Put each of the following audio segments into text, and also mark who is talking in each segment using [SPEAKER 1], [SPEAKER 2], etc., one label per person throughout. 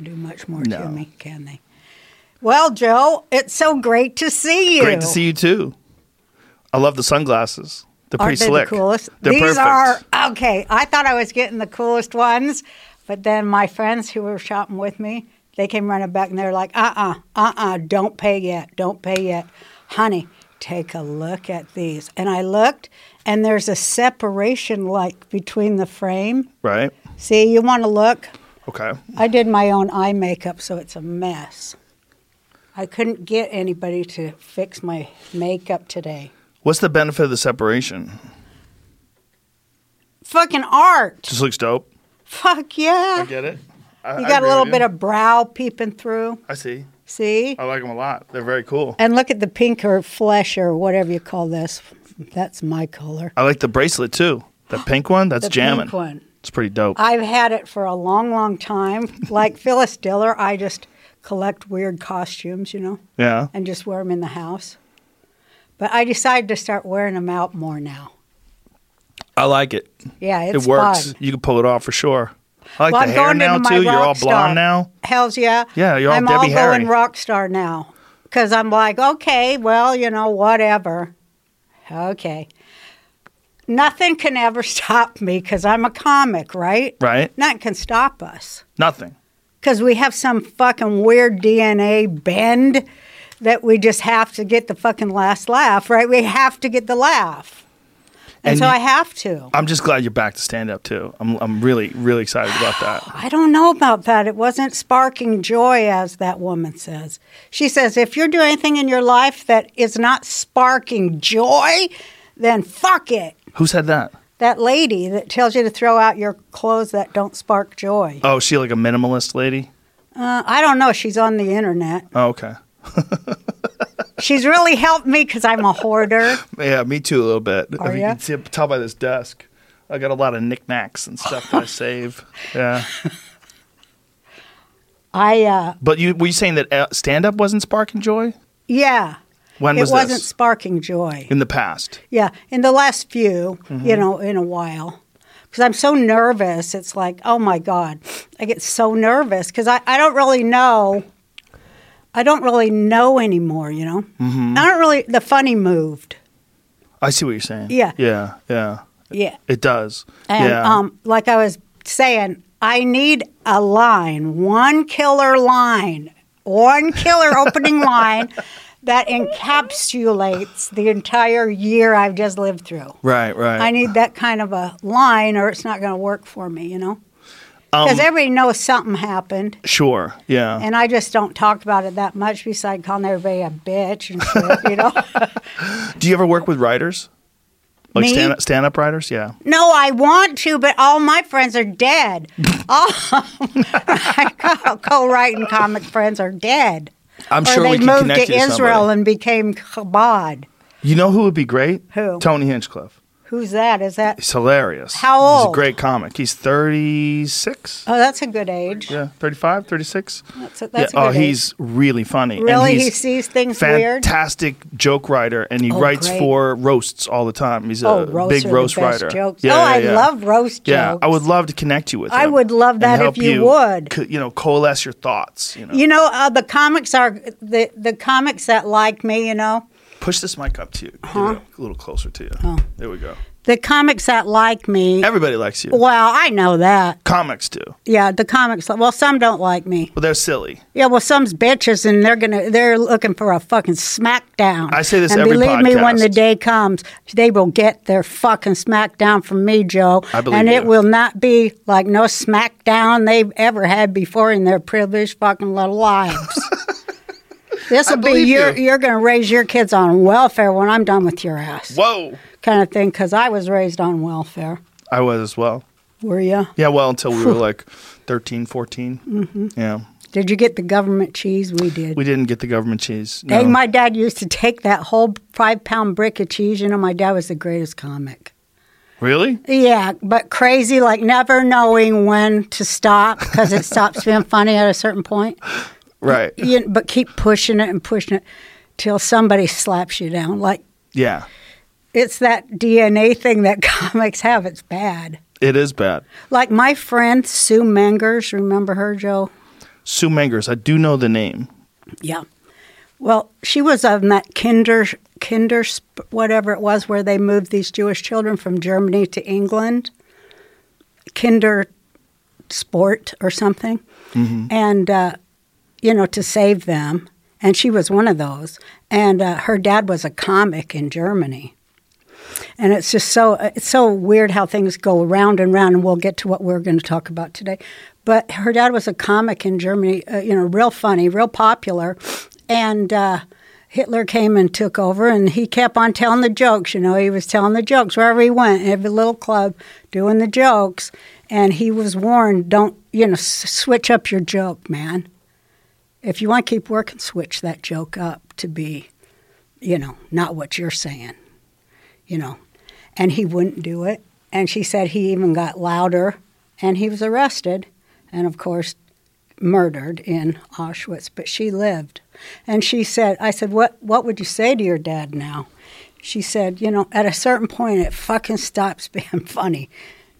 [SPEAKER 1] much more to
[SPEAKER 2] No.
[SPEAKER 1] me, can they? Well, Joe, it's so great to see you.
[SPEAKER 2] Great to see you too. I love the sunglasses. They're
[SPEAKER 1] Aren't
[SPEAKER 2] pretty
[SPEAKER 1] they
[SPEAKER 2] slick.
[SPEAKER 1] the coolest?
[SPEAKER 2] They're
[SPEAKER 1] These
[SPEAKER 2] perfect.
[SPEAKER 1] are okay. I thought I was getting the coolest ones, but then my friends who were shopping with me, they came running back and they're like, "Uh-uh, uh-uh, don't pay yet, don't pay yet, honey. Take a look at these." And I looked, and there's a separation like between the frame.
[SPEAKER 2] right.
[SPEAKER 1] See, you want to look?
[SPEAKER 2] Okay.
[SPEAKER 1] I did my own eye makeup, so it's a mess. I couldn't get anybody to fix my makeup today.
[SPEAKER 2] What's the benefit of the separation?
[SPEAKER 1] Fucking art.
[SPEAKER 2] Just looks dope.
[SPEAKER 1] Fuck yeah.
[SPEAKER 2] I get it. I,
[SPEAKER 1] You
[SPEAKER 2] I
[SPEAKER 1] got a
[SPEAKER 2] agree
[SPEAKER 1] little
[SPEAKER 2] with
[SPEAKER 1] bit
[SPEAKER 2] you.
[SPEAKER 1] of brow peeping through.
[SPEAKER 2] I see.
[SPEAKER 1] See?
[SPEAKER 2] I like them a lot. They're very cool.
[SPEAKER 1] And look at the pink or flesh or whatever you call this. That's my color.
[SPEAKER 2] I like the bracelet too. The pink one. That's
[SPEAKER 1] The
[SPEAKER 2] jamming.
[SPEAKER 1] pink one.
[SPEAKER 2] It's pretty dope.
[SPEAKER 1] I've had it for a long, long time. Like Phyllis Diller, I just collect weird costumes, you know,
[SPEAKER 2] yeah.
[SPEAKER 1] and just wear them in the house. But I decided to start wearing them out more now.
[SPEAKER 2] I like it.
[SPEAKER 1] Yeah, it's
[SPEAKER 2] it works.
[SPEAKER 1] fun.
[SPEAKER 2] You can pull it off for sure. I like
[SPEAKER 1] Well,
[SPEAKER 2] the
[SPEAKER 1] I'm
[SPEAKER 2] hair
[SPEAKER 1] going
[SPEAKER 2] now
[SPEAKER 1] into my
[SPEAKER 2] too. You're all
[SPEAKER 1] rock
[SPEAKER 2] blonde
[SPEAKER 1] star.
[SPEAKER 2] now.
[SPEAKER 1] Hell's yeah.
[SPEAKER 2] Yeah, you're all
[SPEAKER 1] I'm
[SPEAKER 2] Debbie
[SPEAKER 1] all
[SPEAKER 2] Harry.
[SPEAKER 1] going rock star now because I'm like, okay, well, you know, whatever. Okay. Nothing can ever stop me because I'm a comic, right?
[SPEAKER 2] Right.
[SPEAKER 1] Nothing can stop us
[SPEAKER 2] Nothing.
[SPEAKER 1] because we have some fucking weird DNA bend that we just have to get the fucking last laugh, right? We have to get the laugh. And,
[SPEAKER 2] And
[SPEAKER 1] so
[SPEAKER 2] you-
[SPEAKER 1] I have to.
[SPEAKER 2] I'm just glad you're back to stand up too. I'm I'm really really excited about that.
[SPEAKER 1] I don't know about that. It wasn't sparking joy, as that woman says. She says, if you're doing anything in your life that is not sparking joy, then fuck it.
[SPEAKER 2] Who said that?
[SPEAKER 1] That lady that tells you to throw out your clothes that don't spark joy.
[SPEAKER 2] Oh, is she like a minimalist lady.
[SPEAKER 1] Uh, I don't know. She's on the internet.
[SPEAKER 2] Oh, okay.
[SPEAKER 1] She's really helped me because I'm a hoarder.
[SPEAKER 2] Yeah, me too a little bit.
[SPEAKER 1] Are
[SPEAKER 2] if you
[SPEAKER 1] ya?
[SPEAKER 2] can see, tell by this desk, I got a lot of knickknacks and stuff that I save. Yeah,
[SPEAKER 1] I, uh,
[SPEAKER 2] but you were you saying that stand up wasn't sparking joy?
[SPEAKER 1] yeah.
[SPEAKER 2] When
[SPEAKER 1] it
[SPEAKER 2] was
[SPEAKER 1] wasn't
[SPEAKER 2] this?
[SPEAKER 1] sparking joy.
[SPEAKER 2] In the past.
[SPEAKER 1] Yeah, in the last few, you know, in a while. Because I'm so nervous. It's like, oh my God. I get so nervous because I, I don't really know. I don't really know anymore, you know? I don't really, the funny moved.
[SPEAKER 2] I see what you're saying.
[SPEAKER 1] Yeah.
[SPEAKER 2] Yeah. Yeah.
[SPEAKER 1] Yeah.
[SPEAKER 2] It does.
[SPEAKER 1] And
[SPEAKER 2] yeah.
[SPEAKER 1] um, like I was saying, I need a line, one killer line, one killer opening line that encapsulates the entire year I've just lived through.
[SPEAKER 2] right. Right.
[SPEAKER 1] I need that kind of a line, or it's not going to work for me, you know?
[SPEAKER 2] Um,
[SPEAKER 1] Because everybody knows something happened,
[SPEAKER 2] Sure. Yeah.
[SPEAKER 1] and I just don't talk about it that much, besides calling everybody a bitch and shit, you know?
[SPEAKER 2] Do you ever work with writers? Like
[SPEAKER 1] Me?
[SPEAKER 2] stand up stand up writers? Yeah.
[SPEAKER 1] no, I want to, but all my friends are dead. all my co writing comic friends are dead.
[SPEAKER 2] I'm
[SPEAKER 1] or
[SPEAKER 2] sure
[SPEAKER 1] they
[SPEAKER 2] we can
[SPEAKER 1] moved
[SPEAKER 2] connect
[SPEAKER 1] to
[SPEAKER 2] you to
[SPEAKER 1] Israel
[SPEAKER 2] somebody.
[SPEAKER 1] and became Chabad.
[SPEAKER 2] You know who would be great?
[SPEAKER 1] Who?
[SPEAKER 2] Tony Hinchcliffe.
[SPEAKER 1] Who's that? Is that?
[SPEAKER 2] He's hilarious.
[SPEAKER 1] How
[SPEAKER 2] He's a
[SPEAKER 1] old?
[SPEAKER 2] great comic. He's 36.
[SPEAKER 1] Oh, that's a good age.
[SPEAKER 2] Yeah, 35, 36.
[SPEAKER 1] That's a, that's
[SPEAKER 2] yeah.
[SPEAKER 1] a
[SPEAKER 2] oh,
[SPEAKER 1] good age.
[SPEAKER 2] he's really funny. And
[SPEAKER 1] Really?
[SPEAKER 2] he's
[SPEAKER 1] He sees things weird?
[SPEAKER 2] fantastic joke writer, and he
[SPEAKER 1] Oh,
[SPEAKER 2] writes
[SPEAKER 1] great.
[SPEAKER 2] for roasts all the time. He's a
[SPEAKER 1] Oh, roasts
[SPEAKER 2] big
[SPEAKER 1] are the
[SPEAKER 2] roast
[SPEAKER 1] best
[SPEAKER 2] writer.
[SPEAKER 1] jokes. Oh, I love roast
[SPEAKER 2] Yeah, I
[SPEAKER 1] jokes.
[SPEAKER 2] would love to connect you with.
[SPEAKER 1] I
[SPEAKER 2] him
[SPEAKER 1] would love
[SPEAKER 2] and
[SPEAKER 1] that if
[SPEAKER 2] help
[SPEAKER 1] you would.
[SPEAKER 2] co- you know, coalesce your thoughts. You know,
[SPEAKER 1] You know, uh, the comics are the the comics that like me. You know,
[SPEAKER 2] push this mic up to you, Give it
[SPEAKER 1] Huh?
[SPEAKER 2] a little closer to you.
[SPEAKER 1] Oh.
[SPEAKER 2] There we go.
[SPEAKER 1] the comics that like me.
[SPEAKER 2] Everybody likes you.
[SPEAKER 1] well, I know that.
[SPEAKER 2] Comics do.
[SPEAKER 1] Yeah, the comics. Well, some don't like me.
[SPEAKER 2] Well, they're silly.
[SPEAKER 1] Yeah, well, some's bitches, and they're gonna they're looking for a fucking smackdown.
[SPEAKER 2] I say this
[SPEAKER 1] and
[SPEAKER 2] every
[SPEAKER 1] believe me, when
[SPEAKER 2] podcast.
[SPEAKER 1] the day comes, they will get their fucking smackdown from me, Joe.
[SPEAKER 2] I believe
[SPEAKER 1] and it
[SPEAKER 2] you.
[SPEAKER 1] will not be like no smackdown they've ever had before in their privileged fucking little lives. this will be
[SPEAKER 2] believe
[SPEAKER 1] your,
[SPEAKER 2] you.
[SPEAKER 1] you're going to raise your kids on welfare when I'm done with your ass,
[SPEAKER 2] Whoa.
[SPEAKER 1] kind of thing. Because I was raised on welfare.
[SPEAKER 2] I was as well.
[SPEAKER 1] Were you?
[SPEAKER 2] Yeah, well, until we were like 13, 14. Yeah.
[SPEAKER 1] Did you get the government cheese? We did.
[SPEAKER 2] We didn't get the government cheese. No.
[SPEAKER 1] Dang, my dad used to take that whole five pound brick of cheese. You know, my dad was the greatest comic.
[SPEAKER 2] really?
[SPEAKER 1] Yeah, but crazy, like never knowing when to stop because it stops being funny at a certain point.
[SPEAKER 2] Right.
[SPEAKER 1] You, but keep pushing it and pushing it till somebody slaps you down. Like
[SPEAKER 2] Yeah.
[SPEAKER 1] it's that DNA thing that comics have. It's bad.
[SPEAKER 2] It is bad.
[SPEAKER 1] Like my friend Sue Mengers, remember her, Joe?
[SPEAKER 2] Sue Mengers. I do know the name.
[SPEAKER 1] Yeah. Well, she was on that kinder, kinder, sp- whatever it was, where they moved these Jewish children from Germany to England. Kinder sport or something, and uh, you know to save them. And she was one of those. And uh, her dad was a comic in Germany. And it's just so it's so weird how things go round and round. And we'll get to what we're going to talk about today. But her dad was a comic in Germany, uh, you know, real funny, real popular, and. Uh, Hitler came and took over, and he kept on telling the jokes. You know, he was telling the jokes wherever he went, every little club, doing the jokes. And he was warned, don't, you know, s- switch up your joke, man. If you want to keep working, switch that joke up to be, you know, not what you're saying, you know. And he wouldn't do it. And she said he even got louder, and he was arrested, and of course, murdered in Auschwitz, but she lived. And she said, I said, what, what would you say to your dad now? She said, you know, at a certain point, it fucking stops being funny.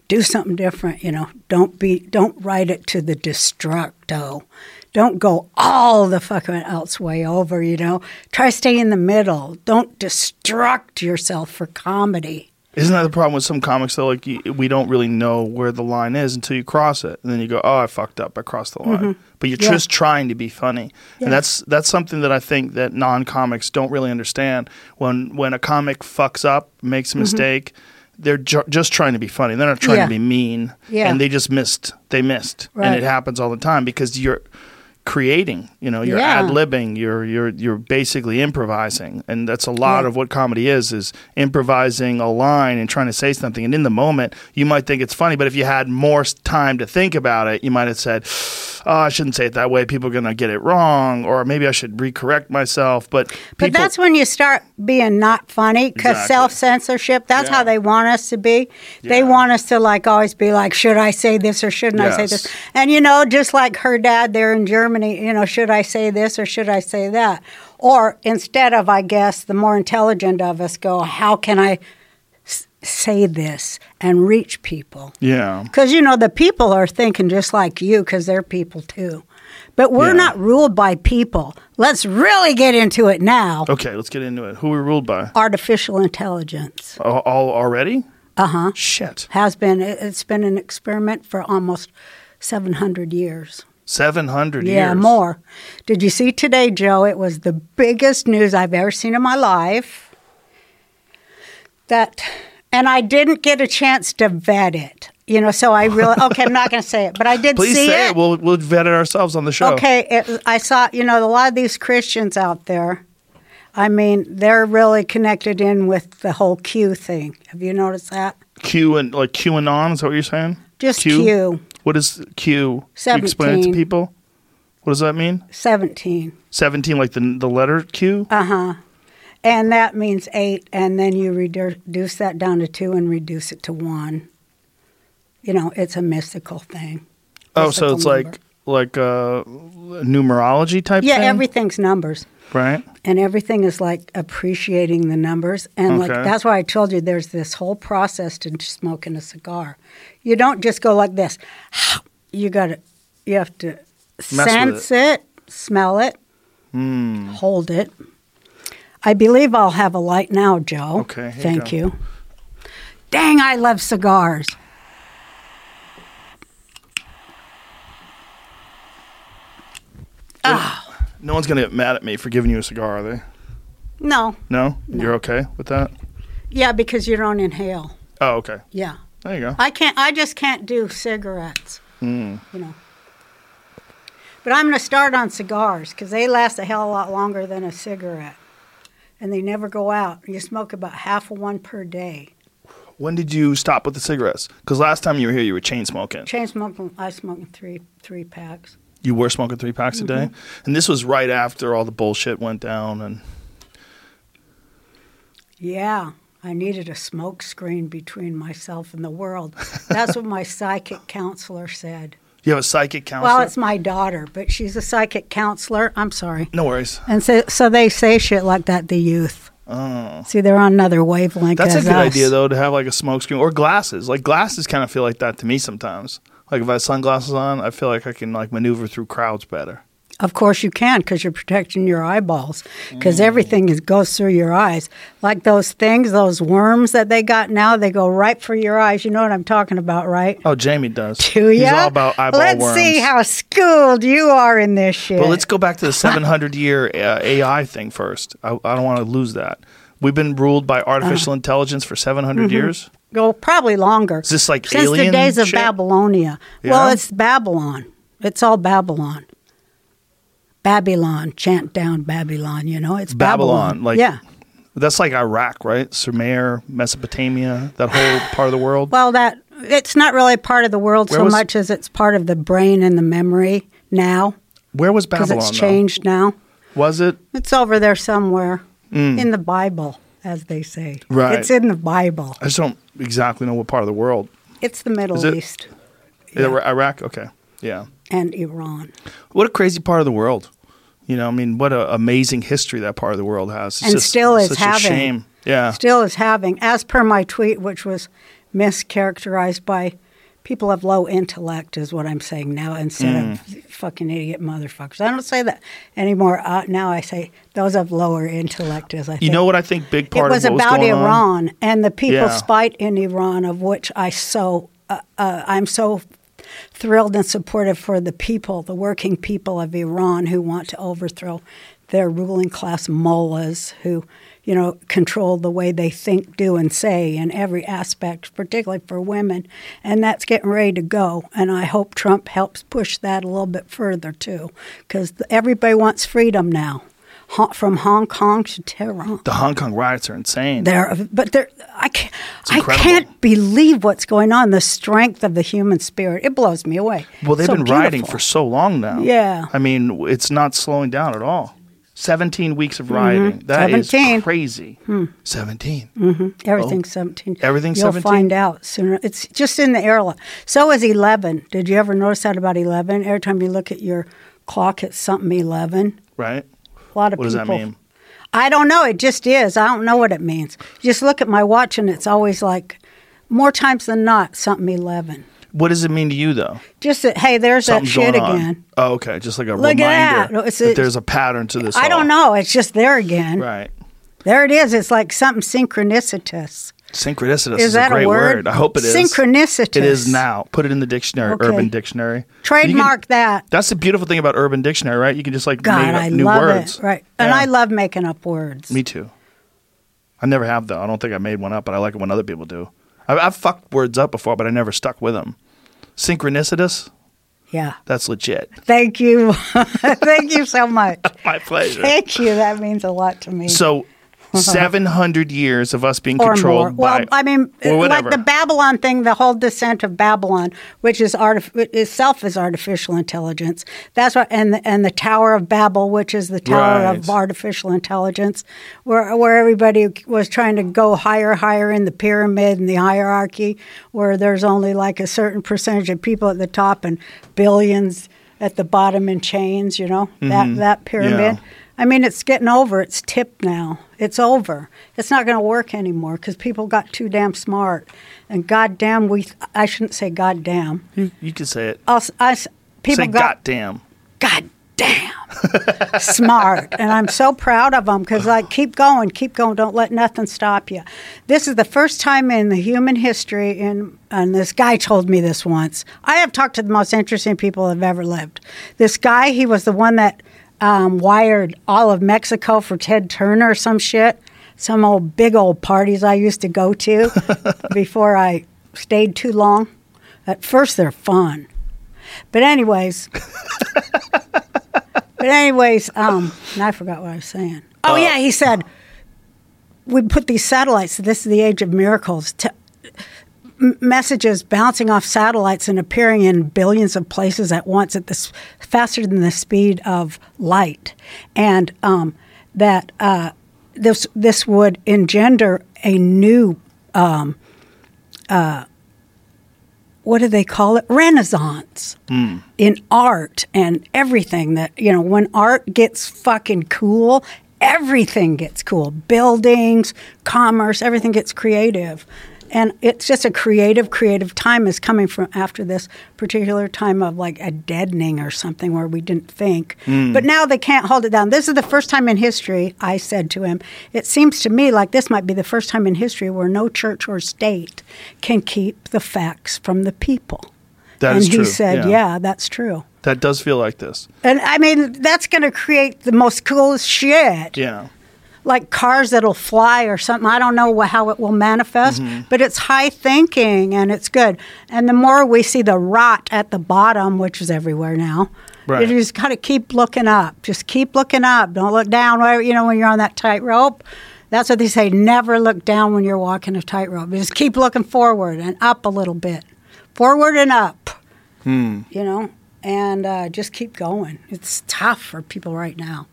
[SPEAKER 1] Do something different, you know. Don't be, don't write it to the destructo. Don't go all the fucking else way over, you know. Try to stay in the middle. Don't destruct yourself for comedy.
[SPEAKER 2] Isn't that the problem with some comics? Though, like you, we don't really know where the line is until you cross it, and then you go, "Oh, I fucked up. I crossed the line." But you're
[SPEAKER 1] Mm-hmm. Yeah.
[SPEAKER 2] just trying to be funny,
[SPEAKER 1] Yeah.
[SPEAKER 2] and that's that's something that I think that non-comics don't really understand. When when a comic fucks up, makes a mistake, they're ju- just trying to be funny. They're not trying
[SPEAKER 1] Mm-hmm. Yeah.
[SPEAKER 2] to be mean,
[SPEAKER 1] Yeah.
[SPEAKER 2] and they just missed. They missed, and
[SPEAKER 1] Right.
[SPEAKER 2] it happens all the time because you're creating. You know, you're
[SPEAKER 1] Yeah.
[SPEAKER 2] ad libbing. You're you're you're basically improvising, and that's a lot
[SPEAKER 1] Yeah.
[SPEAKER 2] of what comedy is is improvising a line and trying to say something and in the moment you might think it's funny but if you had more s- time to think about it you might have said oh, i shouldn't say it that way people are going to get it wrong or maybe i should recorrect myself but people,
[SPEAKER 1] But that's when you start being not funny because
[SPEAKER 2] Exactly.
[SPEAKER 1] self censorship, that's
[SPEAKER 2] Yeah.
[SPEAKER 1] how they want us to be. They
[SPEAKER 2] Yeah.
[SPEAKER 1] want us to like always be like, should I say this or shouldn't I say
[SPEAKER 2] Yes.
[SPEAKER 1] this? And you know, just like her dad there in Germany, you know, should I say this or should I say that? Or instead of, I guess, the more intelligent of us go, how can I s- say this and reach people?
[SPEAKER 2] yeah
[SPEAKER 1] Because, you know, the people are thinking just like you because they're people too. But we're
[SPEAKER 2] Yeah.
[SPEAKER 1] not ruled by people. Let's really get into it now
[SPEAKER 2] okay let's get into it who are we ruled by
[SPEAKER 1] artificial intelligence
[SPEAKER 2] all, all already uh-huh shit
[SPEAKER 1] has been it- it's been an experiment for almost 700 years
[SPEAKER 2] 700
[SPEAKER 1] yeah
[SPEAKER 2] years
[SPEAKER 1] more did you see today joe it was the biggest news i've ever seen in my life that and i didn't get a chance to vet it you know so i really okay i'm not going to say it but i did
[SPEAKER 2] please
[SPEAKER 1] see
[SPEAKER 2] say it. we'll we'll vet it ourselves on the show
[SPEAKER 1] Okay, it, I saw, you know, a lot of these Christians out there, I mean, they're really connected in with the whole Q thing. Have you noticed that?
[SPEAKER 2] q and like q and on is that what you're saying
[SPEAKER 1] Just Q,
[SPEAKER 2] What is Q? Can you explain it to
[SPEAKER 1] 17.
[SPEAKER 2] people? What does that mean?
[SPEAKER 1] 17.
[SPEAKER 2] 17, like the, the letter Q?
[SPEAKER 1] uh-huh. And that means eight, and then you redu- reduce that down to two and reduce it to one. You know, it's a mystical thing.
[SPEAKER 2] oh, so it's
[SPEAKER 1] mystical
[SPEAKER 2] like like uh, numerology type
[SPEAKER 1] Yeah,
[SPEAKER 2] thing?
[SPEAKER 1] everything's numbers.
[SPEAKER 2] Right?
[SPEAKER 1] and everything is like appreciating the numbers and
[SPEAKER 2] Okay.
[SPEAKER 1] like that's why i told you there's this whole process to smoking a cigar you don't just go like this you gotta you have to
[SPEAKER 2] with Hmm.
[SPEAKER 1] sense it. smell it hold it i believe i'll have a light now joe
[SPEAKER 2] Okay, here you
[SPEAKER 1] thank
[SPEAKER 2] go.
[SPEAKER 1] you dang i love cigars
[SPEAKER 2] No one's going to get mad at me for giving you a cigar, are they?
[SPEAKER 1] no
[SPEAKER 2] No? You're okay with that?
[SPEAKER 1] yeah because you don't inhale
[SPEAKER 2] Oh, okay.
[SPEAKER 1] yeah
[SPEAKER 2] There you go.
[SPEAKER 1] I can't. I just can't do cigarettes. You know. But I'm going to start on cigars because they last a hell of a lot longer than a cigarette, and they never go out. You smoke about half of one per day.
[SPEAKER 2] when did you stop with the cigarettes? Because last time you were here, you were chain smoking.
[SPEAKER 1] Chain smoking. I smoking three three packs.
[SPEAKER 2] you were smoking three packs a day?
[SPEAKER 1] Mm-hmm.
[SPEAKER 2] And this was right after all the bullshit went down. And
[SPEAKER 1] Yeah, I needed a smoke screen between myself and the world. That's what my psychic counselor said.
[SPEAKER 2] you have a psychic counselor?
[SPEAKER 1] Well, it's my daughter, but she's a psychic counselor. I'm sorry.
[SPEAKER 2] no worries.
[SPEAKER 1] And so, so they say shit like that, the youth. Oh. See, they're on another wavelength.
[SPEAKER 2] That's a
[SPEAKER 1] as
[SPEAKER 2] good
[SPEAKER 1] us.
[SPEAKER 2] idea though to have like a smoke screen or glasses. Like glasses kind of feel like that to me sometimes. Like if I have sunglasses on, I feel like I can like maneuver through crowds better.
[SPEAKER 1] Of course you can because you're protecting your eyeballs
[SPEAKER 2] Mm.
[SPEAKER 1] because everything is, goes through your eyes. Like those things, those worms that they got now, they go right for your eyes. You know what I'm talking about, right?
[SPEAKER 2] Oh, Jamie does.
[SPEAKER 1] Do
[SPEAKER 2] He's
[SPEAKER 1] ya?
[SPEAKER 2] all about eyeball
[SPEAKER 1] Let's
[SPEAKER 2] worms.
[SPEAKER 1] see how schooled you are in this shit.
[SPEAKER 2] But let's go back to the 700 year uh, AI thing first. I, I don't want to lose that. We've been ruled by artificial
[SPEAKER 1] Uh-huh.
[SPEAKER 2] intelligence for 700 years.
[SPEAKER 1] go probably longer.
[SPEAKER 2] Is this like
[SPEAKER 1] Mm-hmm. since the
[SPEAKER 2] alien
[SPEAKER 1] days of
[SPEAKER 2] shit?
[SPEAKER 1] Babylonia. Well,
[SPEAKER 2] Yeah?
[SPEAKER 1] it's Babylon. It's all Babylon. Babylon, chant down Babylon. You know, it's
[SPEAKER 2] Babylon,
[SPEAKER 1] Babylon.
[SPEAKER 2] like-
[SPEAKER 1] yeah.
[SPEAKER 2] That's like Iraq, right? Sumer, Mesopotamia, that whole part of the world.
[SPEAKER 1] Well, that it's not really part of the world
[SPEAKER 2] Where
[SPEAKER 1] so
[SPEAKER 2] was-
[SPEAKER 1] much as it's part of the brain and the memory now
[SPEAKER 2] Where was
[SPEAKER 1] because
[SPEAKER 2] Babylon?
[SPEAKER 1] it's
[SPEAKER 2] though?
[SPEAKER 1] changed now.
[SPEAKER 2] Was it?
[SPEAKER 1] It's over there somewhere in the Bible, as they say.
[SPEAKER 2] Mm. Right.
[SPEAKER 1] It's in the Bible.
[SPEAKER 2] I just don't exactly know what part of the world.
[SPEAKER 1] It's the Middle
[SPEAKER 2] Is it-
[SPEAKER 1] East
[SPEAKER 2] Iraq? Okay. Yeah.
[SPEAKER 1] and Iran.
[SPEAKER 2] What a crazy part of the world. You know, I mean, what an amazing history that part of the world has. It's
[SPEAKER 1] And still is
[SPEAKER 2] such
[SPEAKER 1] having.
[SPEAKER 2] a shame. Yeah.
[SPEAKER 1] still is having, as per my tweet, which was mischaracterized by people of low intellect, is what I'm saying now, instead of
[SPEAKER 2] Mm.
[SPEAKER 1] fucking idiot motherfuckers. I don't say that anymore. Uh, now I say those of lower intellect, as I
[SPEAKER 2] you
[SPEAKER 1] think.
[SPEAKER 2] know what I think big part
[SPEAKER 1] it was
[SPEAKER 2] of what
[SPEAKER 1] about
[SPEAKER 2] was going on?
[SPEAKER 1] Iran and the people's
[SPEAKER 2] Yeah.
[SPEAKER 1] fight in Iran, of which I so uh, uh, I'm so thrilled and supportive for the people, the working people of Iran who want to overthrow their ruling class mullahs who, you know, control the way they think, do, and say in every aspect, particularly for women. And that's getting ready to go. And I hope Trump helps push that a little bit further too, because everybody wants freedom now, Ho- from Hong Kong to Tehran.
[SPEAKER 2] The Hong Kong riots are insane.
[SPEAKER 1] There, but there, I can't, I
[SPEAKER 2] incredible.
[SPEAKER 1] can't believe what's going on. The strength of the human spirit, it blows me away.
[SPEAKER 2] well, they've
[SPEAKER 1] So
[SPEAKER 2] been rioting
[SPEAKER 1] beautiful.
[SPEAKER 2] for so long now.
[SPEAKER 1] Yeah.
[SPEAKER 2] I mean, w- it's not slowing down at all. 17 weeks
[SPEAKER 1] Mm-hmm.
[SPEAKER 2] of rioting. That is
[SPEAKER 1] 17.
[SPEAKER 2] crazy.
[SPEAKER 1] Hmm.
[SPEAKER 2] 17.
[SPEAKER 1] everything's seventeen.
[SPEAKER 2] everything's
[SPEAKER 1] You'll
[SPEAKER 2] 17?
[SPEAKER 1] find out sooner. It's just in the airline. So is eleven. Did you ever notice that about eleven? Every time you look at your clock, it's something eleven.
[SPEAKER 2] Right?
[SPEAKER 1] A lot of
[SPEAKER 2] What does
[SPEAKER 1] people.
[SPEAKER 2] that mean?
[SPEAKER 1] I don't know. It just is. I don't know what it means. Just look at my watch, and it's always like more times than not something eleven.
[SPEAKER 2] What does it mean to you, though?
[SPEAKER 1] Just that, hey, there's
[SPEAKER 2] Something's
[SPEAKER 1] that shit
[SPEAKER 2] going on.
[SPEAKER 1] again.
[SPEAKER 2] Oh, okay. Just like a
[SPEAKER 1] Look at that.
[SPEAKER 2] reminder
[SPEAKER 1] No, it's-
[SPEAKER 2] that
[SPEAKER 1] it's-
[SPEAKER 2] there's a pattern to this.
[SPEAKER 1] I
[SPEAKER 2] all.
[SPEAKER 1] don't know. It's just there again.
[SPEAKER 2] Right.
[SPEAKER 1] There it is. It's like something synchronicitous.
[SPEAKER 2] Synchronicitous is,
[SPEAKER 1] Is that
[SPEAKER 2] a
[SPEAKER 1] a
[SPEAKER 2] great word?
[SPEAKER 1] word?
[SPEAKER 2] I hope it is.
[SPEAKER 1] Synchronicitous.
[SPEAKER 2] It is now. Put it in the dictionary,
[SPEAKER 1] Okay.
[SPEAKER 2] Urban Dictionary. You can-
[SPEAKER 1] Trademark that.
[SPEAKER 2] that's the beautiful thing about Urban Dictionary, right? You can just like
[SPEAKER 1] God,
[SPEAKER 2] make up
[SPEAKER 1] I
[SPEAKER 2] new
[SPEAKER 1] love
[SPEAKER 2] words.
[SPEAKER 1] it. Right. And
[SPEAKER 2] Yeah.
[SPEAKER 1] I love making up words.
[SPEAKER 2] Me too. I never have though. I don't think I made one up, but I like it when other people do. I, I've fucked words up before, but I never stuck with them. Synchronicitous.
[SPEAKER 1] yeah.
[SPEAKER 2] That's legit.
[SPEAKER 1] Thank you. Thank you so much.
[SPEAKER 2] My pleasure.
[SPEAKER 1] Thank you. That means a lot to me.
[SPEAKER 2] So, seven hundred years of us being
[SPEAKER 1] or more.
[SPEAKER 2] controlled by.
[SPEAKER 1] Well, I mean,
[SPEAKER 2] or
[SPEAKER 1] like
[SPEAKER 2] whatever.
[SPEAKER 1] the Babylon thing, the whole descent of Babylon, which is artif- itself is artificial intelligence. That's what, and the, and the Tower of Babel, which is the tower
[SPEAKER 2] Right.
[SPEAKER 1] of artificial intelligence, where where everybody was trying to go higher, higher in the pyramid and the hierarchy, where there's only like a certain percentage of people at the top and billions at the bottom in chains. You know that that pyramid.
[SPEAKER 2] Mm-hmm. Yeah.
[SPEAKER 1] I mean, it's getting over. It's tipped now. It's over. It's not going to work anymore because people got too damn smart. And goddamn, we, I shouldn't say goddamn.
[SPEAKER 2] you, you can say it.
[SPEAKER 1] Us, us people
[SPEAKER 2] Hmm. say
[SPEAKER 1] got
[SPEAKER 2] goddamn.
[SPEAKER 1] goddamn smart. And I'm so proud of them because, like, keep going, keep going. Don't let nothing stop you. This is the first time in the human history, in, and this guy told me this once. I have talked to the most interesting people that have ever lived. This guy, he was the one that um, wired all of Mexico for Ted Turner or some shit. Some old big old parties I used to go to before I stayed too long. At first, they're fun. But anyways, but anyways, um, and I forgot what I was saying. Oh yeah, he said we put these satellites. This is the age of miracles. T- m- messages bouncing off satellites and appearing in billions of places at once at this faster than the speed of light, and um, that uh, this this would engender a new. Um, uh, what do they call it? Renaissance in art and everything that you know when art gets fucking cool everything gets cool buildings commerce everything gets creative and it's just a creative, creative time is coming from after this particular time of like a deadening or something where we didn't think.
[SPEAKER 2] Mm.
[SPEAKER 1] But now they can't hold it down. This is the first time in history, I said to him, it seems to me like this might be the first time in history where no church or state can keep the facts from the people.
[SPEAKER 2] That
[SPEAKER 1] and
[SPEAKER 2] is
[SPEAKER 1] he
[SPEAKER 2] true,
[SPEAKER 1] said,
[SPEAKER 2] yeah.
[SPEAKER 1] yeah, that's true.
[SPEAKER 2] That does feel like this.
[SPEAKER 1] And I mean, that's going to create the most coolest shit.
[SPEAKER 2] Yeah.
[SPEAKER 1] Like cars that'll fly or something. I don't know wh- how it will manifest, but it's high thinking and it's good. And the more we see the rot at the bottom, which is everywhere now,
[SPEAKER 2] Right.
[SPEAKER 1] you just got to keep looking up. Just keep looking up. Don't look down. where- You know, when you're on that tightrope, that's what they say never look down when you're walking a tightrope. Just keep looking forward and up a little bit. Forward and up you know, and uh, just keep going. It's tough for people right now.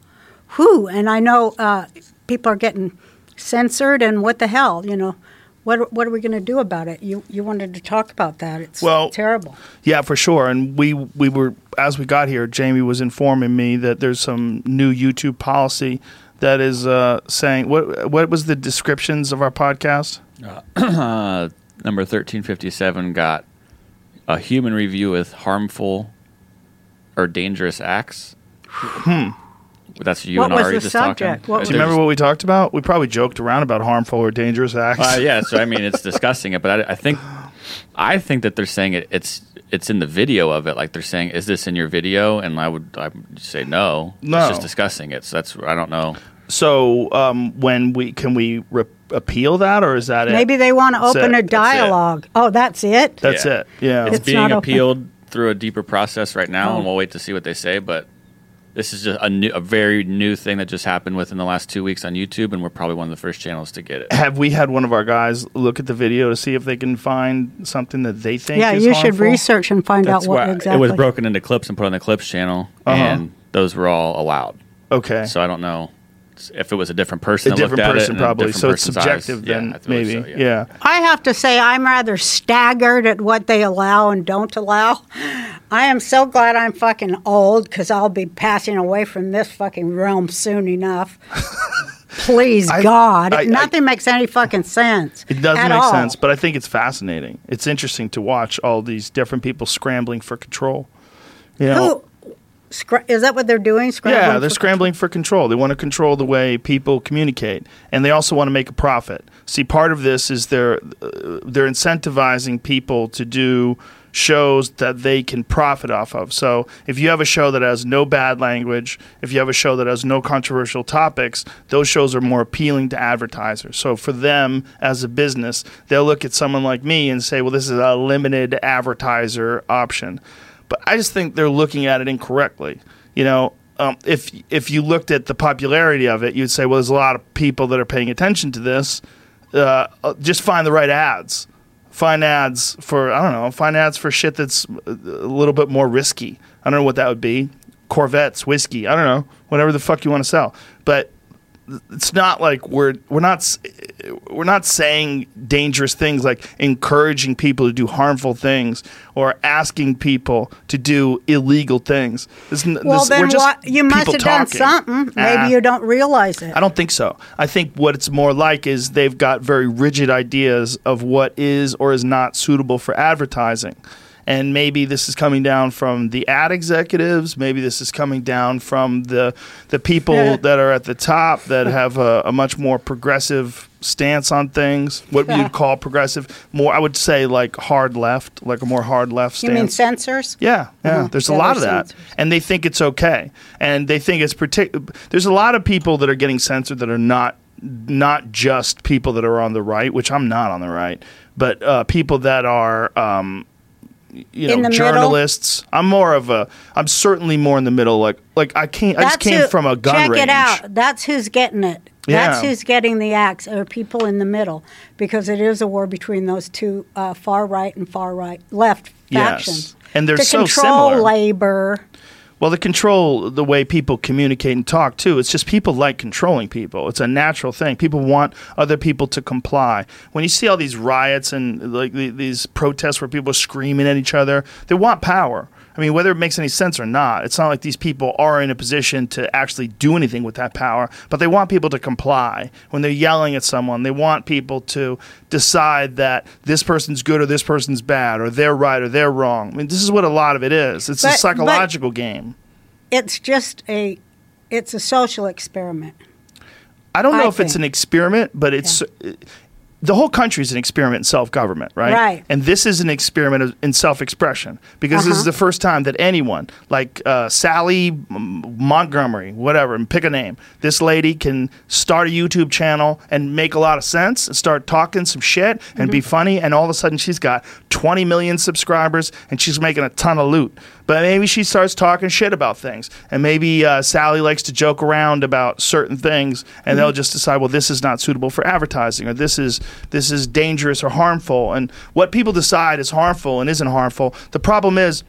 [SPEAKER 1] Whew, and I know uh, people are getting censored, and what the hell, you know, what what are we going to do about it? You you wanted to talk about that. It's
[SPEAKER 2] Well-
[SPEAKER 1] terrible.
[SPEAKER 2] Yeah, for sure. And we we were as we got here, Jamie was informing me that there's some new YouTube policy that is uh, saying what what was the descriptions of our podcast?
[SPEAKER 3] uh, number 1357 got a human review with harmful or dangerous acts. Hmm. That's you
[SPEAKER 1] What
[SPEAKER 3] and
[SPEAKER 1] was
[SPEAKER 3] Ari
[SPEAKER 1] the
[SPEAKER 3] just
[SPEAKER 1] subject?
[SPEAKER 3] talking.
[SPEAKER 1] What
[SPEAKER 3] Uh,
[SPEAKER 1] was-
[SPEAKER 2] Do you remember what we talked about? We probably joked around about harmful or dangerous acts.
[SPEAKER 3] Uh, yeah, so I mean, it's discussing it, but I, I think, I think that they're saying it, it's it's in the video of it. Like they're saying, "Is this in your video?" And I would I would say no.
[SPEAKER 2] No.
[SPEAKER 3] it's just discussing it. So that's I don't know.
[SPEAKER 2] So um, when we can we re- appeal that or is that it?
[SPEAKER 1] Maybe they want to
[SPEAKER 2] That's
[SPEAKER 1] open
[SPEAKER 2] it.
[SPEAKER 1] a
[SPEAKER 2] That's it.
[SPEAKER 1] dialogue. Oh, that's it.
[SPEAKER 2] that's
[SPEAKER 3] Yeah.
[SPEAKER 2] it. Yeah.
[SPEAKER 3] It's,
[SPEAKER 1] It's
[SPEAKER 3] being
[SPEAKER 1] not open.
[SPEAKER 3] appealed through a deeper process right now, and
[SPEAKER 1] Oh.
[SPEAKER 3] we'll wait to see what they say. But this is just a new, a very new thing that just happened within the last two weeks on YouTube, and we're probably one of the first channels to get it.
[SPEAKER 2] have we had one of our guys look at the video to see if they can find something that they think?
[SPEAKER 1] yeah,
[SPEAKER 2] is
[SPEAKER 1] you should
[SPEAKER 2] harmful?
[SPEAKER 1] research and find
[SPEAKER 3] That's
[SPEAKER 1] out what
[SPEAKER 3] why
[SPEAKER 1] exactly.
[SPEAKER 3] it was broken into clips and put on the clips channel,
[SPEAKER 2] Uh-huh.
[SPEAKER 3] and those were all allowed.
[SPEAKER 2] Okay.
[SPEAKER 3] So I don't know if it was a different person.
[SPEAKER 2] a
[SPEAKER 3] that looked
[SPEAKER 2] different
[SPEAKER 3] at it
[SPEAKER 2] person
[SPEAKER 3] and a
[SPEAKER 2] probably.
[SPEAKER 3] different
[SPEAKER 2] So it's
[SPEAKER 3] person's eyes.
[SPEAKER 2] subjective
[SPEAKER 3] Yeah,
[SPEAKER 2] then,
[SPEAKER 3] I believe
[SPEAKER 2] maybe.
[SPEAKER 3] so,
[SPEAKER 2] yeah.
[SPEAKER 1] I have to say, I'm rather staggered at what they allow and don't allow. I am so glad I'm fucking old because I'll be passing away from this fucking realm soon enough. Please,
[SPEAKER 2] I-
[SPEAKER 1] God.
[SPEAKER 2] I- I-
[SPEAKER 1] Nothing makes any fucking sense.
[SPEAKER 2] It does
[SPEAKER 1] at
[SPEAKER 2] make
[SPEAKER 1] all.
[SPEAKER 2] sense, but I think it's fascinating. It's interesting to watch all these different people scrambling for control. You know,
[SPEAKER 1] Who, scra- is that what they're doing? Scrambling
[SPEAKER 2] yeah, they're
[SPEAKER 1] for-
[SPEAKER 2] scrambling for control. They want to control the way people communicate, and they also want to make a profit. See, part of this is they're uh, they're incentivizing people to do shows that they can profit off of. So, if you have a show that has no bad language, if you have a show that has no controversial topics, those shows are more appealing to advertisers. So, for them as a business, they'll look at someone like me and say, "Well, this is a limited advertiser option." But I just think they're looking at it incorrectly. You know, um, if if you looked at the popularity of it, you'd say, well, there's a lot of people that are paying attention to this. Uh, uh, just find the right ads. Find ads for I don't know. Find ads for shit that's uh, a little bit more risky. I don't know what that would be. Corvettes, whiskey. I don't know. Whatever the fuck you want to sell. But it's not like we're we're not s- we're not saying dangerous things like encouraging people to do harmful things or asking people to do illegal things. This, n-
[SPEAKER 1] Well,
[SPEAKER 2] this-
[SPEAKER 1] then
[SPEAKER 2] we're just
[SPEAKER 1] what, you must
[SPEAKER 2] people
[SPEAKER 1] have done
[SPEAKER 2] talking.
[SPEAKER 1] something. Maybe
[SPEAKER 2] Ah.
[SPEAKER 1] you don't realize it.
[SPEAKER 2] I don't think so. I think what it's more like is they've got very rigid ideas of what is or is not suitable for advertising. And maybe this is coming down from the ad executives. Maybe this is coming down from the the people that are at the top that have a, a much more progressive stance on things. What
[SPEAKER 1] Yeah.
[SPEAKER 2] you'd call progressive, more I would say like hard left, like a more hard left
[SPEAKER 1] you
[SPEAKER 2] stance.
[SPEAKER 1] mean censors?
[SPEAKER 2] Yeah, yeah.
[SPEAKER 1] Uh-huh.
[SPEAKER 2] There's a
[SPEAKER 1] Yeah,
[SPEAKER 2] lot of
[SPEAKER 1] there's
[SPEAKER 2] that,
[SPEAKER 1] censors.
[SPEAKER 2] and they think it's okay, and they think it's particular. There's a lot of people that are getting censored that are not not just people that are on the right, which I'm not on the right, but uh, people that are. Um, you
[SPEAKER 1] In
[SPEAKER 2] know,
[SPEAKER 1] the middle?
[SPEAKER 2] journalists. I'm more of a. I'm certainly more in the middle. Like, like I can't. I just
[SPEAKER 1] That's
[SPEAKER 2] came
[SPEAKER 1] who-
[SPEAKER 2] from a gun
[SPEAKER 1] check
[SPEAKER 2] range.
[SPEAKER 1] it out. That's who's getting it. That's
[SPEAKER 2] Yeah.
[SPEAKER 1] who's getting the axe, or people in the middle, because it is a war between those two uh, far right and far right left
[SPEAKER 2] Yes.
[SPEAKER 1] factions.
[SPEAKER 2] And they're
[SPEAKER 1] to
[SPEAKER 2] so
[SPEAKER 1] control
[SPEAKER 2] similar.
[SPEAKER 1] labor.
[SPEAKER 2] Well, the control the way people communicate and talk too. It's just people like controlling people. It's a natural thing. People want other people to comply. When you see all these riots and like the, these protests where people are screaming at each other, they want power. I mean, whether it makes any sense or not, it's not like these people are in a position to actually do anything with that power, but they want people to comply. When they're yelling at someone, they want people to decide that this person's good or this person's bad or they're right or they're wrong. I mean, this is what a lot of it is. It's a
[SPEAKER 1] But-
[SPEAKER 2] psychological game.
[SPEAKER 1] It's just a, it's a social experiment.
[SPEAKER 2] I don't know
[SPEAKER 1] I
[SPEAKER 2] if it's
[SPEAKER 1] think.
[SPEAKER 2] an experiment, but it's uh, the whole country is an experiment in self-government, right?
[SPEAKER 1] Right.
[SPEAKER 2] And this is an experiment of- in self-expression because this
[SPEAKER 1] Uh-huh.
[SPEAKER 2] is the first time that anyone, like uh, Sally M- Montgomery, whatever, and pick a name, this lady can start a YouTube channel and make a lot of sense and start talking some shit and
[SPEAKER 1] Mm-hmm.
[SPEAKER 2] be funny, and all of a sudden she's got 20 million subscribers and she's making a ton of loot. But maybe she starts talking shit about things, and maybe uh, Sally likes to joke around about certain things, and they'll just decide, well, this is not suitable for advertising, or this is this is dangerous or harmful. And what people decide is harmful and isn't harmful. The problem is,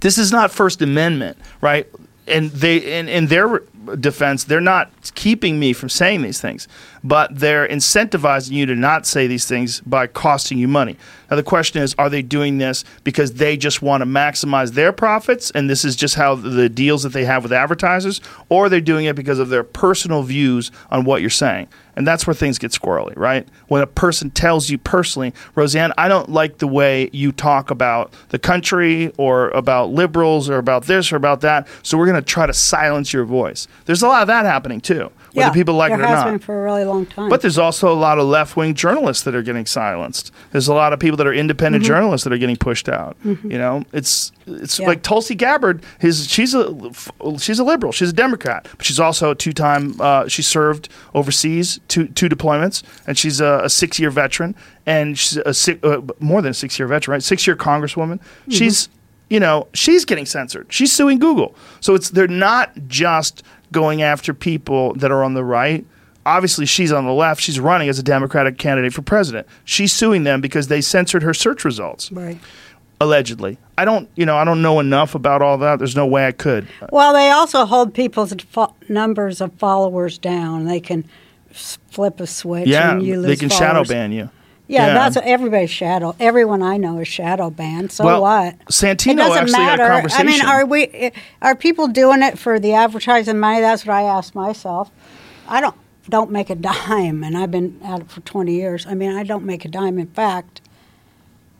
[SPEAKER 2] this is not First Amendment, right? And they in, in their defense, they're not keeping me from saying these things, but they're incentivizing you to not say these things by costing you money. Now the question is, are they doing this because they just want to maximize their profits and this is just how the deals that they have with advertisers, or they're doing it because of their personal views on what you're saying? And that's where things get squirrely, right? When a person tells you personally, Roseanne, I don't like the way you talk about the country or about liberals or about this or about that. So we're going to try to silence your voice. There's a lot of that happening too, whether
[SPEAKER 1] yeah,
[SPEAKER 2] people like
[SPEAKER 1] there
[SPEAKER 2] it or
[SPEAKER 1] has
[SPEAKER 2] not.
[SPEAKER 1] been for a really long time.
[SPEAKER 2] But there's also a lot of left wing journalists that are getting silenced. There's a lot of people that are independent journalists that are getting pushed out. You know, it's it's
[SPEAKER 1] Mm-hmm. Yeah.
[SPEAKER 2] like Tulsi Gabbard. His she's a she's a liberal. She's a Democrat, but she's also a two time. Uh, she served overseas two two deployments, and she's a, a six year veteran, and she's a six, uh, more than a six year veteran, right? Six year Congresswoman. She's you know she's getting censored. She's suing Google. So it's they're not just going after people that are on the right obviously she's on the left. She's running as a Democratic candidate for president. She's suing them because they censored her search results,
[SPEAKER 1] right.
[SPEAKER 2] allegedly. I don't, you know, I don't know enough about all that. There's no way I could.
[SPEAKER 1] Well, they also hold people's fo- numbers of followers down. They can s- flip a switch
[SPEAKER 2] yeah,
[SPEAKER 1] and you lose
[SPEAKER 2] they can shadow
[SPEAKER 1] followers.
[SPEAKER 2] ban you.
[SPEAKER 1] Yeah, that's what everybody's shadow. Everyone I know is shadow banned. So
[SPEAKER 2] Well,
[SPEAKER 1] Oh, what?
[SPEAKER 2] Santino
[SPEAKER 1] it doesn't
[SPEAKER 2] actually had
[SPEAKER 1] matter.
[SPEAKER 2] a
[SPEAKER 1] I mean,
[SPEAKER 2] conversation.
[SPEAKER 1] are we? Are people doing it for the advertising money? That's what I ask myself. I don't don't make a dime, and I've been at it for twenty years. I mean, I don't make a dime. In fact,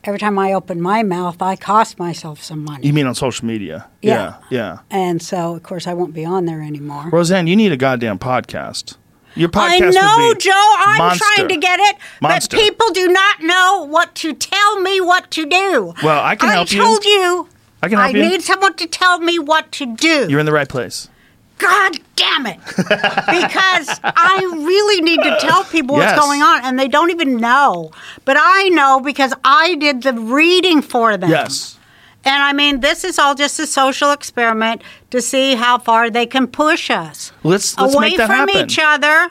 [SPEAKER 1] every time I open my mouth, I cost myself some money.
[SPEAKER 2] You mean on social media?
[SPEAKER 1] Yeah.
[SPEAKER 2] yeah.
[SPEAKER 1] And so, of course, I won't be on there anymore.
[SPEAKER 2] Roseanne, you need a goddamn podcast. Your podcast
[SPEAKER 1] I
[SPEAKER 2] would
[SPEAKER 1] know,
[SPEAKER 2] be
[SPEAKER 1] Joe. I'm
[SPEAKER 2] monster.
[SPEAKER 1] trying to get it,
[SPEAKER 2] Monster.
[SPEAKER 1] but people do not know what to tell me what to do.
[SPEAKER 2] Well, I can
[SPEAKER 1] I
[SPEAKER 2] help you.
[SPEAKER 1] told you.
[SPEAKER 2] I can help you.
[SPEAKER 1] need someone to tell me what to do.
[SPEAKER 2] You're in the right place.
[SPEAKER 1] God damn it! because I really need to tell people
[SPEAKER 2] Yes.
[SPEAKER 1] what's going on, and they don't even know. But I know because I did the reading for them.
[SPEAKER 2] Yes.
[SPEAKER 1] And I mean, this is all just a social experiment to see how far they can push us
[SPEAKER 2] Let's let's
[SPEAKER 1] away
[SPEAKER 2] make that
[SPEAKER 1] from
[SPEAKER 2] happen.
[SPEAKER 1] each other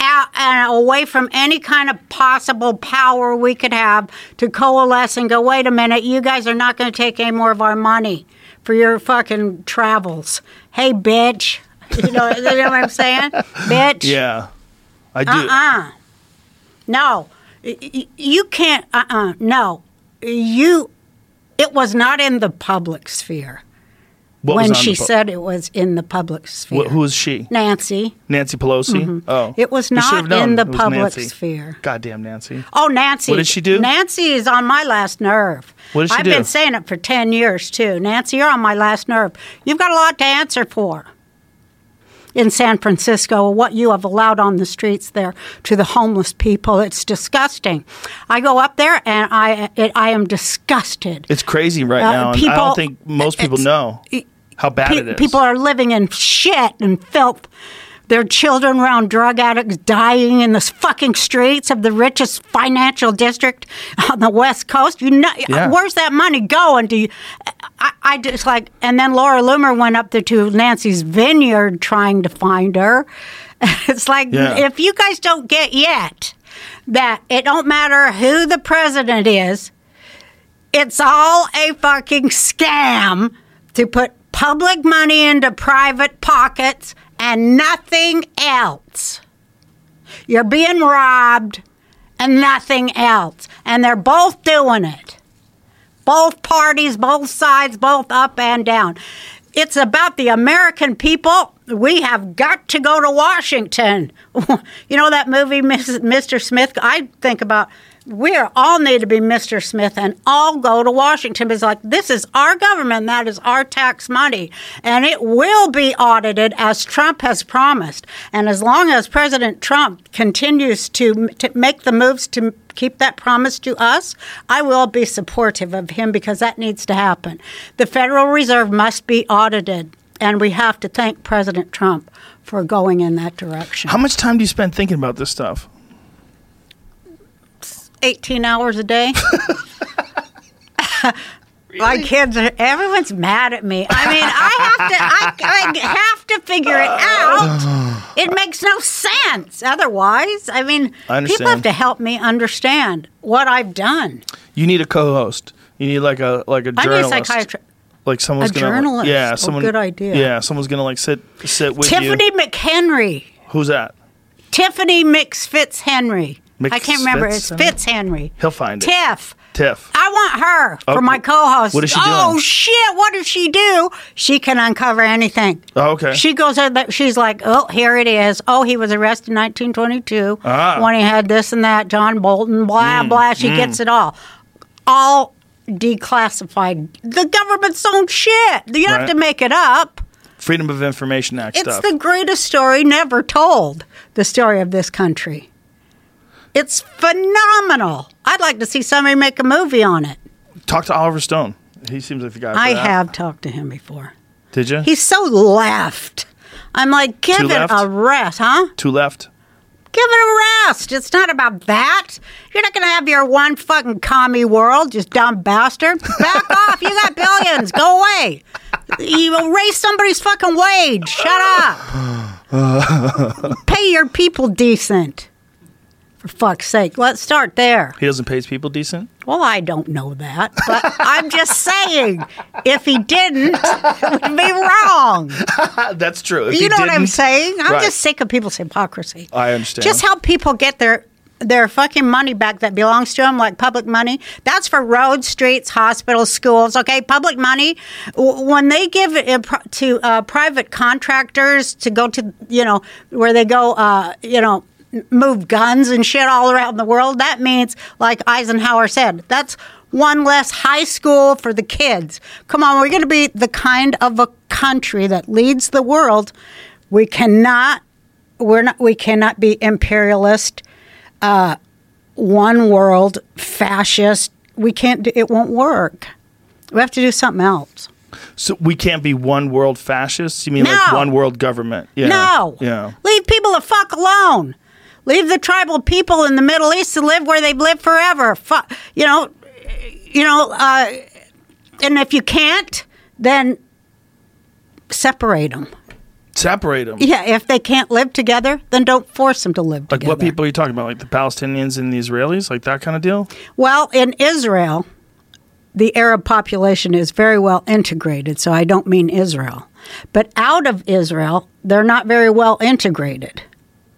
[SPEAKER 1] out, and away from any kind of possible power we could have to coalesce and go wait a minute you guys are not going to take any more of our money for your fucking travels hey bitch you know, you know what i'm saying bitch
[SPEAKER 2] Yeah. I do.
[SPEAKER 1] uh-uh no Y- y- you can't uh-uh no you it was not in the public sphere
[SPEAKER 2] What was
[SPEAKER 1] when
[SPEAKER 2] on
[SPEAKER 1] she
[SPEAKER 2] the po-
[SPEAKER 1] said it was in the public sphere
[SPEAKER 2] Wh- who is she?
[SPEAKER 1] nancy
[SPEAKER 2] Nancy Pelosi. Oh,
[SPEAKER 1] Mm-hmm. It was
[SPEAKER 2] We
[SPEAKER 1] not
[SPEAKER 2] should've known
[SPEAKER 1] in the
[SPEAKER 2] it was
[SPEAKER 1] public
[SPEAKER 2] Nancy.
[SPEAKER 1] sphere.
[SPEAKER 2] Goddamn Nancy.
[SPEAKER 1] Oh, Nancy.
[SPEAKER 2] What did she do?
[SPEAKER 1] Nancy is on my last nerve.
[SPEAKER 2] What did she
[SPEAKER 1] I've
[SPEAKER 2] do?
[SPEAKER 1] been saying it for 10 years, too. Nancy, you're on my last nerve. You've got a lot to answer for in San Francisco, what you have allowed on the streets there to the homeless people. It's disgusting. I go up there and I, it, I am disgusted.
[SPEAKER 2] It's crazy right
[SPEAKER 1] Uh,
[SPEAKER 2] now. and I
[SPEAKER 1] people-
[SPEAKER 2] don't think most people
[SPEAKER 1] it's-
[SPEAKER 2] know how bad
[SPEAKER 1] Pe-
[SPEAKER 2] it is.
[SPEAKER 1] People are living in shit and filth. Their children around drug addicts dying in the fucking streets of the richest financial district on the West Coast. You know,
[SPEAKER 2] Yeah.
[SPEAKER 1] where's that money going? Do you? I, I just like, and then Laura Loomer went up there to Nancy's vineyard trying to find her. It's like
[SPEAKER 2] Yeah.
[SPEAKER 1] if you guys don't get yet that it don't matter who the president is, it's all a fucking scam to put public money into private pockets and nothing else. You're being robbed and nothing else. And they're both doing it. both parties, both sides, both up and down. It's about the American people. We have got to go to Washington. you know that movie, Mrs. Mr. Smith? I think about we are all need to be Mr. Smith and all go to Washington. It's like this is our government, that is our tax money, and it will be audited as Trump has promised. And as long as President Trump continues to, to make the moves to keep that promise to us, I will be supportive of him because that needs to happen. The Federal Reserve must be audited, and we have to thank President Trump for going in that direction.
[SPEAKER 2] How much time do you spend thinking about this stuff?
[SPEAKER 1] 18 hours a day. My kids are, everyone's mad at me. I mean, I have to, I, I have to figure it out. It makes no sense otherwise. I mean,
[SPEAKER 2] I
[SPEAKER 1] people
[SPEAKER 2] understand.
[SPEAKER 1] have to help me understand what I've done.
[SPEAKER 2] You need a co-host. You need like a like a
[SPEAKER 1] I need a
[SPEAKER 2] journalist.
[SPEAKER 1] psychiatrist.
[SPEAKER 2] Like someone's
[SPEAKER 1] A
[SPEAKER 2] gonna like-
[SPEAKER 1] journalist.
[SPEAKER 2] yeah,
[SPEAKER 1] Oh,
[SPEAKER 2] someone
[SPEAKER 1] good idea.
[SPEAKER 2] Yeah, someone's gonna like sit sit with
[SPEAKER 1] Tiffany
[SPEAKER 2] you.
[SPEAKER 1] McHenry.
[SPEAKER 2] Who's that?
[SPEAKER 1] Tiffany Mix Fitzhenry. I can't remember. It's
[SPEAKER 2] McFitz-
[SPEAKER 1] Fitzhenry.
[SPEAKER 2] He'll find it.
[SPEAKER 1] Tiff.
[SPEAKER 2] Tiff.
[SPEAKER 1] I want her for
[SPEAKER 2] Okay.
[SPEAKER 1] my co-host.
[SPEAKER 2] What is she
[SPEAKER 1] oh
[SPEAKER 2] doing?
[SPEAKER 1] shit! What does she do? She can uncover anything.
[SPEAKER 2] Oh, okay.
[SPEAKER 1] She goes out. There, she's like, oh, here it is. Oh, he was arrested in 1922
[SPEAKER 2] Ah. Mm,
[SPEAKER 1] when he had this and that. John Bolton. Blah blah. She gets it all. All declassified. The government's own shit. You
[SPEAKER 2] Right.
[SPEAKER 1] have to make it up.
[SPEAKER 2] Freedom of Information Act
[SPEAKER 1] It's
[SPEAKER 2] stuff.
[SPEAKER 1] the greatest story never told, the story of this country. It's phenomenal. I'd like to see somebody make a movie on it.
[SPEAKER 2] Talk to Oliver Stone. He seems like the guy. for
[SPEAKER 1] I
[SPEAKER 2] that.
[SPEAKER 1] have talked to him before.
[SPEAKER 2] Did you?
[SPEAKER 1] He's so left. I'm like, give it
[SPEAKER 2] left?
[SPEAKER 1] a rest, huh?
[SPEAKER 2] two left.
[SPEAKER 1] Give it a rest. It's not about that. You're not going to have your one fucking commie world, just dumb bastard. Back off. You got billions. Go away. You erase somebody's fucking wage. Shut up. Pay your people decent. For fuck's sake. Let's start there.
[SPEAKER 2] He doesn't pay his people decent.
[SPEAKER 1] Well, I don't know that, but I'm just saying if he didn't, it would be wrong.
[SPEAKER 2] Ah, that's true. If he
[SPEAKER 1] You know what I'm
[SPEAKER 2] didn't-
[SPEAKER 1] saying? I'm
[SPEAKER 2] Right.
[SPEAKER 1] just sick of people's hypocrisy.
[SPEAKER 2] I understand.
[SPEAKER 1] Just help people get their their fucking money back that belongs to them, like public money. That's for roads, streets, hospitals, schools. Okay, public money. W- When they give it in pri- to uh, private contractors to go to, you know, where they go, uh, you know. m- Move guns and shit all around the world. That means, like Eisenhower said, that's one less high school for the kids. Come on, we're going to be the kind of a country that leads the world. We cannot we're not we cannot be imperialist uh, one world fascist we can't do, it won't work we have to do something else
[SPEAKER 2] So we can't be one world fascists. You mean like
[SPEAKER 1] No.
[SPEAKER 2] one world government? Yeah.
[SPEAKER 1] no
[SPEAKER 2] Yeah.
[SPEAKER 1] leave people the fuck alone leave the tribal people in the middle east to live where they've lived forever fuck you know you know uh, and if you can't then separate them
[SPEAKER 2] Separate them.
[SPEAKER 1] yeah if they can't live together then don't force them to live
[SPEAKER 2] Like
[SPEAKER 1] together
[SPEAKER 2] what people are you talking about? Like the Palestinians and the Israelis, like that kind of deal.
[SPEAKER 1] Well, in Israel, the Arab population is very well integrated, so I don't mean Israel. But out of Israel, they're not very well integrated,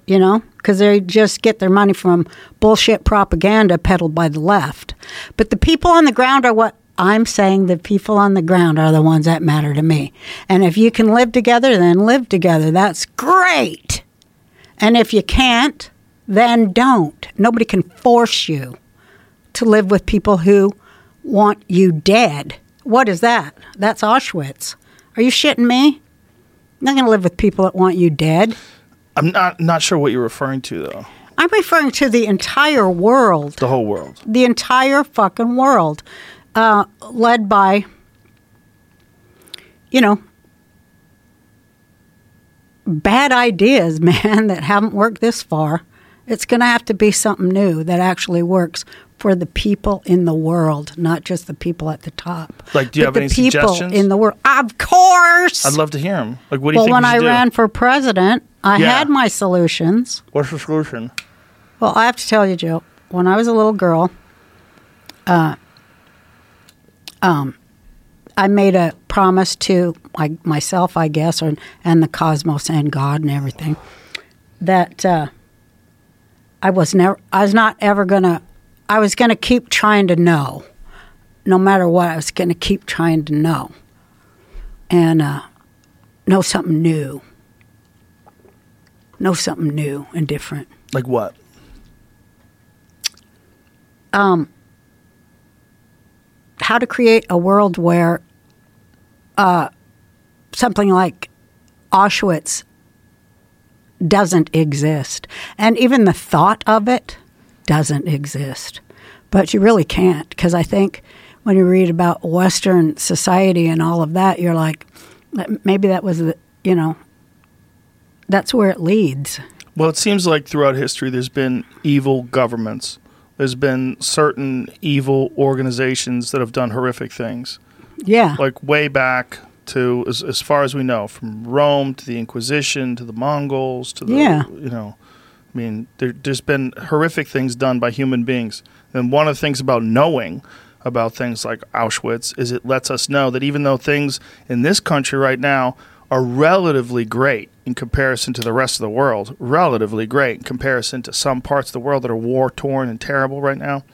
[SPEAKER 1] you know, because they just get their money from bullshit propaganda peddled by the left. But the people on the ground are what I'm saying the people on the ground are the ones that matter to me. And if you can live together, then live together. That's great. And if you can't, then don't. Nobody can force you to live with people who want you dead. What is that? That's Auschwitz. Are you shitting me? I'm not going to live with people that want you dead.
[SPEAKER 2] I'm not not sure what you're referring to though.
[SPEAKER 1] I'm referring to the entire world,
[SPEAKER 2] The whole world.
[SPEAKER 1] the entire fucking world, uh, led by, you know, bad ideas, man, that haven't worked this far. It's going to have to be something new that actually works for the people in the world, not just the people at the top.
[SPEAKER 2] Like, do
[SPEAKER 1] but
[SPEAKER 2] you have
[SPEAKER 1] the
[SPEAKER 2] any
[SPEAKER 1] people
[SPEAKER 2] suggestions?
[SPEAKER 1] in the world? Of course.
[SPEAKER 2] I'd love to hear him. Like what do you
[SPEAKER 1] well,
[SPEAKER 2] think?
[SPEAKER 1] when
[SPEAKER 2] we should
[SPEAKER 1] I
[SPEAKER 2] do?
[SPEAKER 1] ran for president, I
[SPEAKER 2] Yeah.
[SPEAKER 1] had my solutions.
[SPEAKER 2] what's the solution?
[SPEAKER 1] Well, I have to tell you, Joe, when I was a little girl, uh, um, um, I made a promise to I, myself, I guess, and, and the cosmos and God and everything, that uh, I was never, I was not ever gonna, I was gonna keep trying to know, no matter what, I was going to keep trying to know and uh, know something new, know something new and different.
[SPEAKER 2] Like what?
[SPEAKER 1] How to create a world where uh, something like Auschwitz doesn't exist, and even the thought of it doesn't exist. But you really can't, because I think when you read about Western society and all of that, you're like, "That- maybe that was the, you know, that's where it leads.
[SPEAKER 2] Well, it seems like throughout history there's been evil governments. There's been certain evil organizations that have done horrific things.
[SPEAKER 1] Yeah.
[SPEAKER 2] Like way back to as, as far as we know, from Rome to the Inquisition to the Mongols to the
[SPEAKER 1] Yeah.
[SPEAKER 2] you know, I mean, there, there's been horrific things done by human beings. And one of the things about knowing about things like Auschwitz is it lets us know that even though things in this country right now are relatively great in comparison to the rest of the world, relatively great in comparison to some parts of the world that are war torn and terrible right now,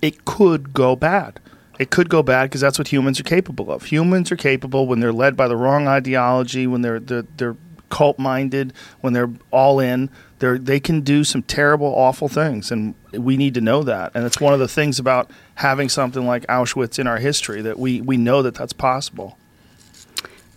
[SPEAKER 2] it could go bad. It could go bad because that's what humans are capable of. Humans are capable when they're led by the wrong ideology, when they're they're, they're cult minded, when they're all in. They're, they can do some terrible, awful things, and we need to know that. And it's one of the things about having something like Auschwitz in our history that we we know that that's possible.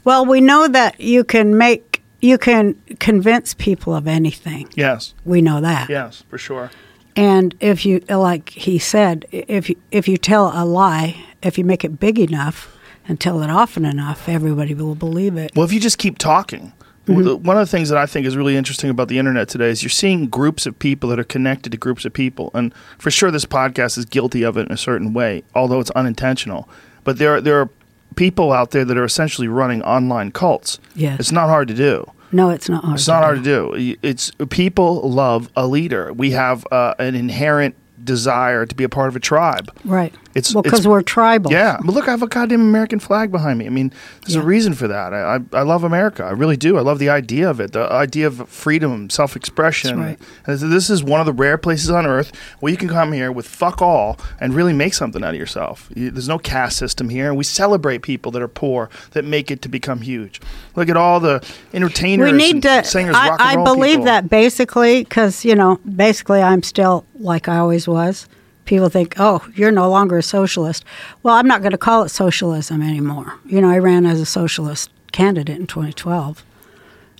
[SPEAKER 1] Well, we know that you can make, you can convince people of anything.
[SPEAKER 2] Yes,
[SPEAKER 1] We know that.
[SPEAKER 2] yes, for sure.
[SPEAKER 1] And if you, like he said, if you, if you tell a lie, if you make it big enough and tell it often enough, everybody will believe it.
[SPEAKER 2] Well, if you just keep talking, w- one of the things that I think is really interesting about the internet today is you're seeing groups of people that are connected to groups of people, and for sure this podcast is guilty of it in a certain way, although it's unintentional. But there are, there are people out there that are essentially running online cults.
[SPEAKER 1] Yes.
[SPEAKER 2] it's not hard to do.
[SPEAKER 1] No, it's not hard.
[SPEAKER 2] It's
[SPEAKER 1] to
[SPEAKER 2] not
[SPEAKER 1] do.
[SPEAKER 2] hard to do. It's people love a leader. We have uh, an inherent desire to be a part of a tribe.
[SPEAKER 1] Right.
[SPEAKER 2] It's-
[SPEAKER 1] well,
[SPEAKER 2] it's-
[SPEAKER 1] because we're tribal.
[SPEAKER 2] Yeah, but look, I have a goddamn American flag behind me. I mean, there's a
[SPEAKER 1] Yeah.
[SPEAKER 2] reason for that. I, I I love America. I really do. I love the idea of it, the idea of freedom, self expression.
[SPEAKER 1] That's right.
[SPEAKER 2] This is one of the rare places on earth where you can come here with fuck all and really make something out of yourself. You, there's no caste system here, and we celebrate people that are poor that make it to become huge. Look at all the entertainers,
[SPEAKER 1] We need to.
[SPEAKER 2] and singers,
[SPEAKER 1] I,
[SPEAKER 2] rock and
[SPEAKER 1] I
[SPEAKER 2] roll
[SPEAKER 1] believe
[SPEAKER 2] people.
[SPEAKER 1] that basically because you know, basically, I'm still like I always was. People think, "Oh, you're no longer a socialist." Well, I'm not going to call it socialism anymore. You know, I ran as a socialist candidate in 2012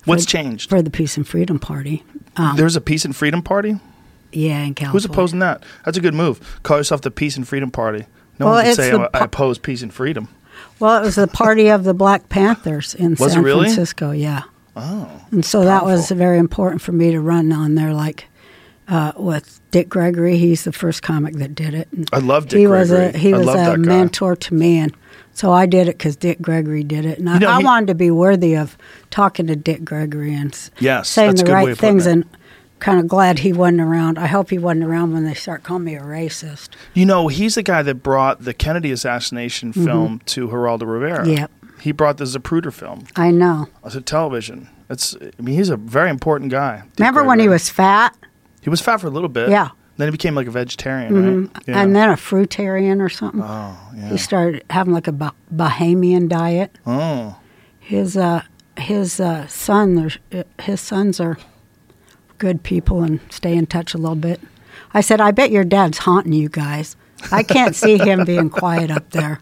[SPEAKER 2] What's changed?
[SPEAKER 1] for the Peace and Freedom Party. Um,
[SPEAKER 2] There's a Peace and Freedom Party.
[SPEAKER 1] yeah, in California.
[SPEAKER 2] Who's opposing that? That's a good move. Call yourself the Peace and Freedom Party. No
[SPEAKER 1] Well,
[SPEAKER 2] one can
[SPEAKER 1] it's
[SPEAKER 2] say
[SPEAKER 1] the
[SPEAKER 2] I, I
[SPEAKER 1] pa-
[SPEAKER 2] oppose peace and freedom.
[SPEAKER 1] Well, it was the party of the Black Panthers in
[SPEAKER 2] Was it
[SPEAKER 1] San
[SPEAKER 2] really?
[SPEAKER 1] Francisco. Yeah. Oh. And so that was
[SPEAKER 2] powerful.
[SPEAKER 1] very important for me to run on there, like uh, with Dick Gregory. He's the first comic that did it. And
[SPEAKER 2] I love Dick
[SPEAKER 1] he was a
[SPEAKER 2] Gregory.
[SPEAKER 1] he
[SPEAKER 2] I
[SPEAKER 1] was
[SPEAKER 2] love
[SPEAKER 1] a
[SPEAKER 2] that guy.
[SPEAKER 1] mentor to me, and so I did it because Dick Gregory did it, and I,
[SPEAKER 2] You know,
[SPEAKER 1] I
[SPEAKER 2] he-
[SPEAKER 1] wanted to be worthy of talking to Dick Gregory and s-
[SPEAKER 2] Yes,
[SPEAKER 1] saying
[SPEAKER 2] that's a
[SPEAKER 1] the
[SPEAKER 2] good way
[SPEAKER 1] right
[SPEAKER 2] of putting
[SPEAKER 1] things
[SPEAKER 2] it.
[SPEAKER 1] and. Kind of glad he wasn't around. I hope he wasn't around when they start calling me a racist.
[SPEAKER 2] You know, he's the guy that brought the Kennedy assassination
[SPEAKER 1] Mm-hmm.
[SPEAKER 2] film to Geraldo Rivera.
[SPEAKER 1] Yep.
[SPEAKER 2] He brought the Zapruder film
[SPEAKER 1] I know.
[SPEAKER 2] to television. It's I mean, he's a very important guy. Dick
[SPEAKER 1] Remember when he
[SPEAKER 2] Gregory.
[SPEAKER 1] was fat?
[SPEAKER 2] He was fat for a little bit.
[SPEAKER 1] Yeah. Mm-hmm.
[SPEAKER 2] Then he became like a vegetarian, right? Yeah.
[SPEAKER 1] Mm, and then a fruitarian or something. He started having like a bah- Bahamian diet.
[SPEAKER 2] oh.
[SPEAKER 1] His uh, his uh, son, there's- uh, his sons are good people and stay in touch a little bit. I said, I bet your dad's haunting you guys. I can't see him being quiet up there.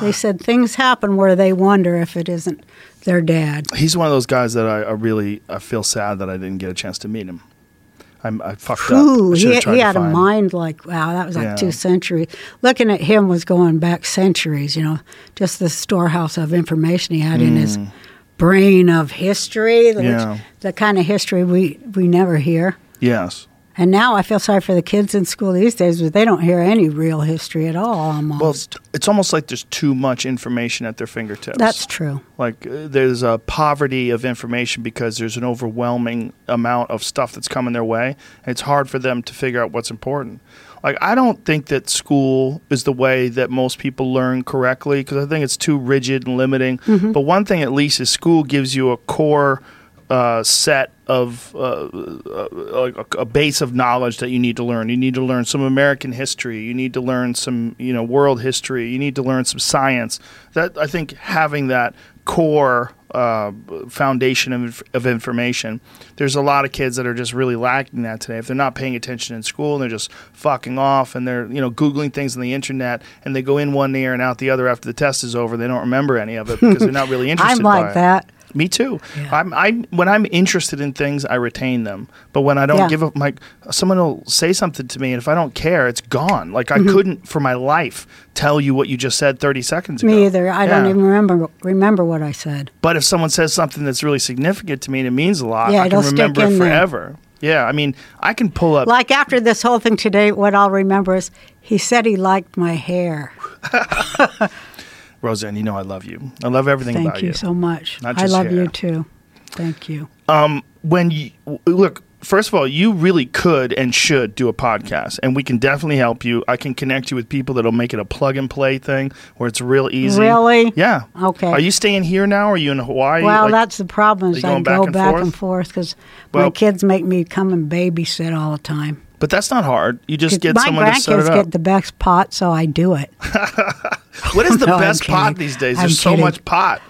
[SPEAKER 1] They said things happen where they wonder if it isn't their dad.
[SPEAKER 2] He's one of those guys that I, I really I feel sad that I didn't get a chance to meet him. I'm, I fucked
[SPEAKER 1] Ooh,
[SPEAKER 2] up. I should've
[SPEAKER 1] he,
[SPEAKER 2] tried
[SPEAKER 1] he
[SPEAKER 2] to
[SPEAKER 1] had a
[SPEAKER 2] find-
[SPEAKER 1] mind like wow, that was like
[SPEAKER 2] Yeah.
[SPEAKER 1] two centuries. Looking at him was going back centuries. You know, just the storehouse of information he had in his brain of history, the,
[SPEAKER 2] Mm. Yeah.
[SPEAKER 1] which, the kind of history we we never hear.
[SPEAKER 2] Yes.
[SPEAKER 1] And now I feel sorry for the kids in school these days, but they don't hear any real history at all. Almost
[SPEAKER 2] Well, it's, it's almost like there's too much information at their fingertips.
[SPEAKER 1] that's true.
[SPEAKER 2] like uh, there's a poverty of information because there's an overwhelming amount of stuff that's coming their way and it's hard for them to figure out what's important like i don't think that school is the way that most people learn correctly because i think it's too rigid and limiting but one thing at least is school gives you a core uh, set of uh, a, a base of knowledge that you need to learn. You need to learn some American history. You need to learn some you know world history. You need to learn some science. That I think having that core uh, foundation of, of information. There's a lot of kids that are just really lacking that today. If they're not paying attention in school and they're just fucking off and they're you know googling things on the internet and they go in one ear and out the other after the test is over, they don't remember any of it because they're not really interested.
[SPEAKER 1] I'm
[SPEAKER 2] by
[SPEAKER 1] like
[SPEAKER 2] it.
[SPEAKER 1] that.
[SPEAKER 2] Me too. I'm, I when I'm interested in things, I retain them. But when I don't
[SPEAKER 1] Yeah.
[SPEAKER 2] give up, like someone will say something to me, and if I don't care, it's gone. Like
[SPEAKER 1] Mm-hmm.
[SPEAKER 2] I couldn't for my life tell you what you just said 30 seconds ago.
[SPEAKER 1] Me either. I don't
[SPEAKER 2] Yeah.
[SPEAKER 1] even remember remember what I said.
[SPEAKER 2] But if someone says something that's really significant to me and it means a lot,
[SPEAKER 1] Yeah,
[SPEAKER 2] I can
[SPEAKER 1] it'll stick
[SPEAKER 2] remember it
[SPEAKER 1] in there.
[SPEAKER 2] forever. Yeah, I mean, I can pull up.
[SPEAKER 1] Like after this whole thing today, what I'll remember is he said he liked my hair.
[SPEAKER 2] Roseanne, you know I love you. I love everything
[SPEAKER 1] Thank
[SPEAKER 2] about
[SPEAKER 1] you so much.
[SPEAKER 2] Not
[SPEAKER 1] I
[SPEAKER 2] just
[SPEAKER 1] love
[SPEAKER 2] hair.
[SPEAKER 1] you too. Thank you.
[SPEAKER 2] when you w- look first of all you really could and should do a podcast and we can definitely help you i can connect you with people that'll make it a plug and play thing where it's real easy
[SPEAKER 1] Really?
[SPEAKER 2] yeah
[SPEAKER 1] Okay.
[SPEAKER 2] are you staying here now or are you in hawaii
[SPEAKER 1] Well,
[SPEAKER 2] Like-
[SPEAKER 1] that's the problem
[SPEAKER 2] you
[SPEAKER 1] is
[SPEAKER 2] going
[SPEAKER 1] I
[SPEAKER 2] back
[SPEAKER 1] go
[SPEAKER 2] and
[SPEAKER 1] back
[SPEAKER 2] forth?
[SPEAKER 1] and forth because
[SPEAKER 2] Well-
[SPEAKER 1] my kids make me come and babysit all the time.
[SPEAKER 2] but that's not hard you just get
[SPEAKER 1] my
[SPEAKER 2] someone to set
[SPEAKER 1] grandkids
[SPEAKER 2] it up
[SPEAKER 1] get the best pot, so I do it.
[SPEAKER 2] what is the
[SPEAKER 1] No, I'm
[SPEAKER 2] best pot
[SPEAKER 1] kidding.
[SPEAKER 2] these days
[SPEAKER 1] I'm
[SPEAKER 2] there's so
[SPEAKER 1] kidding.
[SPEAKER 2] much pot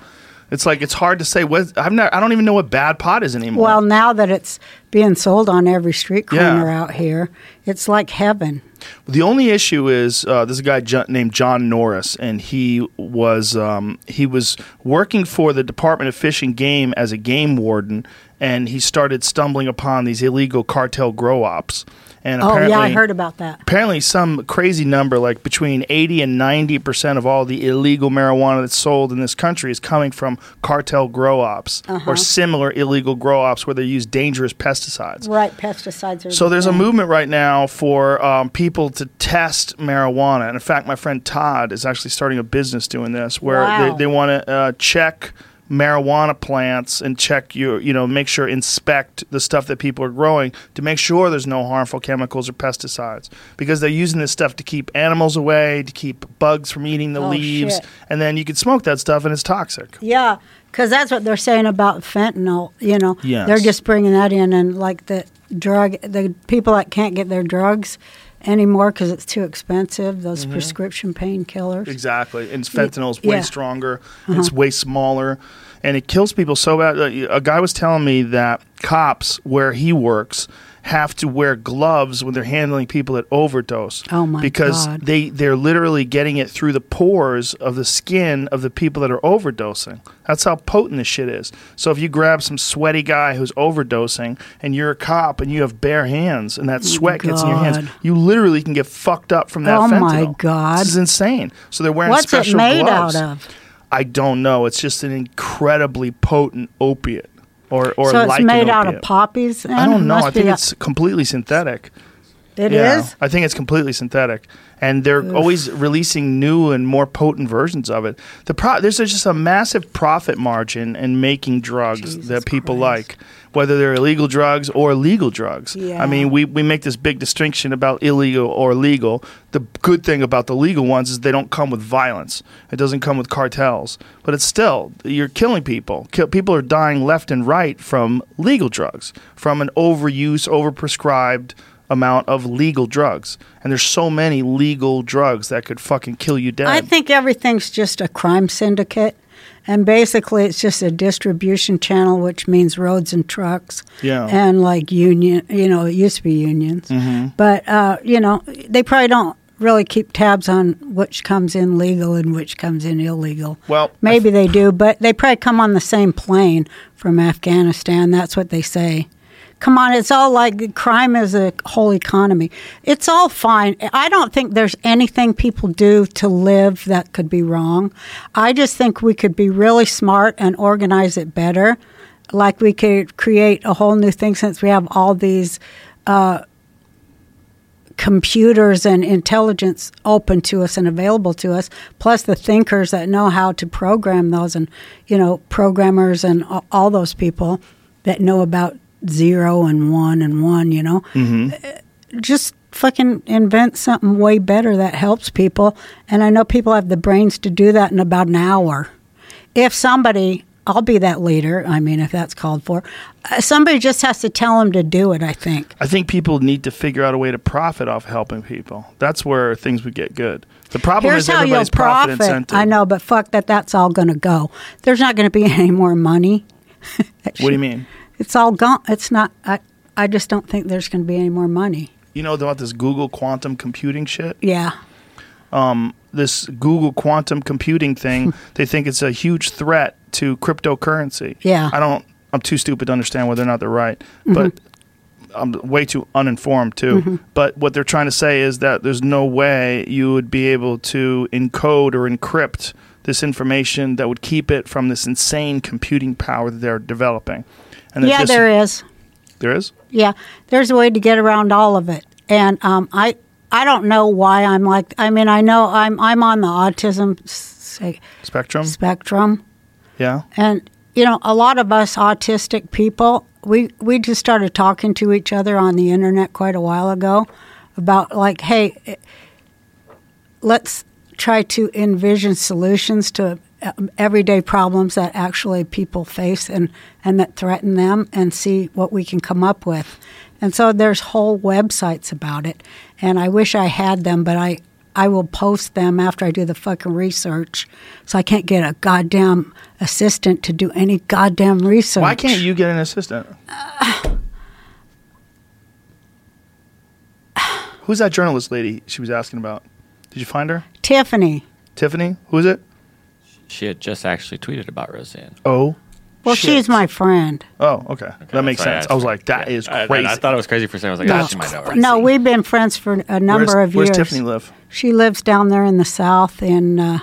[SPEAKER 2] it's like it's hard to say what i've never i don't even know what bad pot is anymore
[SPEAKER 1] Well, now that it's being sold on every street
[SPEAKER 2] Yeah.
[SPEAKER 1] corner out here, it's like heaven.
[SPEAKER 2] The only issue is uh, this is a guy jo- named John Norris, and he was um, he was working for the Department of Fish and Game as a game warden, and he started stumbling upon these illegal cartel grow ops. And
[SPEAKER 1] Oh
[SPEAKER 2] apparently,
[SPEAKER 1] yeah, I heard about that.
[SPEAKER 2] apparently some crazy number like between 80 and 90 percent of all the illegal marijuana that's sold in this country is coming from cartel grow ops
[SPEAKER 1] Uh-huh.
[SPEAKER 2] or similar illegal grow ops where they use dangerous pesticides.
[SPEAKER 1] Right, pesticides are.
[SPEAKER 2] So
[SPEAKER 1] the
[SPEAKER 2] there's a
[SPEAKER 1] thing.
[SPEAKER 2] movement right now for um, people to test marijuana, and in fact, my friend Todd is actually starting a business doing this, where
[SPEAKER 1] Wow.
[SPEAKER 2] they, they want to uh, check marijuana plants and check your, you know, make sure inspect the stuff that people are growing to make sure there's no harmful chemicals or pesticides, because they're using this stuff to keep animals away, to keep bugs from eating the
[SPEAKER 1] Oh,
[SPEAKER 2] leaves,
[SPEAKER 1] shit.
[SPEAKER 2] and then you could smoke that stuff and it's toxic.
[SPEAKER 1] Yeah, because that's what they're saying about fentanyl. You know,
[SPEAKER 2] Yes.
[SPEAKER 1] they're just bringing that in, and like the drug, the people that can't get their drugs anymore because it's too expensive. Those prescription painkillers.
[SPEAKER 2] Mm-hmm. Exactly. And fentanyl's way
[SPEAKER 1] yeah. Uh-huh.
[SPEAKER 2] stronger. It's way smaller. And it kills people so bad. Uh, A guy was telling me that cops where he works have to wear gloves when they're handling people that overdose.
[SPEAKER 1] Oh, my
[SPEAKER 2] because
[SPEAKER 1] God.
[SPEAKER 2] they they're literally getting it through the pores of the skin of the people that are overdosing. That's how potent this shit is. So if you grab some sweaty guy who's overdosing and you're a cop and you have bare hands and that sweat gets in your hands,
[SPEAKER 1] Oh God.
[SPEAKER 2] you literally can get fucked up from that
[SPEAKER 1] Oh,
[SPEAKER 2] fentanyl.
[SPEAKER 1] my God.
[SPEAKER 2] This is insane. So they're wearing
[SPEAKER 1] What's it
[SPEAKER 2] special
[SPEAKER 1] made
[SPEAKER 2] gloves.
[SPEAKER 1] out of?
[SPEAKER 2] I don't know. It's just an incredibly potent opiate, or or
[SPEAKER 1] so
[SPEAKER 2] like
[SPEAKER 1] it's
[SPEAKER 2] an
[SPEAKER 1] made out of
[SPEAKER 2] opiate.
[SPEAKER 1] poppies. Then?
[SPEAKER 2] I don't know.
[SPEAKER 1] Must
[SPEAKER 2] I think
[SPEAKER 1] be a-
[SPEAKER 2] it's completely synthetic.
[SPEAKER 1] it
[SPEAKER 2] yeah,
[SPEAKER 1] is?
[SPEAKER 2] I think it's completely synthetic, and they're always releasing new and more potent versions of it. The pro- there's just a massive profit margin in making drugs
[SPEAKER 1] Jesus
[SPEAKER 2] that people
[SPEAKER 1] Christ.
[SPEAKER 2] like, whether they're illegal drugs or legal drugs.
[SPEAKER 1] Yeah.
[SPEAKER 2] I mean, we, we make this big distinction about illegal or legal. The good thing about the legal ones is they don't come with violence. It doesn't come with cartels, but it's still you're killing people. Kill, people are dying left and right from legal drugs, from an overuse, overprescribed amount of legal drugs. And there's so many legal drugs that could fucking kill you dead.
[SPEAKER 1] I think everything's just a crime syndicate. And basically, it's just a distribution channel, which means roads and trucks.
[SPEAKER 2] Yeah.
[SPEAKER 1] And like union, you know, it used to be unions.
[SPEAKER 2] Mm-hmm.
[SPEAKER 1] But, uh, you know, they probably don't really keep tabs on which comes in legal and which comes in illegal.
[SPEAKER 2] Well, I
[SPEAKER 1] maybe they do, but they probably come on the same plane from Afghanistan. That's what they say. Come on, it's all like crime is a whole economy. It's all fine. I don't think there's anything people do to live that could be wrong. I just think we could be really smart and organize it better. Like we could create a whole new thing since we have all these computers and intelligence open to us and available to us plus the thinkers that know how to program those and you know programmers and a- all those people that know about zero and one and one you know Uh, just fucking invent something way better that helps people and i know people have the brains to do that in about an hour if somebody I'll be that leader. I mean, if that's called for, uh, somebody just has to tell them to do it. I think.
[SPEAKER 2] I think people need to figure out a way to profit off helping people. That's where things would get good. The problem
[SPEAKER 1] Here's
[SPEAKER 2] is
[SPEAKER 1] how you'll
[SPEAKER 2] everybody's profit,
[SPEAKER 1] profit.
[SPEAKER 2] incentive.
[SPEAKER 1] I know, but fuck that. That's all going to go. There's not going to be any more money. That
[SPEAKER 2] What do you
[SPEAKER 1] shit-
[SPEAKER 2] mean?
[SPEAKER 1] It's all gone. It's not. I. I just don't think there's going to be any more money.
[SPEAKER 2] You know about this Google quantum computing shit?
[SPEAKER 1] Yeah.
[SPEAKER 2] This Google quantum computing thing, they think it's a huge threat to cryptocurrency.
[SPEAKER 1] Yeah. Mm-hmm.
[SPEAKER 2] I don't I'm too stupid to understand whether or not they're right. But I'm way too uninformed too. But what they're trying to say is that there's no way you would be able to encode or encrypt this information that would keep it from this insane computing power that they're developing. And that
[SPEAKER 1] yeah,
[SPEAKER 2] this-
[SPEAKER 1] there is.
[SPEAKER 2] There is?
[SPEAKER 1] Yeah, there's a way to get around all of it, and um, I I don't know why I'm like. I mean, I know I'm I'm on the autism s- s-
[SPEAKER 2] Spectrum?
[SPEAKER 1] spectrum,
[SPEAKER 2] yeah.
[SPEAKER 1] and you know, a lot of us autistic people, we we just started talking to each other on the internet quite a while ago about like, hey, eh, let's try to envision solutions to uh, everyday problems that actually people face and, and that threaten them and see what we can come up with. And so there's whole websites about it. And I wish I had them, but I, I will post them after I do the fucking research. So I can't get a goddamn assistant to do any goddamn research.
[SPEAKER 2] Why can't you get an assistant? Who's that journalist lady she was asking about? Did you find her?
[SPEAKER 1] Tiffany.
[SPEAKER 2] Tiffany? Who is it?
[SPEAKER 3] She had just actually tweeted about Roseanne.
[SPEAKER 2] Oh.
[SPEAKER 1] Well,
[SPEAKER 2] shit.
[SPEAKER 1] she's my friend.
[SPEAKER 2] Oh, okay. that makes
[SPEAKER 3] Sorry,
[SPEAKER 2] sense. I was like, that is
[SPEAKER 3] I-
[SPEAKER 2] crazy.
[SPEAKER 3] I, thought it was crazy for a second. I was like,
[SPEAKER 1] No.
[SPEAKER 3] that's my know. right?
[SPEAKER 1] No, we've been friends for a number
[SPEAKER 2] where's,
[SPEAKER 1] of
[SPEAKER 2] where's
[SPEAKER 1] years.
[SPEAKER 2] Tiffany live?
[SPEAKER 1] She lives down there in the south in, uh,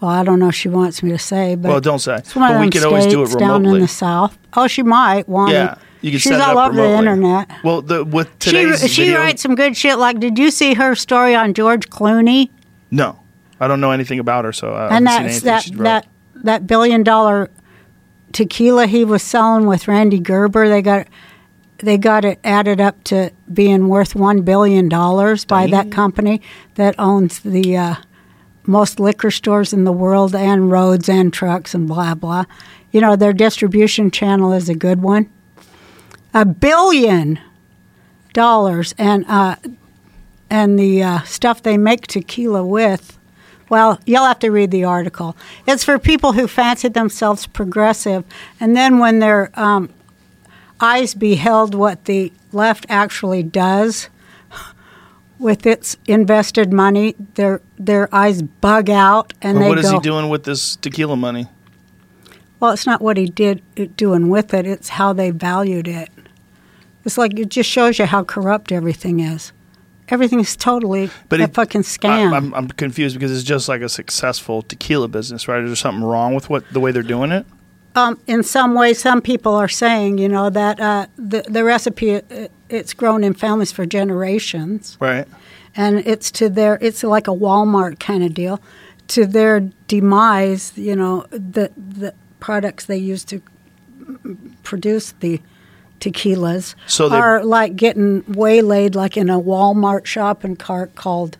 [SPEAKER 1] well, I don't know if she wants me to say, but
[SPEAKER 2] Well, don't say.
[SPEAKER 1] it's one of
[SPEAKER 2] But we
[SPEAKER 1] them
[SPEAKER 2] could always do it
[SPEAKER 1] states down in
[SPEAKER 2] remotely.
[SPEAKER 1] the south. Oh, she might want
[SPEAKER 2] Yeah.
[SPEAKER 1] to.
[SPEAKER 2] You can
[SPEAKER 1] She's
[SPEAKER 2] set it
[SPEAKER 1] all
[SPEAKER 2] up
[SPEAKER 1] over the
[SPEAKER 2] remotely.
[SPEAKER 1] internet.
[SPEAKER 2] Well, the, with
[SPEAKER 1] She,
[SPEAKER 2] today's
[SPEAKER 1] she
[SPEAKER 2] video,
[SPEAKER 1] writes some good shit. Like, did you see her story on George Clooney
[SPEAKER 2] No, I don't know anything about her, so I
[SPEAKER 1] and that's
[SPEAKER 2] haven't seen uh, anything
[SPEAKER 1] that
[SPEAKER 2] she's wrote.
[SPEAKER 1] that that billion dollar tequila he was selling with Randy Gerber? They got they got it added up to being worth one billion dollars by that company that owns the uh, most liquor stores in the world and roads and trucks and blah blah. You know their distribution channel is a good one. A billion dollars and uh, and the uh, stuff they make tequila with. Well, you'll have to read the article. It's for people who fancy themselves progressive, and then when their um, eyes beheld what the left actually does with its invested money, their their eyes bug out and
[SPEAKER 2] But
[SPEAKER 1] they
[SPEAKER 2] what is
[SPEAKER 1] go.
[SPEAKER 2] he doing with this tequila money?
[SPEAKER 1] Well, it's not what he did uh, doing with it; it's how they valued it. It's like it just shows you how corrupt everything is. Everything's totally
[SPEAKER 2] But
[SPEAKER 1] a
[SPEAKER 2] it-
[SPEAKER 1] fucking scam.
[SPEAKER 2] I, I'm, I'm confused because it's just like a successful tequila business, right? Is there something wrong with what the way they're doing it?
[SPEAKER 1] um, in some way, some people are saying, you know, that uh, the the recipe it, it's grown in families for generations,
[SPEAKER 2] Right.
[SPEAKER 1] and it's to their it's like a Walmart kind of deal, to their demise. You know, the the products they use to produce the tequilas
[SPEAKER 2] So they-
[SPEAKER 1] are like getting waylaid, like in a Walmart shopping cart called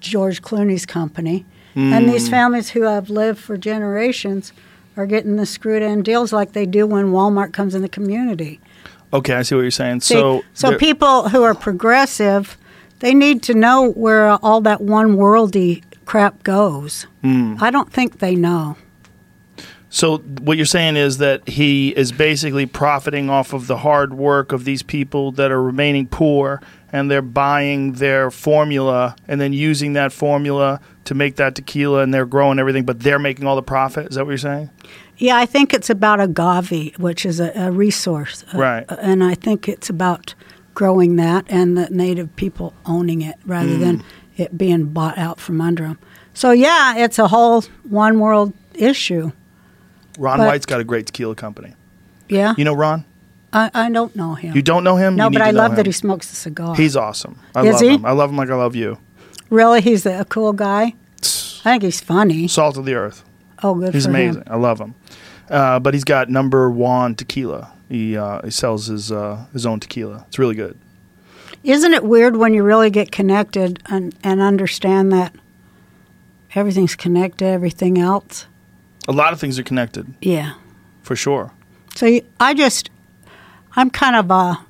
[SPEAKER 1] George Clooney's company. And
[SPEAKER 2] Hmm.
[SPEAKER 1] these families who have lived for generations are getting the screwed end deals like they do when Walmart comes in the community.
[SPEAKER 2] Okay, I see what you're saying.
[SPEAKER 1] See,
[SPEAKER 2] so,
[SPEAKER 1] so
[SPEAKER 2] there-
[SPEAKER 1] people who are progressive, they need to know where all that one worldy crap goes.
[SPEAKER 2] Hmm.
[SPEAKER 1] I don't think they know.
[SPEAKER 2] so what you're saying is that he is basically profiting off of the hard work of these people that are remaining poor, and they're buying their formula and then using that formula to make that tequila, and they're growing everything, but they're making all the profit. Is that what you're saying?
[SPEAKER 1] Yeah, I think it's about agave, which is a, a resource. uh,
[SPEAKER 2] Right.
[SPEAKER 1] and I think it's about growing that and the native people owning it rather than
[SPEAKER 2] Hmm.
[SPEAKER 1] it being bought out from under them. So, yeah, it's a whole one world issue.
[SPEAKER 2] Ron
[SPEAKER 1] But-
[SPEAKER 2] White's got a great tequila company.
[SPEAKER 1] Yeah.
[SPEAKER 2] You know Ron?
[SPEAKER 1] I, I don't know him.
[SPEAKER 2] You don't know him?
[SPEAKER 1] No,
[SPEAKER 2] You need
[SPEAKER 1] but
[SPEAKER 2] to
[SPEAKER 1] I
[SPEAKER 2] know
[SPEAKER 1] love that he
[SPEAKER 2] him.
[SPEAKER 1] smokes a cigar.
[SPEAKER 2] He's awesome. I
[SPEAKER 1] Is
[SPEAKER 2] love
[SPEAKER 1] he?
[SPEAKER 2] him. I love him like I love you.
[SPEAKER 1] really, he's a cool guy. I think he's funny.
[SPEAKER 2] Salt of the earth.
[SPEAKER 1] Oh, good
[SPEAKER 2] He's
[SPEAKER 1] for him.
[SPEAKER 2] amazing. I love him. Uh, but he's got number one tequila. He uh, he sells his uh, his own tequila. It's really good.
[SPEAKER 1] Isn't it weird when you really get connected and, and understand that everything's connected, everything else?
[SPEAKER 2] A lot of things are connected.
[SPEAKER 1] Yeah.
[SPEAKER 2] for sure.
[SPEAKER 1] So you- I just, I'm kind of a,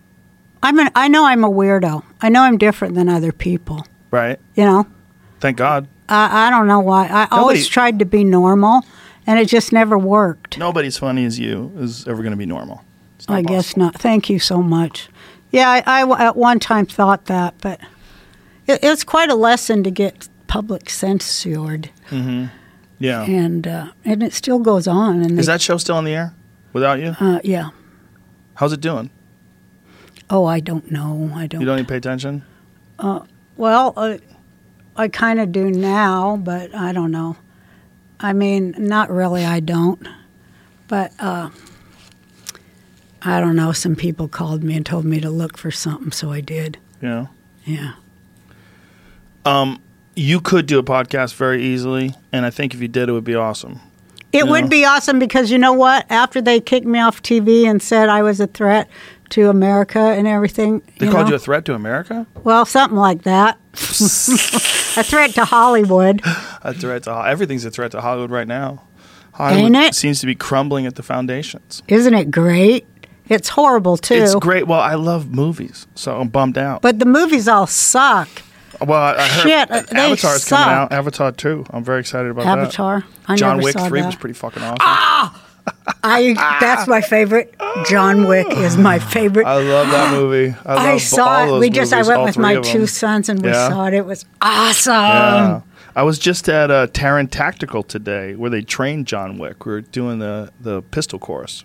[SPEAKER 1] I'm an, I know I'm a weirdo. I know I'm different than other people.
[SPEAKER 2] Right.
[SPEAKER 1] You know,
[SPEAKER 2] Thank God.
[SPEAKER 1] I, I don't know why. I
[SPEAKER 2] Nobody-
[SPEAKER 1] always tried to be normal, and it just never worked.
[SPEAKER 2] Nobody's funny as you is ever going to be normal. It's not
[SPEAKER 1] I guess
[SPEAKER 2] possible.
[SPEAKER 1] not. Thank you so much. Yeah, I, I w- at one time thought that, but it, it's quite a lesson to get public censored,
[SPEAKER 2] Yeah.
[SPEAKER 1] and uh, and it still goes on. And
[SPEAKER 2] Oh. Is
[SPEAKER 1] they-
[SPEAKER 2] that show still on the air without you?
[SPEAKER 1] Uh, yeah.
[SPEAKER 2] How's it doing?
[SPEAKER 1] Oh, I don't know. I don't.
[SPEAKER 2] You don't even pay attention?
[SPEAKER 1] Well, uh, I kind of do now, but I don't know. I mean, not really. I don't. But uh, I don't know. Some people called me and told me to look for something, so I did.
[SPEAKER 2] Yeah.
[SPEAKER 1] Yeah.
[SPEAKER 2] You could do a podcast very easily, and I think if you did, it would be awesome.
[SPEAKER 1] It
[SPEAKER 2] Yeah.
[SPEAKER 1] would be awesome because you know what? After they kicked me off TV and said I was a threat to America and everything,
[SPEAKER 2] They
[SPEAKER 1] you
[SPEAKER 2] called
[SPEAKER 1] know?
[SPEAKER 2] you a threat to America?
[SPEAKER 1] well, something like that. a threat to Hollywood.
[SPEAKER 2] A threat to everything's a threat to Hollywood right now. Hollywood
[SPEAKER 1] it?
[SPEAKER 2] seems to be crumbling at the foundations.
[SPEAKER 1] Isn't it great? It's horrible too.
[SPEAKER 2] It's great. Well, I love movies, so I'm bummed out.
[SPEAKER 1] But the movies all suck.
[SPEAKER 2] well, I, I heard
[SPEAKER 1] shit, uh, they
[SPEAKER 2] Avatar's coming out.
[SPEAKER 1] suck.
[SPEAKER 2] Avatar two. I'm very excited about
[SPEAKER 1] Avatar. I
[SPEAKER 2] that. John
[SPEAKER 1] never
[SPEAKER 2] Wick
[SPEAKER 1] saw
[SPEAKER 2] three
[SPEAKER 1] that.
[SPEAKER 2] was pretty fucking awesome.
[SPEAKER 1] I that's my favorite. John Wick is my favorite.
[SPEAKER 2] I love that movie. I, love
[SPEAKER 1] I
[SPEAKER 2] b-
[SPEAKER 1] saw
[SPEAKER 2] all
[SPEAKER 1] it.
[SPEAKER 2] Those
[SPEAKER 1] we just I
[SPEAKER 2] movies,
[SPEAKER 1] went
[SPEAKER 2] all
[SPEAKER 1] with
[SPEAKER 2] three
[SPEAKER 1] my
[SPEAKER 2] of
[SPEAKER 1] two
[SPEAKER 2] them.
[SPEAKER 1] sons and we
[SPEAKER 2] Yeah.
[SPEAKER 1] saw it. It was awesome.
[SPEAKER 2] Yeah. I was just at uh, Taryn Tactical today, where they trained John Wick. We were doing the the pistol course.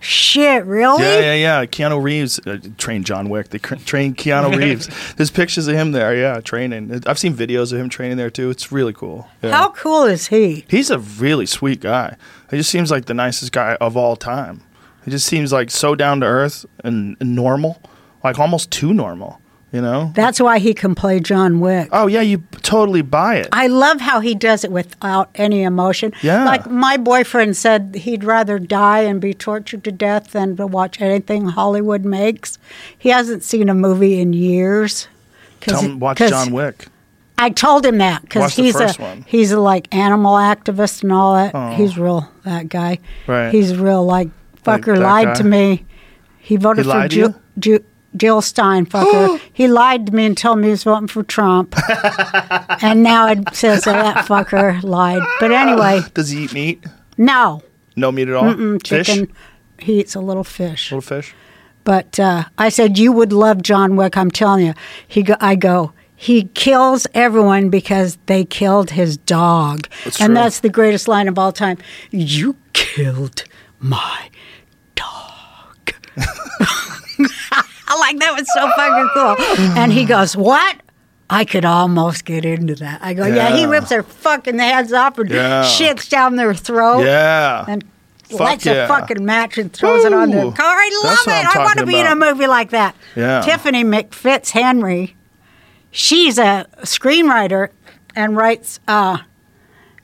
[SPEAKER 1] Shit, really?
[SPEAKER 2] Yeah, yeah, yeah. Keanu Reeves uh, trained John Wick. They cr- trained Keanu Reeves. There's pictures of him there. Yeah, training. I've seen videos of him training there too. It's really cool. Yeah.
[SPEAKER 1] How cool is he?
[SPEAKER 2] He's a really sweet guy. He just seems like the nicest guy of all time. He just seems like so down to earth and, and normal, like almost too normal. You know?
[SPEAKER 1] That's why he can play John Wick.
[SPEAKER 2] oh yeah, you totally buy it.
[SPEAKER 1] I love how he does it without any emotion.
[SPEAKER 2] Yeah.
[SPEAKER 1] Like my boyfriend said he'd rather die and be tortured to death than to watch anything Hollywood makes. He hasn't seen a movie in years. 'Cause
[SPEAKER 2] Tell
[SPEAKER 1] he-
[SPEAKER 2] him watch
[SPEAKER 1] 'cause
[SPEAKER 2] John Wick.
[SPEAKER 1] I told him that because
[SPEAKER 2] Watch the
[SPEAKER 1] he's a
[SPEAKER 2] first one.
[SPEAKER 1] he's a like animal activist and all that. He's real that guy.
[SPEAKER 2] Right.
[SPEAKER 1] He's real like
[SPEAKER 2] Like
[SPEAKER 1] fucker
[SPEAKER 2] that
[SPEAKER 1] lied
[SPEAKER 2] guy?
[SPEAKER 1] to me. He voted
[SPEAKER 2] He
[SPEAKER 1] for
[SPEAKER 2] lied to
[SPEAKER 1] Ju- Ju- Jill Stein fucker. he lied to me and told me he was voting for Trump. and now it says that, that fucker lied. But anyway,
[SPEAKER 2] Does he eat meat?
[SPEAKER 1] no
[SPEAKER 2] No meat at all. fish,
[SPEAKER 1] chicken. He eats a little fish.
[SPEAKER 2] little fish.
[SPEAKER 1] But uh, I said, "You would love John Wick." I'm telling you. He, go, I go. He kills everyone because they killed his dog,
[SPEAKER 2] That's
[SPEAKER 1] and
[SPEAKER 2] true.
[SPEAKER 1] that's the greatest line of all time. You killed my dog. like that was so fucking cool. And he goes, "What?" I could almost get into that. I go, yeah, he
[SPEAKER 2] Yeah.
[SPEAKER 1] rips their fucking heads off and
[SPEAKER 2] Yeah.
[SPEAKER 1] shits down their throat
[SPEAKER 2] Yeah.
[SPEAKER 1] and
[SPEAKER 2] Fuck
[SPEAKER 1] lights
[SPEAKER 2] yeah.
[SPEAKER 1] a fucking match and throws it on
[SPEAKER 2] Woo!
[SPEAKER 1] their car. I love
[SPEAKER 2] That's what I'm
[SPEAKER 1] it. I want to
[SPEAKER 2] talking
[SPEAKER 1] be in a
[SPEAKER 2] about.
[SPEAKER 1] movie like that.
[SPEAKER 2] Yeah.
[SPEAKER 1] Tiffany McFitzhenry, she's a screenwriter and writes, uh,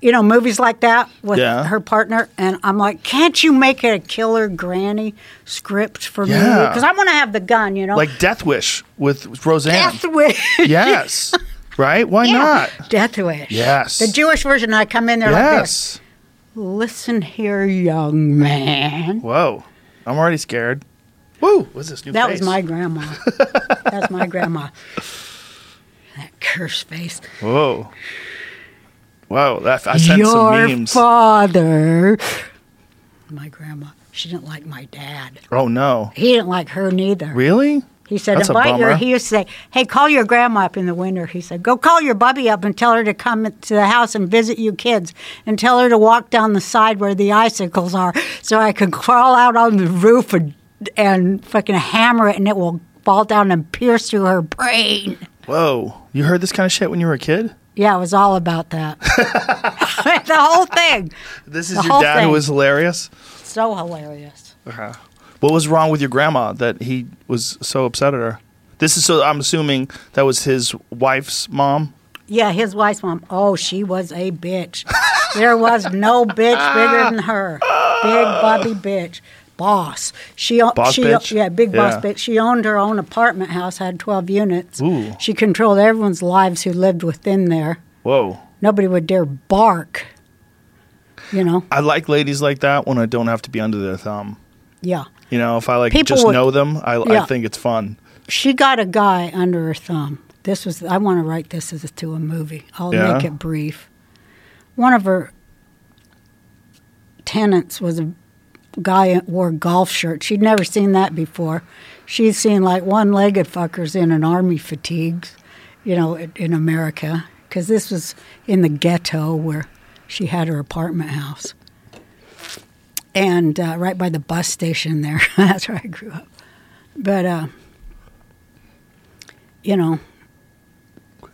[SPEAKER 1] you know, movies like that with
[SPEAKER 2] Yeah.
[SPEAKER 1] her partner. And I'm like, can't you make it a killer granny script for me?
[SPEAKER 2] Yeah.
[SPEAKER 1] Because I want to have the gun, you know.
[SPEAKER 2] like Death Wish with Roseanne.
[SPEAKER 1] Death Wish.
[SPEAKER 2] yes. Right? Why not?
[SPEAKER 1] Death Wish.
[SPEAKER 2] Yes.
[SPEAKER 1] The Jewish version, I come in there like this.
[SPEAKER 2] Yes.
[SPEAKER 1] Listen here, young man.
[SPEAKER 2] Whoa. I'm already scared. Woo. What's this new
[SPEAKER 1] That
[SPEAKER 2] face?
[SPEAKER 1] was my grandma. That's my grandma. That curse face.
[SPEAKER 2] Whoa. Whoa. That, I sent
[SPEAKER 1] Your
[SPEAKER 2] some memes.
[SPEAKER 1] father. My grandma. She didn't like my dad.
[SPEAKER 2] oh, no.
[SPEAKER 1] He didn't like her neither.
[SPEAKER 2] Really?
[SPEAKER 1] He said,
[SPEAKER 2] That's a
[SPEAKER 1] invite
[SPEAKER 2] bummer.
[SPEAKER 1] your. He used to say, hey, call your grandma up in the winter. He said, go call your bubby up and tell her to come to the house and visit you kids and tell her to walk down the side where the icicles are so I can crawl out on the roof and, and fucking hammer it and it will fall down and pierce through her brain.
[SPEAKER 2] Whoa. You heard this kind of shit when you were a kid?
[SPEAKER 1] Yeah, it was all about that. the whole thing.
[SPEAKER 2] This is
[SPEAKER 1] The
[SPEAKER 2] your
[SPEAKER 1] whole
[SPEAKER 2] dad who
[SPEAKER 1] thing.
[SPEAKER 2] was hilarious?
[SPEAKER 1] So hilarious.
[SPEAKER 2] Uh-huh. What was wrong with your grandma that he was so upset at her? This is so, I'm assuming that was his wife's mom.
[SPEAKER 1] Yeah, his wife's mom. Oh, she was a bitch. there was no bitch bigger than her. Big Bobby bitch. Boss. She o-
[SPEAKER 2] Boss
[SPEAKER 1] she
[SPEAKER 2] bitch?
[SPEAKER 1] yeah, big
[SPEAKER 2] Yeah.
[SPEAKER 1] boss bitch. She owned her own apartment house, had 12 units.
[SPEAKER 2] Ooh.
[SPEAKER 1] She controlled everyone's lives who lived within there.
[SPEAKER 2] Whoa.
[SPEAKER 1] Nobody would dare bark. You know,
[SPEAKER 2] I like ladies like that when I don't have to be under their thumb.
[SPEAKER 1] yeah.
[SPEAKER 2] You know, if I like
[SPEAKER 1] People
[SPEAKER 2] just
[SPEAKER 1] would-
[SPEAKER 2] know them, I, I
[SPEAKER 1] Yeah.
[SPEAKER 2] think it's fun.
[SPEAKER 1] She got a guy under her thumb. This was I want to write this as to a movie. I'll
[SPEAKER 2] Yeah.
[SPEAKER 1] make it brief. One of her tenants was a guy that wore a golf shirt. She'd never seen that before. She'd seen like one-legged fuckers in an army fatigues, you know, in in America, because this was in the ghetto where she had her apartment house, and uh, right by the bus station there. That's where I grew up. But uh, you know,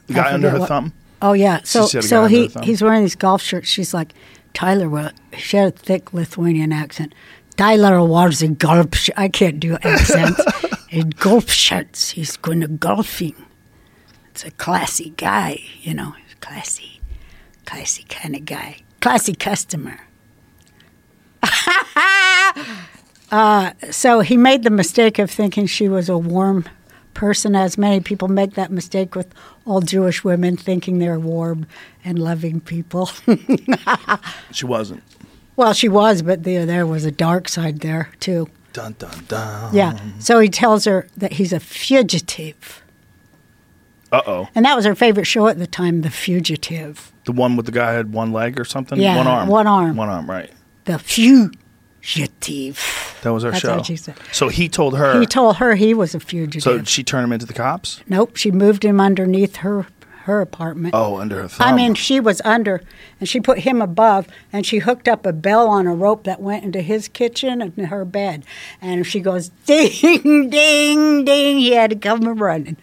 [SPEAKER 1] I
[SPEAKER 2] Guy under
[SPEAKER 1] forget
[SPEAKER 2] her
[SPEAKER 1] what-
[SPEAKER 2] thumb.
[SPEAKER 1] Oh yeah. So
[SPEAKER 2] said a guy
[SPEAKER 1] so
[SPEAKER 2] under
[SPEAKER 1] he
[SPEAKER 2] her thumb.
[SPEAKER 1] he's wearing these golf shirts. She's like, Tyler, wa- she had a thick Lithuanian accent. Tyler was a golf. Sh- I can't do accents. In golf shirts, he's going to golfing. It's a classy guy, you know, classy, classy kind of guy, classy customer. so he made the mistake of thinking she was a warm person, as many people make that mistake with all Jewish women, thinking they're warm and loving people.
[SPEAKER 2] She wasn't.
[SPEAKER 1] well, she was, but the, there was a dark side there, too.
[SPEAKER 2] Dun dun dun.
[SPEAKER 1] Yeah. So he tells her that he's a fugitive.
[SPEAKER 2] Uh oh.
[SPEAKER 1] And that was her favorite show at the time, The Fugitive.
[SPEAKER 2] The one with the guy had one leg or something.
[SPEAKER 1] Yeah,
[SPEAKER 2] One arm.
[SPEAKER 1] one arm.
[SPEAKER 2] One arm. Right.
[SPEAKER 1] The Fugitive.
[SPEAKER 2] That was her
[SPEAKER 1] That's
[SPEAKER 2] show.
[SPEAKER 1] how she said.
[SPEAKER 2] So he told her.
[SPEAKER 1] He told her he was a
[SPEAKER 2] so
[SPEAKER 1] fugitive.
[SPEAKER 2] she turned him into the cops.
[SPEAKER 1] nope, she moved him underneath her her apartment.
[SPEAKER 2] Oh, under her thumb.
[SPEAKER 1] I mean, she was under, and she put him above, and she hooked up a bell on a rope that went into his kitchen and her bed. And she goes, ding, ding, ding. He had to come running.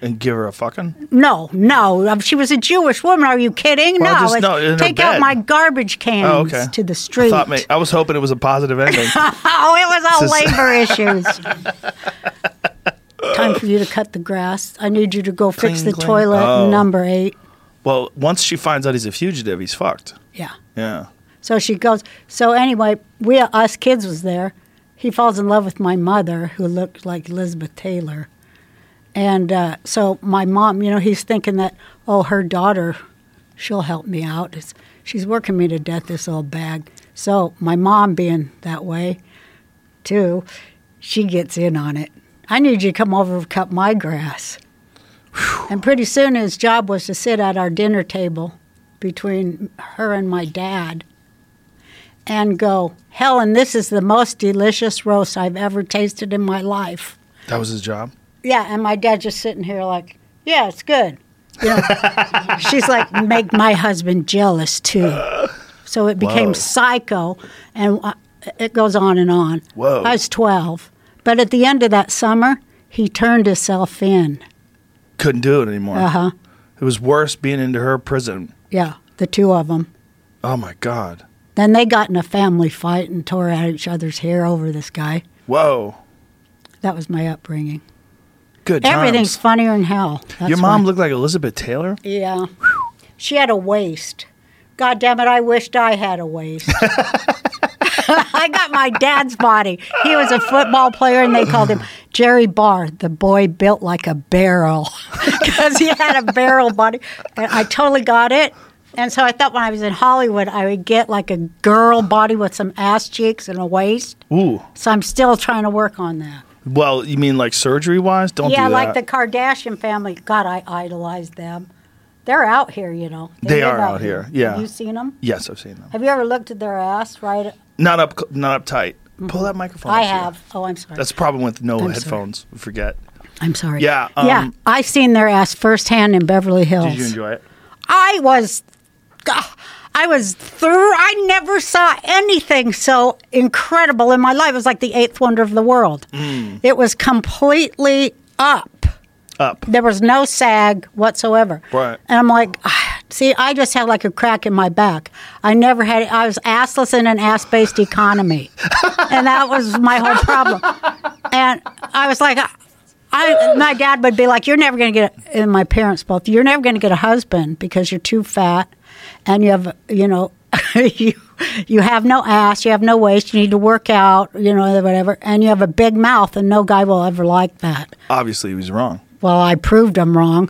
[SPEAKER 2] and give her a fucking.
[SPEAKER 1] No, no. um, She was a Jewish woman. Are you kidding?
[SPEAKER 2] Well,
[SPEAKER 1] no.
[SPEAKER 2] just-
[SPEAKER 1] it's,
[SPEAKER 2] no, in her
[SPEAKER 1] take
[SPEAKER 2] bed.
[SPEAKER 1] out my garbage cans
[SPEAKER 2] Oh, okay.
[SPEAKER 1] to the street.
[SPEAKER 2] I, thought, ma- I was hoping it was a positive ending.
[SPEAKER 1] Oh, it was all
[SPEAKER 2] This is-
[SPEAKER 1] labor issues. Time for you to cut the grass. I need you to go fix
[SPEAKER 2] Cling,
[SPEAKER 1] the
[SPEAKER 2] cling.
[SPEAKER 1] toilet
[SPEAKER 2] Oh.
[SPEAKER 1] number eight.
[SPEAKER 2] well, once she finds out he's a fugitive, he's fucked.
[SPEAKER 1] Yeah.
[SPEAKER 2] Yeah.
[SPEAKER 1] So she goes. So anyway, we us kids was there. He falls in love with my mother, who looked like Elizabeth Taylor, and uh, so my mom. You know, he's thinking that oh, her daughter, she'll help me out. It's, she's working me to death. This old bag. So my mom being that way, too, she gets in on it. I need you to come over and cut my grass. And pretty soon his job was to sit at our dinner table between her and my dad and go, Helen, this is the most delicious roast I've ever tasted in my life.
[SPEAKER 2] That was his job.
[SPEAKER 1] Yeah, and my dad just sitting here like, yeah, it's good. You know, she's like, make my husband jealous too. So it became
[SPEAKER 2] Whoa.
[SPEAKER 1] psycho, and uh, it goes on and on.
[SPEAKER 2] Whoa.
[SPEAKER 1] I was 12. But at the end of that summer, he turned himself in.
[SPEAKER 2] Couldn't do it anymore.
[SPEAKER 1] Uh huh.
[SPEAKER 2] It was worse being into her prison.
[SPEAKER 1] Yeah, the two of them.
[SPEAKER 2] Oh my god.
[SPEAKER 1] Then they got in a family fight and tore out each other's hair over this guy.
[SPEAKER 2] Whoa.
[SPEAKER 1] That was my upbringing.
[SPEAKER 2] Good.
[SPEAKER 1] Everything's
[SPEAKER 2] times.
[SPEAKER 1] funnier in hell. That's
[SPEAKER 2] Your mom
[SPEAKER 1] why.
[SPEAKER 2] looked like Elizabeth Taylor.
[SPEAKER 1] Yeah. She had a waist. God damn it, I wished I had a waist. I got my dad's body. He was a football player, and they called him Jerry Barr, the boy built like a barrel, because he had a barrel body. And I totally got it. And so I thought when I was in Hollywood, I would get like a girl body with some ass cheeks and a waist.
[SPEAKER 2] Ooh.
[SPEAKER 1] So I'm still trying to work on that.
[SPEAKER 2] Well, you mean like surgery wise? Don't
[SPEAKER 1] yeah,
[SPEAKER 2] do
[SPEAKER 1] like
[SPEAKER 2] that.
[SPEAKER 1] the Kardashian family. God, I idolized them. They're out here, you know.
[SPEAKER 2] They
[SPEAKER 1] live
[SPEAKER 2] are out here, yeah.
[SPEAKER 1] Have you seen them?
[SPEAKER 2] Yes, I've seen them.
[SPEAKER 1] Have you ever looked at their ass? Right.
[SPEAKER 2] Not up, cl- not up tight. Pull that microphone.
[SPEAKER 1] I
[SPEAKER 2] up to you.
[SPEAKER 1] have. Oh, I'm sorry.
[SPEAKER 2] That's the problem with no
[SPEAKER 1] I'm sorry.
[SPEAKER 2] headphones. We forget.
[SPEAKER 1] I'm sorry.
[SPEAKER 2] Yeah,
[SPEAKER 1] yeah.
[SPEAKER 2] um,
[SPEAKER 1] I seen their ass firsthand in Beverly Hills.
[SPEAKER 2] Did you enjoy it?
[SPEAKER 1] I was, ah, I was through. I never saw anything so incredible in my life. It was like the eighth wonder of the world.
[SPEAKER 2] Mm.
[SPEAKER 1] It was completely up.
[SPEAKER 2] Up.
[SPEAKER 1] There was no sag whatsoever.
[SPEAKER 2] Right.
[SPEAKER 1] And I'm like, "Ah, see, I just had like a crack in my back. I never had. I was assless in an ass-based economy, and that was my whole problem. And I was like. I, my dad would be like, "You're never going to get," and my parents both, "You're never going to get a husband because you're too fat, and you have, you know, you you have no ass, you have no waist, you need to work out, you know, whatever, and you have a big mouth, and no guy will ever like that."
[SPEAKER 2] Obviously, he was wrong.
[SPEAKER 1] Well, I proved them wrong.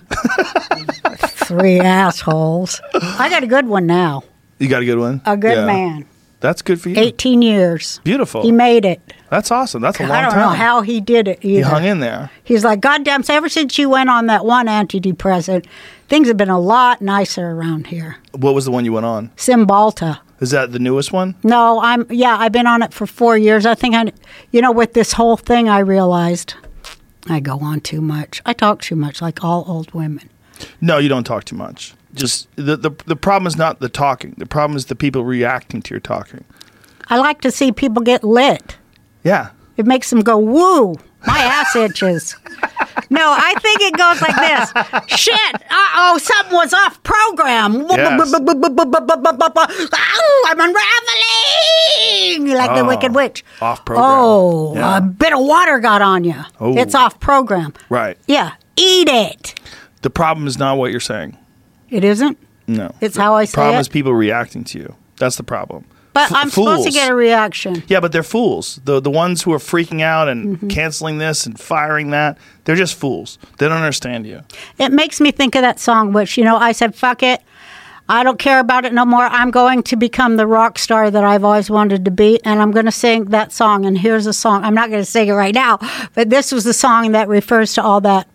[SPEAKER 1] Three assholes. I got a good one now.
[SPEAKER 2] You got a good one.
[SPEAKER 1] A good
[SPEAKER 2] Yeah.
[SPEAKER 1] man.
[SPEAKER 2] That's good for you.
[SPEAKER 1] 18 years.
[SPEAKER 2] Beautiful.
[SPEAKER 1] He made it.
[SPEAKER 2] That's awesome. That's a long
[SPEAKER 1] I don't
[SPEAKER 2] time.
[SPEAKER 1] know how he did it either.
[SPEAKER 2] he hung in there.
[SPEAKER 1] He's like, goddamn, so ever since you went on that one antidepressant, things have been a lot nicer around here.
[SPEAKER 2] What was the one you went on?
[SPEAKER 1] Cymbalta.
[SPEAKER 2] Is that the newest one?
[SPEAKER 1] No, I'm, yeah, I've been on it for four years. I think I, you know, with this whole thing, I realized I go on too much. I talk too much, like all old women.
[SPEAKER 2] No, you don't talk too much. Just the, the the problem is not the talking. The problem is the people reacting to your talking.
[SPEAKER 1] I like to see people get lit.
[SPEAKER 2] Yeah.
[SPEAKER 1] It makes them go, woo, my ass itches. No, I think it goes like this. Shit, uh oh, something was off program.
[SPEAKER 2] Yes.
[SPEAKER 1] Ow, I'm unraveling like the
[SPEAKER 2] Oh,
[SPEAKER 1] Wicked Witch.
[SPEAKER 2] off program.
[SPEAKER 1] Oh,
[SPEAKER 2] Yeah.
[SPEAKER 1] a bit of water got on you.
[SPEAKER 2] Oh.
[SPEAKER 1] It's off program.
[SPEAKER 2] Right.
[SPEAKER 1] Yeah, eat it.
[SPEAKER 2] The problem is not what you're saying.
[SPEAKER 1] It isn't.
[SPEAKER 2] No.
[SPEAKER 1] It's how I
[SPEAKER 2] The
[SPEAKER 1] say
[SPEAKER 2] problem
[SPEAKER 1] it.
[SPEAKER 2] is people reacting to you. That's the problem.
[SPEAKER 1] But
[SPEAKER 2] F-
[SPEAKER 1] I'm supposed to
[SPEAKER 2] fools.
[SPEAKER 1] get a reaction.
[SPEAKER 2] Yeah, but they're fools. The the ones who are freaking out and
[SPEAKER 1] Mm-hmm.
[SPEAKER 2] canceling this and firing that, they're just fools. They don't understand you.
[SPEAKER 1] It makes me think of that song, which, you know, I said, fuck it. I don't care about it no more. I'm going to become the rock star that I've always wanted to be, and I'm going to sing that song. And here's a song. I'm not going to sing it right now, but this was the song that refers to all that.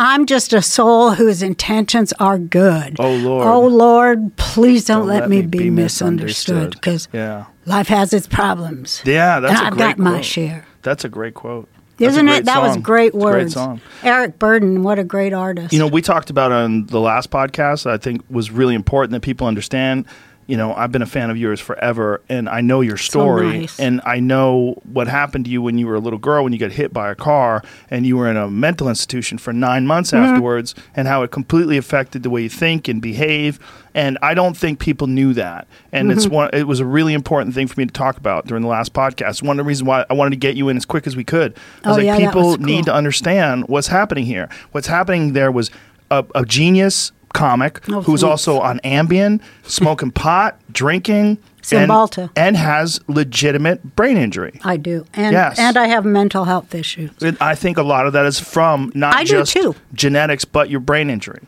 [SPEAKER 1] I'm just a soul whose intentions are good.
[SPEAKER 2] Oh, Lord.
[SPEAKER 1] Oh, Lord, please don't, let, me, be, misunderstood because
[SPEAKER 2] yeah.
[SPEAKER 1] life has its problems.
[SPEAKER 2] Yeah, that's
[SPEAKER 1] and
[SPEAKER 2] a
[SPEAKER 1] I've
[SPEAKER 2] great
[SPEAKER 1] got my
[SPEAKER 2] quote.
[SPEAKER 1] share.
[SPEAKER 2] That's a great quote. That's a
[SPEAKER 1] Isn't
[SPEAKER 2] great
[SPEAKER 1] it? That was
[SPEAKER 2] song.
[SPEAKER 1] great
[SPEAKER 2] It's a
[SPEAKER 1] words.
[SPEAKER 2] Great song.
[SPEAKER 1] Eric Burden, what a great artist.
[SPEAKER 2] You know, we talked about on the last podcast. that I think was really important that people understand. You know, I've been a fan of yours forever, and I know your story,
[SPEAKER 1] nice.
[SPEAKER 2] and I know what happened to you when you were a little girl when you got hit by a car, and you were in a mental institution for nine months
[SPEAKER 1] Mm-hmm.
[SPEAKER 2] afterwards, and how it completely affected the way you think and behave. And I don't think people knew that, and
[SPEAKER 1] Mm-hmm.
[SPEAKER 2] it's one. It was a really important thing for me to talk about during the last podcast. One of the reasons why I wanted to get you in as quick as we could. I was
[SPEAKER 1] Oh,
[SPEAKER 2] like,
[SPEAKER 1] yeah, that
[SPEAKER 2] people
[SPEAKER 1] was cool.
[SPEAKER 2] need to understand what's happening here. What's happening there was a, a genius comic
[SPEAKER 1] Oh, thanks.
[SPEAKER 2] who's also on Ambien, smoking pot, drinking, and,
[SPEAKER 1] Cymbalta.
[SPEAKER 2] and has legitimate brain injury.
[SPEAKER 1] I do, and
[SPEAKER 2] Yes.
[SPEAKER 1] and I have mental health issues.
[SPEAKER 2] And I think a lot of that is from not
[SPEAKER 1] I do
[SPEAKER 2] just
[SPEAKER 1] too.
[SPEAKER 2] genetics, but your brain injury.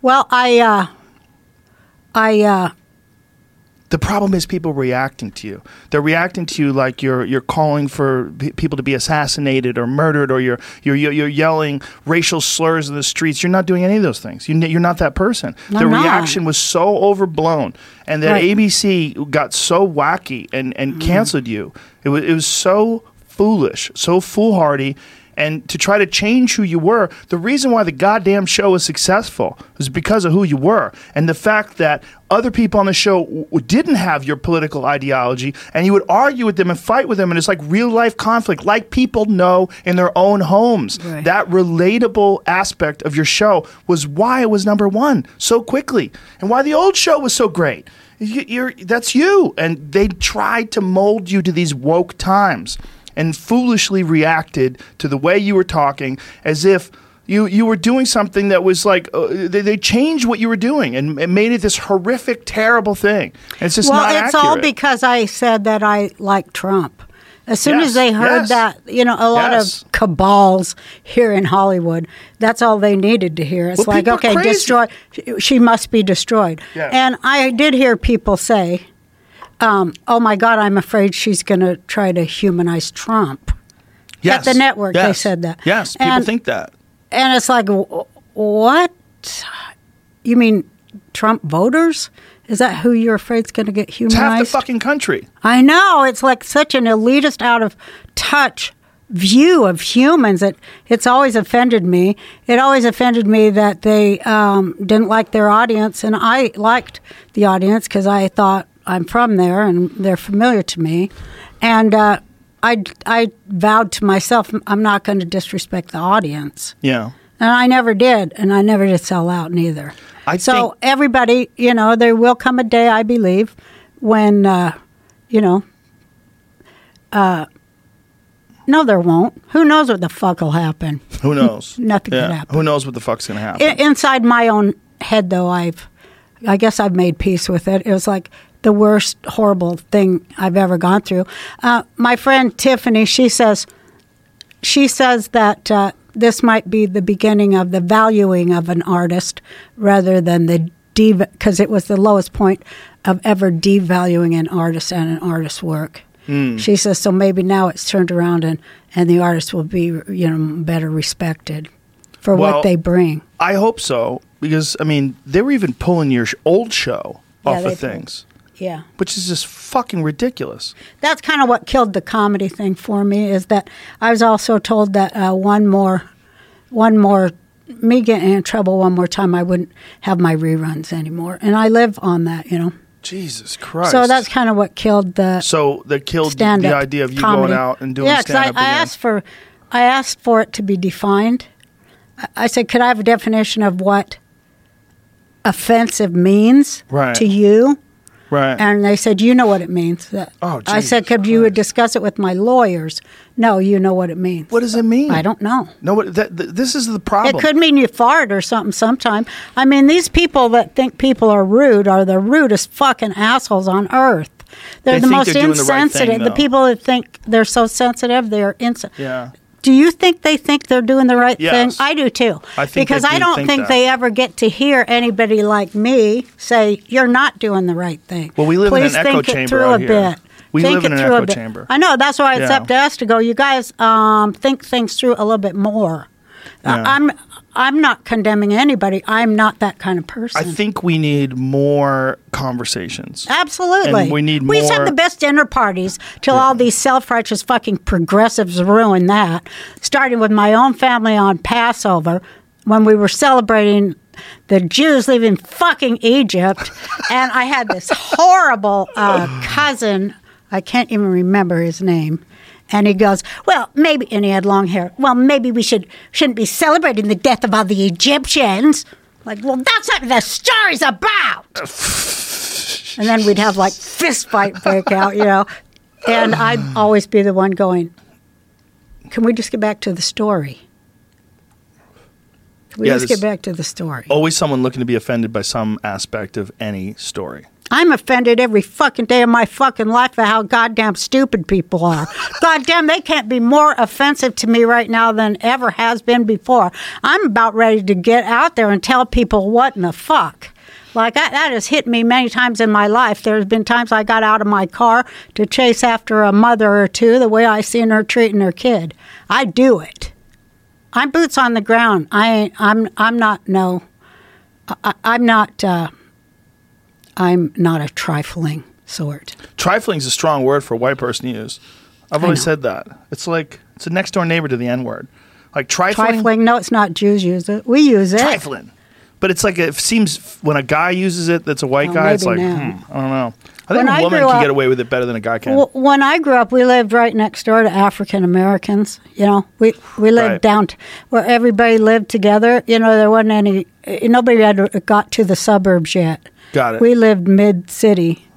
[SPEAKER 1] Well, I, uh, I, uh,
[SPEAKER 2] The problem is people reacting to you. They're reacting to you like you're you're calling for pe- people to be assassinated or murdered, or you're you're you're you're yelling racial slurs in the streets. You're not doing any of those things. You, you're not that person.
[SPEAKER 1] No,
[SPEAKER 2] the
[SPEAKER 1] I'm not.
[SPEAKER 2] reaction was so overblown, and that
[SPEAKER 1] Right. Mm-hmm.
[SPEAKER 2] ABC got so wacky and and canceled you. It was it was so foolish, so foolhardy. And to try to change who you were, the reason why the goddamn show was successful was because of who you were. And the fact that other people on the show w- w- didn't have your political ideology, and you would argue with them and fight with them. And it's like real life conflict, like people know in their own homes.
[SPEAKER 1] Right.
[SPEAKER 2] That that relatable aspect of your show was why it was number one so quickly and why the old show was so great. You, you're, that's you. And they tried to mold you to these woke times and foolishly reacted to the way you were talking as if. You, you were doing something that was like uh, they, they changed what you were doing and, and made it this horrific, terrible thing. It's just
[SPEAKER 1] well,
[SPEAKER 2] not
[SPEAKER 1] it's all
[SPEAKER 2] accurate.
[SPEAKER 1] because I said that I like Trump. As soon
[SPEAKER 2] Yes,
[SPEAKER 1] as they heard
[SPEAKER 2] yes.
[SPEAKER 1] that, you know, a lot
[SPEAKER 2] Yes.
[SPEAKER 1] of cabals here in Hollywood, that's all they needed to hear. It's
[SPEAKER 2] Well,
[SPEAKER 1] like,
[SPEAKER 2] people are
[SPEAKER 1] okay,
[SPEAKER 2] crazy.
[SPEAKER 1] destroy, she must be destroyed.
[SPEAKER 2] Yeah.
[SPEAKER 1] And I did hear people say, um, oh my God, I'm afraid she's going to try to humanize Trump.
[SPEAKER 2] yes.
[SPEAKER 1] the network, they
[SPEAKER 2] Yes.
[SPEAKER 1] said that.
[SPEAKER 2] Yes, people
[SPEAKER 1] And-
[SPEAKER 2] think that.
[SPEAKER 1] And it's like, wh- what? You mean Trump voters? Is that who you're afraid's going to get
[SPEAKER 2] It's half the
[SPEAKER 1] humanized?
[SPEAKER 2] fucking country.
[SPEAKER 1] I know it's like such an elitist, out of touch view of humans. It it's always offended me. It always offended me that they um, didn't like their audience, and I liked the audience because I thought I'm from there and they're familiar to me, and. Uh, I, I vowed to myself, I'm not going to disrespect the audience.
[SPEAKER 2] Yeah.
[SPEAKER 1] And I never did, and I never did sell out neither.
[SPEAKER 2] I
[SPEAKER 1] so
[SPEAKER 2] think-
[SPEAKER 1] everybody, you know, there will come a day, I believe, when, uh, you know, uh, no, there won't. Who knows what the fuck will happen?
[SPEAKER 2] Who knows?
[SPEAKER 1] Nothing could happen.
[SPEAKER 2] Who knows what the fuck's gonna happen?
[SPEAKER 1] I- inside my own head, though, I've, I guess I've made peace with it. It was like the worst, horrible thing I've ever gone through. Uh, my friend Tiffany, she says, she says that uh, this might be the beginning of the valuing of an artist rather than the because it was the lowest point of ever devaluing an artist and an artist's work. She says so. Maybe now it's turned around, and and the artist will be you know better respected for
[SPEAKER 2] Well,
[SPEAKER 1] what they bring.
[SPEAKER 2] I hope so because I mean they were even pulling your sh- old show
[SPEAKER 1] Yeah,
[SPEAKER 2] off
[SPEAKER 1] they pulled-
[SPEAKER 2] of things,
[SPEAKER 1] Yeah.
[SPEAKER 2] which is just fucking ridiculous.
[SPEAKER 1] that's kind of what killed the comedy thing for me is that I was also told that uh, one more, one more, me getting in trouble one more time, I wouldn't have my reruns anymore, and I live on that, you know.
[SPEAKER 2] Jesus Christ.
[SPEAKER 1] So that's kind of what killed the
[SPEAKER 2] so that killed
[SPEAKER 1] stand up.
[SPEAKER 2] the idea of you going out and doing
[SPEAKER 1] yeah, 'cause
[SPEAKER 2] stand up
[SPEAKER 1] I, I
[SPEAKER 2] again.
[SPEAKER 1] asked for, I asked for it to be defined. I- I said, could I have a definition of what offensive means
[SPEAKER 2] Right.
[SPEAKER 1] to you?
[SPEAKER 2] right.
[SPEAKER 1] And they said, "You know what it means." That-
[SPEAKER 2] Oh,
[SPEAKER 1] I said,
[SPEAKER 2] Jesus
[SPEAKER 1] "Could you
[SPEAKER 2] Christ.
[SPEAKER 1] discuss it with my lawyers?" No, you know what it means.
[SPEAKER 2] what does it mean?
[SPEAKER 1] I don't know.
[SPEAKER 2] No, but that, th- this is the problem.
[SPEAKER 1] It could mean you fart or something sometime. I mean, these people that think people are rude are the rudest fucking assholes on earth. They're
[SPEAKER 2] They
[SPEAKER 1] the
[SPEAKER 2] think
[SPEAKER 1] most
[SPEAKER 2] they're doing the right
[SPEAKER 1] insensitive.
[SPEAKER 2] thing,
[SPEAKER 1] the
[SPEAKER 2] though.
[SPEAKER 1] people that think they're so sensitive, they're insensitive.
[SPEAKER 2] Yeah.
[SPEAKER 1] Do you think they think they're doing the right
[SPEAKER 2] Yes.
[SPEAKER 1] thing? I do too.
[SPEAKER 2] I think
[SPEAKER 1] because
[SPEAKER 2] they
[SPEAKER 1] I
[SPEAKER 2] do
[SPEAKER 1] don't
[SPEAKER 2] think
[SPEAKER 1] think,
[SPEAKER 2] that.
[SPEAKER 1] they ever get to hear anybody like me say you're not doing the right thing.
[SPEAKER 2] Well, we live in
[SPEAKER 1] Please
[SPEAKER 2] an echo
[SPEAKER 1] think it
[SPEAKER 2] chamber
[SPEAKER 1] through
[SPEAKER 2] out
[SPEAKER 1] a
[SPEAKER 2] here.
[SPEAKER 1] bit.
[SPEAKER 2] We
[SPEAKER 1] think
[SPEAKER 2] live in
[SPEAKER 1] it
[SPEAKER 2] an
[SPEAKER 1] through a
[SPEAKER 2] echo
[SPEAKER 1] bit.
[SPEAKER 2] chamber.
[SPEAKER 1] I know. That's why it's
[SPEAKER 2] Yeah.
[SPEAKER 1] up to us to go. You guys um, think things through a little bit more.
[SPEAKER 2] Yeah.
[SPEAKER 1] I, I'm I'm not condemning anybody. I'm not that kind of person.
[SPEAKER 2] I think we need more conversations.
[SPEAKER 1] Ah. Absolutely.
[SPEAKER 2] And we need
[SPEAKER 1] We used to have
[SPEAKER 2] more-
[SPEAKER 1] the best dinner parties till all these self righteous fucking progressives ruined that. Starting with my own family on Passover when we were celebrating the Jews leaving fucking Egypt. and I had this horrible uh, cousin, I can't even remember his name. And he goes, well, maybe, and he had long hair. Well, maybe we should shouldn't be celebrating the death of all the Egyptians. Like, well, that's what the story's about and then we'd have like fist fight break out, you know. And I'd always be the one going, "Can we just get back to the story? Can we
[SPEAKER 2] Yeah,
[SPEAKER 1] just
[SPEAKER 2] this-
[SPEAKER 1] get back to the story?"
[SPEAKER 2] Always someone looking to be offended by some aspect of any story.
[SPEAKER 1] I'm offended every fucking day of my fucking life at how goddamn stupid people are. goddamn, they can't be more offensive to me right now than ever has been before. I'm about ready to get out there and tell people what in the fuck. Like that, that has hit me many times in my life. There's been times I got out of my car to chase after a mother or two the way I seen her treating her kid. I do it. I'm boots on the ground. I ain't, I'm I'm not no. I, I'm not. Uh, I'm not a trifling sort.
[SPEAKER 2] Trifling is a strong word for a white person to use. I've always
[SPEAKER 1] know.
[SPEAKER 2] said that. It's like it's a next door neighbor to the N word. Like trifling.
[SPEAKER 1] Trifling? No, it's not. Jews use it. We use it.
[SPEAKER 2] Trifling. But it's like it seems when a guy uses it, that's a white
[SPEAKER 1] Oh,
[SPEAKER 2] guy. It's like
[SPEAKER 1] maybe
[SPEAKER 2] hmm,
[SPEAKER 1] now.
[SPEAKER 2] I don't know. I think
[SPEAKER 1] When
[SPEAKER 2] a
[SPEAKER 1] I
[SPEAKER 2] woman
[SPEAKER 1] grew
[SPEAKER 2] can
[SPEAKER 1] up-
[SPEAKER 2] get away with it better than a guy can.
[SPEAKER 1] W- When I grew up, we lived right next door to African Americans. You know, we we lived
[SPEAKER 2] Right.
[SPEAKER 1] down t- where everybody lived together. You know, there wasn't any. eh, Nobody had got to the suburbs yet.
[SPEAKER 2] Got it.
[SPEAKER 1] We lived mid city,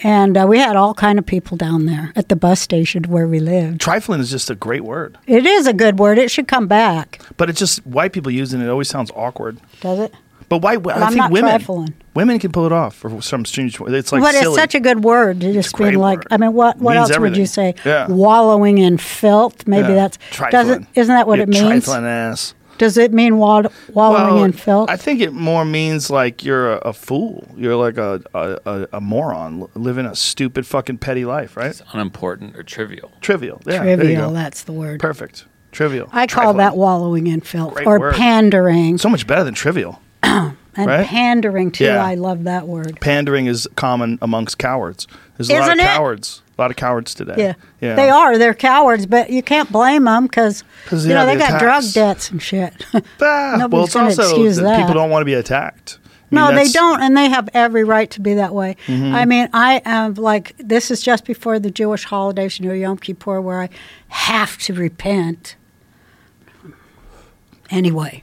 [SPEAKER 1] and uh, we had all kind of people down there at the bus station where we lived.
[SPEAKER 2] trifling is just a great word,
[SPEAKER 1] It is a good word. It should come back.
[SPEAKER 2] but it's just white people using it always sounds awkward.
[SPEAKER 1] Does it?
[SPEAKER 2] But why? I
[SPEAKER 1] I'm
[SPEAKER 2] think
[SPEAKER 1] not
[SPEAKER 2] women
[SPEAKER 1] trifling.
[SPEAKER 2] women can pull it off for some strange. way. It's like
[SPEAKER 1] but
[SPEAKER 2] silly.
[SPEAKER 1] it's such a good word to just be
[SPEAKER 2] great
[SPEAKER 1] like.
[SPEAKER 2] word.
[SPEAKER 1] I mean, what what else
[SPEAKER 2] Means
[SPEAKER 1] would
[SPEAKER 2] everything.
[SPEAKER 1] you say?
[SPEAKER 2] Yeah.
[SPEAKER 1] Wallowing in filth. Maybe
[SPEAKER 2] Yeah.
[SPEAKER 1] that's
[SPEAKER 2] trifling.
[SPEAKER 1] doesn't isn't that what
[SPEAKER 2] You
[SPEAKER 1] it means?
[SPEAKER 2] Trifling ass.
[SPEAKER 1] Does it mean wall, wallowing in filth?
[SPEAKER 2] I think it more means like you're a, a fool. You're like a, a, a, a moron li- living a stupid fucking petty life, right?
[SPEAKER 3] It's unimportant or trivial.
[SPEAKER 2] Trivial. Yeah, There you
[SPEAKER 1] Trivial.
[SPEAKER 2] go.
[SPEAKER 1] That's the word.
[SPEAKER 2] Perfect. Trivial.
[SPEAKER 1] I call
[SPEAKER 2] Trifling.
[SPEAKER 1] that wallowing in filth
[SPEAKER 2] Great
[SPEAKER 1] or
[SPEAKER 2] word.
[SPEAKER 1] pandering.
[SPEAKER 2] So much better than trivial.
[SPEAKER 1] and
[SPEAKER 2] right?
[SPEAKER 1] pandering too.
[SPEAKER 2] Yeah.
[SPEAKER 1] I love that word.
[SPEAKER 2] Pandering is common amongst cowards. There's a lot
[SPEAKER 1] Isn't
[SPEAKER 2] of
[SPEAKER 1] it?
[SPEAKER 2] cowards. A lot of cowards today.
[SPEAKER 1] Yeah.
[SPEAKER 2] yeah.
[SPEAKER 1] They are. They're cowards, but you can't blame them because
[SPEAKER 2] 'Cause,
[SPEAKER 1] you
[SPEAKER 2] yeah,
[SPEAKER 1] know they
[SPEAKER 2] the
[SPEAKER 1] got drug
[SPEAKER 2] attacks.
[SPEAKER 1] debts and shit.
[SPEAKER 2] Ah,
[SPEAKER 1] Nobody's
[SPEAKER 2] well, it's
[SPEAKER 1] gonna
[SPEAKER 2] also
[SPEAKER 1] excuse
[SPEAKER 2] that
[SPEAKER 1] that.
[SPEAKER 2] people don't want to be attacked. I mean,
[SPEAKER 1] No, they
[SPEAKER 2] that's- Mm-hmm.
[SPEAKER 1] don't, and they have every right to be that way. I mean, I am like this is just before the Jewish holidays, you know, Yom Kippur, where I have to repent. Anyway,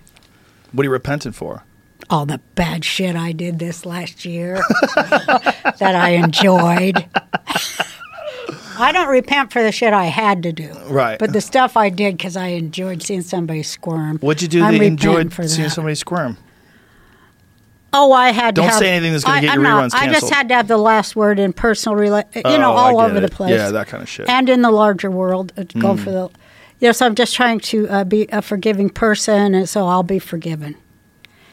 [SPEAKER 2] What are you repenting for?
[SPEAKER 1] all the bad shit I did this last year that I enjoyed. I don't repent for the shit I had to do,
[SPEAKER 2] Right.
[SPEAKER 1] But the stuff I did because I enjoyed seeing somebody squirm.
[SPEAKER 2] What'd you do
[SPEAKER 1] I'm
[SPEAKER 2] that you
[SPEAKER 1] repenting
[SPEAKER 2] enjoyed
[SPEAKER 1] for
[SPEAKER 2] seeing
[SPEAKER 1] that.
[SPEAKER 2] somebody squirm?
[SPEAKER 1] Oh, I had.
[SPEAKER 2] Don't
[SPEAKER 1] to have,
[SPEAKER 2] say anything that's gonna
[SPEAKER 1] I-
[SPEAKER 2] get
[SPEAKER 1] I'm
[SPEAKER 2] your
[SPEAKER 1] not-
[SPEAKER 2] reruns
[SPEAKER 1] I just
[SPEAKER 2] canceled.
[SPEAKER 1] had to have the last word in personal, rela- you know,
[SPEAKER 2] Oh, I
[SPEAKER 1] all
[SPEAKER 2] get
[SPEAKER 1] over the
[SPEAKER 2] it.
[SPEAKER 1] place.
[SPEAKER 2] Yeah, that kind of shit. Mm.
[SPEAKER 1] And in the larger world, uh, go for the. Yes, I'm just trying to uh, be a forgiving person, and so I'll be
[SPEAKER 2] Mm.
[SPEAKER 1] forgiven.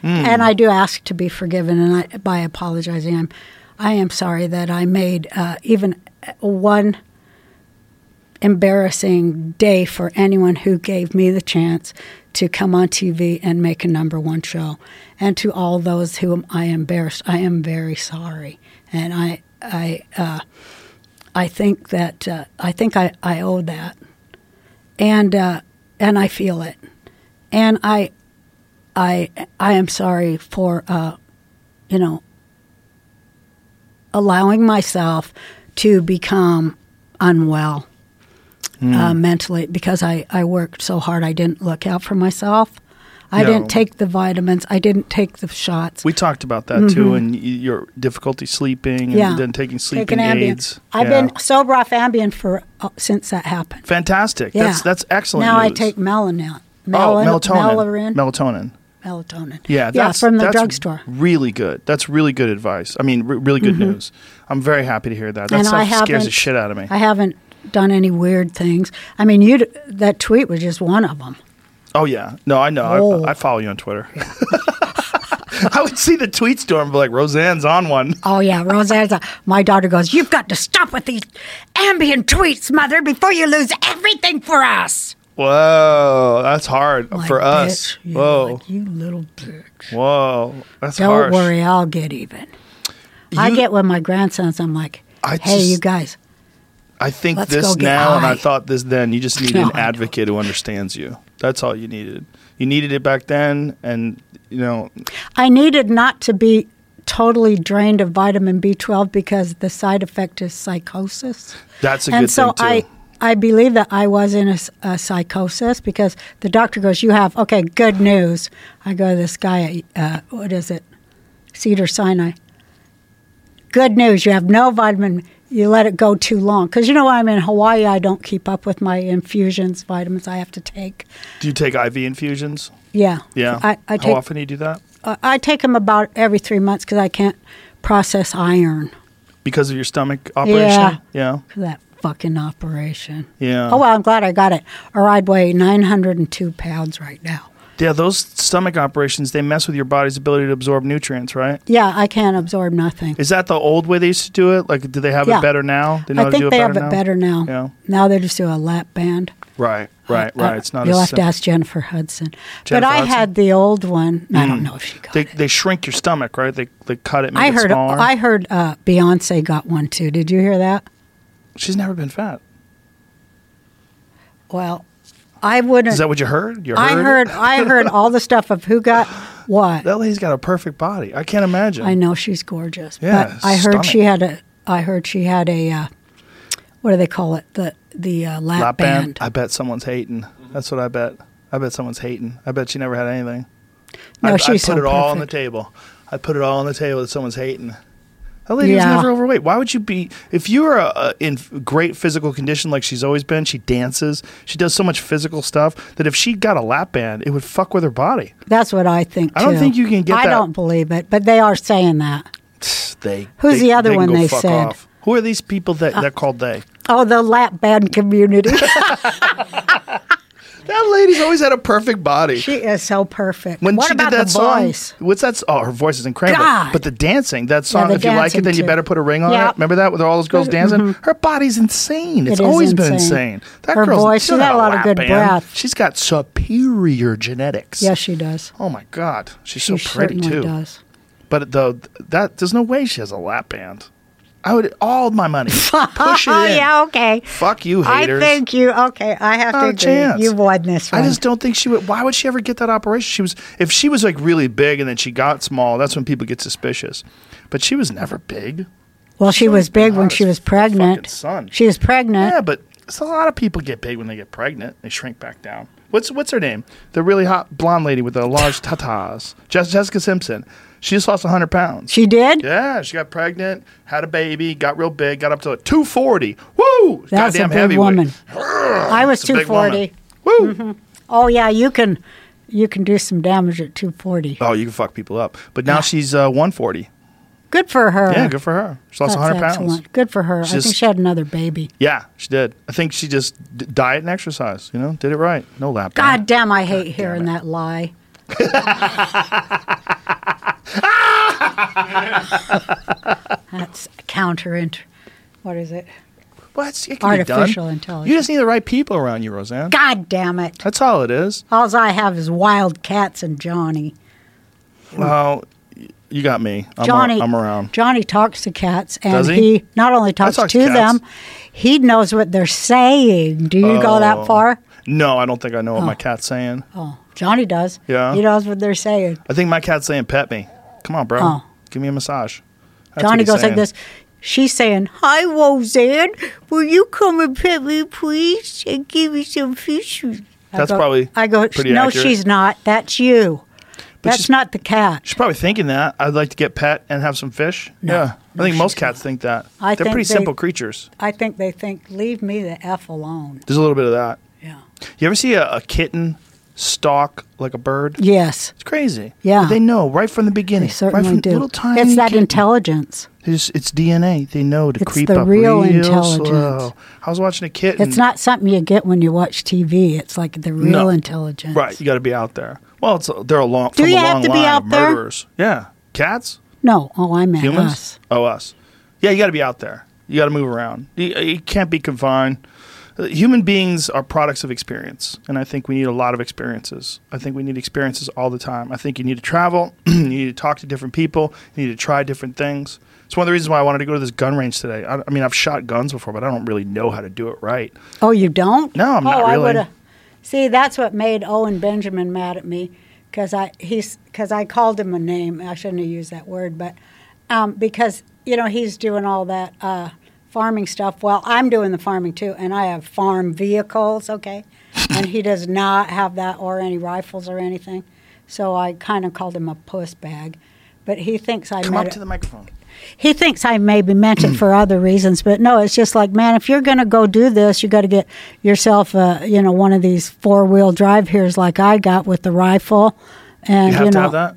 [SPEAKER 1] And I do ask to be forgiven, and I, by apologizing, I'm. I am sorry that I made uh, even one embarrassing day for anyone who gave me the chance to come on TV and make a number one show. And to all those whom I embarrassed, I am very sorry. And I, I, uh, I think that uh, I think I, I owe that, and uh, and I feel it, and I, I, I am sorry for uh, you know allowing myself to become unwell uh,
[SPEAKER 2] Hmm.
[SPEAKER 1] mentally because I, I worked so hard. I didn't look out for myself. I
[SPEAKER 2] No.
[SPEAKER 1] didn't take the vitamins. I didn't take the shots.
[SPEAKER 2] We talked about that too, and y- your difficulty sleeping, and
[SPEAKER 1] Mm-hmm. Yeah.
[SPEAKER 2] then taking
[SPEAKER 1] Taking
[SPEAKER 2] sleeping
[SPEAKER 1] Ambien.
[SPEAKER 2] aids.
[SPEAKER 1] I've
[SPEAKER 2] Yeah.
[SPEAKER 1] been sober off Ambien for uh, since that happened.
[SPEAKER 2] fantastic.
[SPEAKER 1] Yeah.
[SPEAKER 2] That's that's excellent.
[SPEAKER 1] Now I
[SPEAKER 2] news.
[SPEAKER 1] take melanin.
[SPEAKER 2] oh,
[SPEAKER 1] Melon,
[SPEAKER 2] melatonin.
[SPEAKER 1] Melarin,
[SPEAKER 2] Melatonin.
[SPEAKER 1] melatonin.
[SPEAKER 2] Yeah,
[SPEAKER 1] yeah,
[SPEAKER 2] that's,
[SPEAKER 1] from the
[SPEAKER 2] that's
[SPEAKER 1] drugstore. Mm-hmm.
[SPEAKER 2] Really good. That's really good advice. I mean, re- really good news. I'm very happy to hear that. That
[SPEAKER 1] And I
[SPEAKER 2] stuff scares the
[SPEAKER 1] haven't-
[SPEAKER 2] shit out of me.
[SPEAKER 1] I haven't done any weird things. I mean, you that tweet was just one of them.
[SPEAKER 2] oh yeah, no, I know.
[SPEAKER 1] Oh.
[SPEAKER 2] I, I follow you on Twitter. I would see the tweet storm, and be like Roseanne's on one.
[SPEAKER 1] Oh yeah, Rosanna. My daughter goes, "You've got to stop with these ambient tweets, mother, before you lose everything for us."
[SPEAKER 2] Whoa, that's hard
[SPEAKER 1] Like,
[SPEAKER 2] Oh, for us.
[SPEAKER 1] bitch, you-
[SPEAKER 2] Whoa,
[SPEAKER 1] like, you little bitch.
[SPEAKER 2] whoa, that's
[SPEAKER 1] Don't
[SPEAKER 2] harsh.
[SPEAKER 1] worry, I'll get even. I
[SPEAKER 2] You-
[SPEAKER 1] get with my grandsons. I'm like,
[SPEAKER 2] I
[SPEAKER 1] "Hey,
[SPEAKER 2] just-
[SPEAKER 1] you guys,
[SPEAKER 2] I think
[SPEAKER 1] Let's
[SPEAKER 2] this
[SPEAKER 1] go get
[SPEAKER 2] now, and I
[SPEAKER 1] high.
[SPEAKER 2] thought this then. You just need
[SPEAKER 1] No,
[SPEAKER 2] an
[SPEAKER 1] I know.
[SPEAKER 2] advocate who understands you. That's all you needed. You needed it back then, and you know,
[SPEAKER 1] I needed not to be." Totally drained of vitamin B12 because the side effect is psychosis.
[SPEAKER 2] that's a
[SPEAKER 1] and
[SPEAKER 2] good
[SPEAKER 1] so
[SPEAKER 2] thing too.
[SPEAKER 1] I, I believe that I was in a, s- a psychosis because the doctor goes, "You have okay, good news." I go to this guy at uh, what is it, Cedar Sinai. Good news, you have no vitamin. You let it go too long because you know I'm in Hawaii. I don't keep up with my infusions, vitamins I have to take.
[SPEAKER 2] do you take IV infusions?
[SPEAKER 1] Yeah,
[SPEAKER 2] Yeah.
[SPEAKER 1] I, I
[SPEAKER 2] How
[SPEAKER 1] take
[SPEAKER 2] often do you do that?
[SPEAKER 1] I, I take them about every three months because I can't process iron.
[SPEAKER 2] Because of your stomach operation?
[SPEAKER 1] Yeah.
[SPEAKER 2] Yeah.
[SPEAKER 1] That fucking operation.
[SPEAKER 2] Yeah.
[SPEAKER 1] Oh well, I'm glad I got it. Or I'd weigh 902 pounds right now.
[SPEAKER 2] Yeah, those stomach operations, they mess with your body's ability to absorb nutrients, right?
[SPEAKER 1] Yeah, I can't absorb nothing.
[SPEAKER 2] Is that the old way they used to do it? Like, do they have
[SPEAKER 1] Yeah.
[SPEAKER 2] it better now? They know
[SPEAKER 1] I
[SPEAKER 2] how to do
[SPEAKER 1] think
[SPEAKER 2] it
[SPEAKER 1] they
[SPEAKER 2] better
[SPEAKER 1] have it better now.
[SPEAKER 2] Yeah.
[SPEAKER 1] Now they just do a lap band. Uh,
[SPEAKER 2] Right, right, right. It's not
[SPEAKER 1] You'll have
[SPEAKER 2] as
[SPEAKER 1] to
[SPEAKER 2] simple.
[SPEAKER 1] ask Jennifer Hudson. but
[SPEAKER 2] Jennifer
[SPEAKER 1] I
[SPEAKER 2] Hudson?
[SPEAKER 1] had the old one. I don't know if she got
[SPEAKER 2] They,
[SPEAKER 1] it.
[SPEAKER 2] they shrink your stomach, right? They, they cut it, make
[SPEAKER 1] I
[SPEAKER 2] it
[SPEAKER 1] heard.
[SPEAKER 2] smaller.
[SPEAKER 1] I heard uh, Beyonce got one too. Did you hear that?
[SPEAKER 2] She's never been fat.
[SPEAKER 1] Well, I wouldn't.
[SPEAKER 2] Is that what you heard? You heard?
[SPEAKER 1] I heard. I heard all the stuff of who got what.
[SPEAKER 2] That lady's got a perfect body. I can't imagine.
[SPEAKER 1] I know she's gorgeous.
[SPEAKER 2] Yeah,
[SPEAKER 1] but I heard she
[SPEAKER 2] stunning.
[SPEAKER 1] had a. I heard she had a. Uh, what do they call it? The the uh, lap,
[SPEAKER 2] Lap
[SPEAKER 1] band.
[SPEAKER 2] I bet someone's hating. That's what I bet. I bet someone's hating. I bet she never had anything.
[SPEAKER 1] No,
[SPEAKER 2] I,
[SPEAKER 1] she's
[SPEAKER 2] I put
[SPEAKER 1] so
[SPEAKER 2] it all on the
[SPEAKER 1] perfect.
[SPEAKER 2] table. I put it all on the table that someone's hating. That lady was
[SPEAKER 1] Yeah.
[SPEAKER 2] never overweight. Why would you be? If you were uh, uh, in f- great physical condition like she's always been, she dances, she does so much physical stuff that if she got a lap band, it would fuck with her body.
[SPEAKER 1] That's what I think. Too.
[SPEAKER 2] I don't think you can get
[SPEAKER 1] I
[SPEAKER 2] that-
[SPEAKER 1] don't believe it, but they are saying that.
[SPEAKER 2] They.
[SPEAKER 1] Who's
[SPEAKER 2] they-
[SPEAKER 1] the other
[SPEAKER 2] they can
[SPEAKER 1] one
[SPEAKER 2] go
[SPEAKER 1] they
[SPEAKER 2] fuck
[SPEAKER 1] said? Uh,
[SPEAKER 2] Off. Who are these people that they're called they?
[SPEAKER 1] Oh, the lap band community.
[SPEAKER 2] That lady's always had a perfect body.
[SPEAKER 1] she is so perfect.
[SPEAKER 2] when
[SPEAKER 1] what
[SPEAKER 2] she
[SPEAKER 1] about
[SPEAKER 2] did that
[SPEAKER 1] the
[SPEAKER 2] song,
[SPEAKER 1] voice?
[SPEAKER 2] what's that? s- Oh, her voice is incredible.
[SPEAKER 1] God.
[SPEAKER 2] But the dancing, that song.
[SPEAKER 1] the
[SPEAKER 2] if you like it,
[SPEAKER 1] dancing
[SPEAKER 2] then you
[SPEAKER 1] too.
[SPEAKER 2] better put a ring on
[SPEAKER 1] Yeah.
[SPEAKER 2] it. Remember that with all those girls dancing. Her body's insane. It's
[SPEAKER 1] is
[SPEAKER 2] always been
[SPEAKER 1] insane.
[SPEAKER 2] insane. That
[SPEAKER 1] Her
[SPEAKER 2] girl's
[SPEAKER 1] voice, she's
[SPEAKER 2] not
[SPEAKER 1] got a lot of
[SPEAKER 2] lap
[SPEAKER 1] good
[SPEAKER 2] band.
[SPEAKER 1] breath.
[SPEAKER 2] She's got superior genetics.
[SPEAKER 1] Yes, she does.
[SPEAKER 2] Oh my God, she's
[SPEAKER 1] She
[SPEAKER 2] so pretty
[SPEAKER 1] certainly
[SPEAKER 2] too.
[SPEAKER 1] does.
[SPEAKER 2] But though that there's no way she has a lap band. I would all my money push it
[SPEAKER 1] Oh
[SPEAKER 2] in.
[SPEAKER 1] yeah, okay.
[SPEAKER 2] Fuck you, haters.
[SPEAKER 1] I think you okay. I have
[SPEAKER 2] Not
[SPEAKER 1] to
[SPEAKER 2] a
[SPEAKER 1] agree.
[SPEAKER 2] chance.
[SPEAKER 1] You've won this one.
[SPEAKER 2] I just don't think she would. Why would she ever get that operation? She was if she was like really big and then she got small. That's when people get suspicious. But she was never big.
[SPEAKER 1] well, she was big when
[SPEAKER 2] hot
[SPEAKER 1] she
[SPEAKER 2] as
[SPEAKER 1] was
[SPEAKER 2] her
[SPEAKER 1] pregnant.
[SPEAKER 2] fucking son.
[SPEAKER 1] She was pregnant.
[SPEAKER 2] Yeah, but it's a lot of people get big when they get pregnant. They shrink back down. What's what's her name? The really hot blonde lady with the large tatas, Jes- Jessica Simpson. She just lost hundred pounds.
[SPEAKER 1] She did.
[SPEAKER 2] yeah, she got pregnant, had a baby, got real big, got up to like 240. Woo!
[SPEAKER 1] That's
[SPEAKER 2] Goddamn
[SPEAKER 1] a big
[SPEAKER 2] heavyweight.
[SPEAKER 1] woman. I was
[SPEAKER 2] It's a
[SPEAKER 1] two
[SPEAKER 2] big woman.
[SPEAKER 1] forty.
[SPEAKER 2] Woo!
[SPEAKER 1] Oh yeah, you can, you can do some damage at two forty.
[SPEAKER 2] Oh, you can fuck people up. But now she's uh, 140.
[SPEAKER 1] Good for her.
[SPEAKER 2] Yeah, good for her. She lost
[SPEAKER 1] That's
[SPEAKER 2] 100 pounds.
[SPEAKER 1] excellent. Good for her. I
[SPEAKER 2] She's-
[SPEAKER 1] think she had another baby.
[SPEAKER 2] Yeah, she did. I think she just d- diet and exercise, you know, did it right. No lap.
[SPEAKER 1] God
[SPEAKER 2] band.
[SPEAKER 1] damn, I hate hearing that lie. That's counter int- What is it?
[SPEAKER 2] Well, that's, it can be done.
[SPEAKER 1] Artificial intelligence.
[SPEAKER 2] You just need the right people around you, Roseanne.
[SPEAKER 1] God damn it!
[SPEAKER 2] That's all it is.
[SPEAKER 1] Alls I have is wild cats and Johnny.
[SPEAKER 2] Well, y- you got me. I'm,
[SPEAKER 1] Mm. Johnny,
[SPEAKER 2] ar- I'm around.
[SPEAKER 1] Johnny talks to cats, and
[SPEAKER 2] Does he?
[SPEAKER 1] not only talks
[SPEAKER 2] talk to
[SPEAKER 1] to
[SPEAKER 2] cats.
[SPEAKER 1] them, he knows what they're saying. Do you go
[SPEAKER 2] Oh.
[SPEAKER 1] that far?
[SPEAKER 2] No, I don't think I know what my cat's saying.
[SPEAKER 1] Oh, Johnny does.
[SPEAKER 2] Yeah.
[SPEAKER 1] he knows what they're saying.
[SPEAKER 2] I think my cat's saying, "Pet me." Come on, bro.
[SPEAKER 1] Oh.
[SPEAKER 2] Give me a massage. That's what
[SPEAKER 1] Johnny
[SPEAKER 2] he's
[SPEAKER 1] goes
[SPEAKER 2] saying.
[SPEAKER 1] like this. She's saying, "Hi, Roseanne. Will you come and pet me, please, and give me some fish?" I
[SPEAKER 2] That's
[SPEAKER 1] go-
[SPEAKER 2] probably
[SPEAKER 1] I go.
[SPEAKER 2] pretty
[SPEAKER 1] No,
[SPEAKER 2] accurate."
[SPEAKER 1] she's not. That's you.
[SPEAKER 2] she's-
[SPEAKER 1] That's not the cat.
[SPEAKER 2] She's probably thinking that I'd like to get pet and have some fish. yeah, I think most cats think that.
[SPEAKER 1] I
[SPEAKER 2] They're
[SPEAKER 1] think
[SPEAKER 2] pretty
[SPEAKER 1] they-
[SPEAKER 2] simple creatures.
[SPEAKER 1] I think they think, "Leave me the f alone."
[SPEAKER 2] There's a little bit of that.
[SPEAKER 1] Yeah.
[SPEAKER 2] You ever see a, a kitten stalk like a bird?
[SPEAKER 1] Yes,
[SPEAKER 2] It's crazy.
[SPEAKER 1] Yeah.
[SPEAKER 2] they know right from the beginning.
[SPEAKER 1] they certainly
[SPEAKER 2] right from
[SPEAKER 1] do.
[SPEAKER 2] Little tiny
[SPEAKER 1] it's that
[SPEAKER 2] kitten.
[SPEAKER 1] intelligence.
[SPEAKER 2] It's, it's DNA. They know to
[SPEAKER 1] It's
[SPEAKER 2] creep
[SPEAKER 1] the
[SPEAKER 2] up
[SPEAKER 1] real intelligence.
[SPEAKER 2] slow. I was watching a kitten.
[SPEAKER 1] It's not something you get when you watch TV. It's like the real
[SPEAKER 2] Mm. No.
[SPEAKER 1] intelligence.
[SPEAKER 2] right. You got to be out there. Well, it's a, they're a long.
[SPEAKER 1] Do
[SPEAKER 2] from
[SPEAKER 1] you
[SPEAKER 2] a
[SPEAKER 1] have
[SPEAKER 2] long
[SPEAKER 1] to be
[SPEAKER 2] line
[SPEAKER 1] out
[SPEAKER 2] of
[SPEAKER 1] there?
[SPEAKER 2] murderers. Yeah, cats,
[SPEAKER 1] No. Oh, I meant
[SPEAKER 2] humans.
[SPEAKER 1] us.
[SPEAKER 2] Oh, us. Yeah, you got to be out there. You got to move around. You, you can't be confined. Uh, Human beings are products of experience, and I think we need a lot of experiences. I think we need experiences all the time. I think you need to travel, you need to talk to different people, you need to try different things. It's one of the reasons why I wanted to go to this gun range today. I, I mean, I've shot guns before, but I don't really know how to do it right.
[SPEAKER 1] Oh, you don't?
[SPEAKER 2] No, I'm
[SPEAKER 1] oh,
[SPEAKER 2] not
[SPEAKER 1] I
[SPEAKER 2] really.
[SPEAKER 1] would've- See, that's what made Owen Benjamin mad at me because I he's because I called him a name. I shouldn't have used that word, but um, because you know he's doing all that uh, farming stuff. Well, I'm doing the farming too, and I have farm vehicles. Okay, and he does not have that or any rifles or anything. So I kind of called him a puss bag, but he thinks I
[SPEAKER 2] Come
[SPEAKER 1] made
[SPEAKER 2] up
[SPEAKER 1] it-
[SPEAKER 2] to the microphone.
[SPEAKER 1] he thinks I maybe meant it for other reasons, but no, it's just like, man, if you're going to go do this, you got to get yourself, uh, you know, one of these four wheel drive here's like I got with the rifle, and
[SPEAKER 2] You
[SPEAKER 1] you,
[SPEAKER 2] have to
[SPEAKER 1] know,
[SPEAKER 2] have that.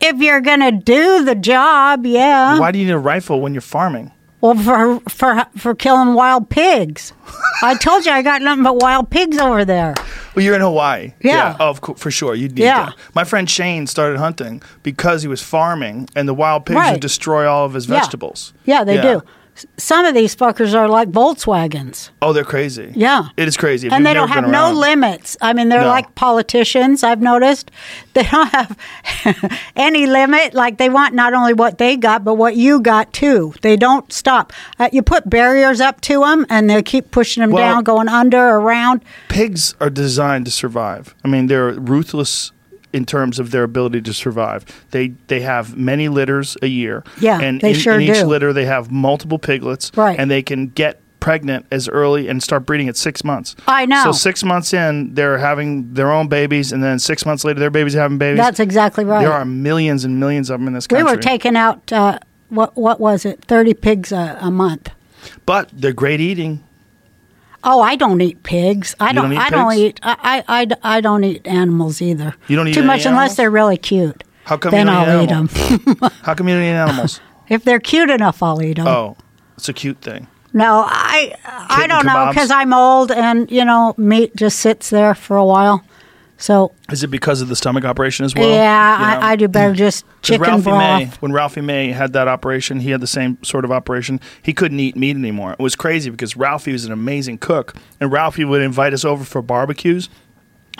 [SPEAKER 1] if you're going to do the job, yeah,
[SPEAKER 2] Why do you need a rifle when you're farming?
[SPEAKER 1] well, for for for killing wild pigs, I told you I got nothing but wild pigs over there.
[SPEAKER 2] Well, you're in Hawaii.
[SPEAKER 1] Yeah.
[SPEAKER 2] Oh, of course, for sure. You'd need
[SPEAKER 1] Yeah.
[SPEAKER 2] that. My friend Shane started hunting because he was farming, and the wild pigs
[SPEAKER 1] Right.
[SPEAKER 2] would destroy all of his
[SPEAKER 1] Yeah.
[SPEAKER 2] vegetables.
[SPEAKER 1] Yeah, they do. S- Some of these fuckers are like Volkswagens.
[SPEAKER 2] Oh, they're crazy.
[SPEAKER 1] Yeah.
[SPEAKER 2] It is crazy. If
[SPEAKER 1] and
[SPEAKER 2] you've
[SPEAKER 1] they don't
[SPEAKER 2] never
[SPEAKER 1] have
[SPEAKER 2] been
[SPEAKER 1] no
[SPEAKER 2] around.
[SPEAKER 1] limits. I mean, they're
[SPEAKER 2] No.
[SPEAKER 1] like politicians. I've noticed they don't have any limit. Like they want not only what they got, but what you got too. They don't stop. Uh, you put barriers up to them, and they keep pushing them
[SPEAKER 2] Well-
[SPEAKER 1] down, going under, around.
[SPEAKER 2] Pigs are designed to survive. I mean, they're ruthless in terms of their ability to survive. They they have many litters a year.
[SPEAKER 1] Yeah,
[SPEAKER 2] and
[SPEAKER 1] they
[SPEAKER 2] in,
[SPEAKER 1] sure
[SPEAKER 2] in each
[SPEAKER 1] do.
[SPEAKER 2] litter they have multiple piglets.
[SPEAKER 1] Right.
[SPEAKER 2] and they can get pregnant as early and start breeding at six months.
[SPEAKER 1] I know.
[SPEAKER 2] So six months in, they're having their own babies, and then six months later, their babies are having babies.
[SPEAKER 1] That's exactly right.
[SPEAKER 2] There are millions and millions of them in this
[SPEAKER 1] we
[SPEAKER 2] country.
[SPEAKER 1] were taking out uh, what what was it? Thirty pigs a, a month.
[SPEAKER 2] but they're great eating.
[SPEAKER 1] Oh, I don't eat pigs. I
[SPEAKER 2] You
[SPEAKER 1] don't.
[SPEAKER 2] don't eat
[SPEAKER 1] I don't
[SPEAKER 2] pigs?
[SPEAKER 1] eat. I, I, I, I don't eat animals either.
[SPEAKER 2] You don't eat
[SPEAKER 1] too
[SPEAKER 2] any
[SPEAKER 1] much
[SPEAKER 2] animals?
[SPEAKER 1] unless they're really cute.
[SPEAKER 2] How come
[SPEAKER 1] then
[SPEAKER 2] you don't
[SPEAKER 1] I'll
[SPEAKER 2] eat
[SPEAKER 1] eat them.
[SPEAKER 2] animals? How come you don't eat animals?
[SPEAKER 1] If they're cute enough, I'll eat them.
[SPEAKER 2] oh, it's a cute thing.
[SPEAKER 1] No, I I
[SPEAKER 2] Kitten
[SPEAKER 1] don't know
[SPEAKER 2] kebabs?
[SPEAKER 1] because I'm old and you know meat just sits there for a while. So
[SPEAKER 2] Is it because of the stomach operation as well?
[SPEAKER 1] yeah,
[SPEAKER 2] You know?
[SPEAKER 1] I, I do better just
[SPEAKER 2] 'Cause
[SPEAKER 1] chicken
[SPEAKER 2] Ralphie
[SPEAKER 1] broth.
[SPEAKER 2] May, when Ralphie May had that operation, he had the same sort of operation. He couldn't eat meat anymore. It was crazy because Ralphie was an amazing cook, and Ralphie would invite us over for barbecues,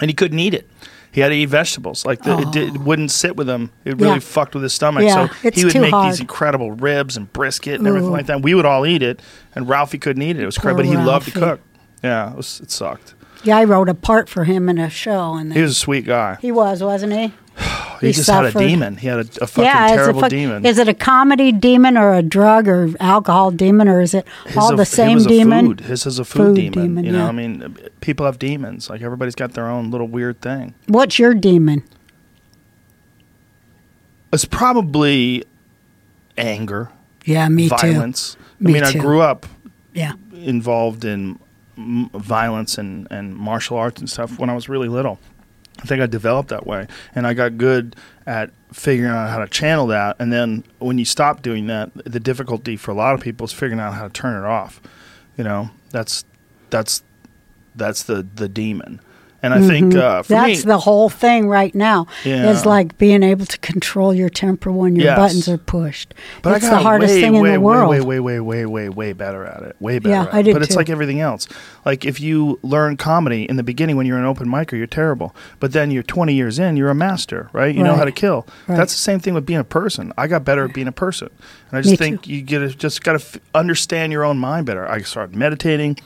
[SPEAKER 2] and he couldn't eat it. He had to eat vegetables. Like the, it, did, it wouldn't sit with him. It really
[SPEAKER 1] Yeah.
[SPEAKER 2] fucked with his stomach.
[SPEAKER 1] Yeah,
[SPEAKER 2] so
[SPEAKER 1] it's
[SPEAKER 2] he would
[SPEAKER 1] too
[SPEAKER 2] make
[SPEAKER 1] hard.
[SPEAKER 2] these incredible ribs and brisket and everything
[SPEAKER 1] Ooh.
[SPEAKER 2] like that. We would all eat it, and Ralphie couldn't eat it. It was
[SPEAKER 1] Poor
[SPEAKER 2] crazy, but he loved to
[SPEAKER 1] Ralphie.
[SPEAKER 2] cook. Yeah, it, was, it sucked.
[SPEAKER 1] Yeah, I wrote a part for him in a show, and
[SPEAKER 2] He was a sweet guy.
[SPEAKER 1] he was, wasn't he?
[SPEAKER 2] He,
[SPEAKER 1] he
[SPEAKER 2] just had a
[SPEAKER 1] suffered.
[SPEAKER 2] demon. He had a, a fucking
[SPEAKER 1] yeah, is it,
[SPEAKER 2] terrible
[SPEAKER 1] fuck-
[SPEAKER 2] demon.
[SPEAKER 1] is it a comedy demon or a drug or alcohol demon or is it
[SPEAKER 2] His
[SPEAKER 1] all
[SPEAKER 2] a-
[SPEAKER 1] the
[SPEAKER 2] it
[SPEAKER 1] same
[SPEAKER 2] was a
[SPEAKER 1] demon?
[SPEAKER 2] Food. His is a
[SPEAKER 1] Food
[SPEAKER 2] food, demon.
[SPEAKER 1] demon,
[SPEAKER 2] You know,
[SPEAKER 1] yeah.
[SPEAKER 2] I mean, people have demons. Like everybody's got their own little weird thing.
[SPEAKER 1] What's your demon?
[SPEAKER 2] It's probably anger,
[SPEAKER 1] Yeah, me
[SPEAKER 2] violence.
[SPEAKER 1] Me
[SPEAKER 2] I mean, I
[SPEAKER 1] too.
[SPEAKER 2] grew up
[SPEAKER 1] too. Yeah,
[SPEAKER 2] involved in m- violence and, and martial arts and stuff when I was really little. I think I developed that way, and I got good at figuring out how to channel that. And then when you stop doing that, the difficulty for a lot of people is figuring out how to turn it off. You know, that's that's that's the the demon. And I think uh, for
[SPEAKER 1] That's
[SPEAKER 2] me,
[SPEAKER 1] the whole thing right now.
[SPEAKER 2] Yeah.
[SPEAKER 1] It's like being able to control your temper when your
[SPEAKER 2] Yes.
[SPEAKER 1] buttons are pushed.
[SPEAKER 2] But
[SPEAKER 1] it's
[SPEAKER 2] I
[SPEAKER 1] the
[SPEAKER 2] got
[SPEAKER 1] hardest
[SPEAKER 2] way,
[SPEAKER 1] thing in
[SPEAKER 2] way,
[SPEAKER 1] the world.
[SPEAKER 2] Way, way, way, way, way, way better at it. Way better.
[SPEAKER 1] Yeah,
[SPEAKER 2] at
[SPEAKER 1] I
[SPEAKER 2] it.
[SPEAKER 1] did
[SPEAKER 2] But it's
[SPEAKER 1] too.
[SPEAKER 2] like everything else. Like if you learn comedy in the beginning when you're an open micer, you're terrible. But then you're 20 years in, you're a master, right? You know
[SPEAKER 1] Right.
[SPEAKER 2] how to kill.
[SPEAKER 1] Right.
[SPEAKER 2] That's the same thing with being a person. I got better at being a person, and I just
[SPEAKER 1] Me
[SPEAKER 2] think you get to just got to f- understand your own mind better. I started meditating.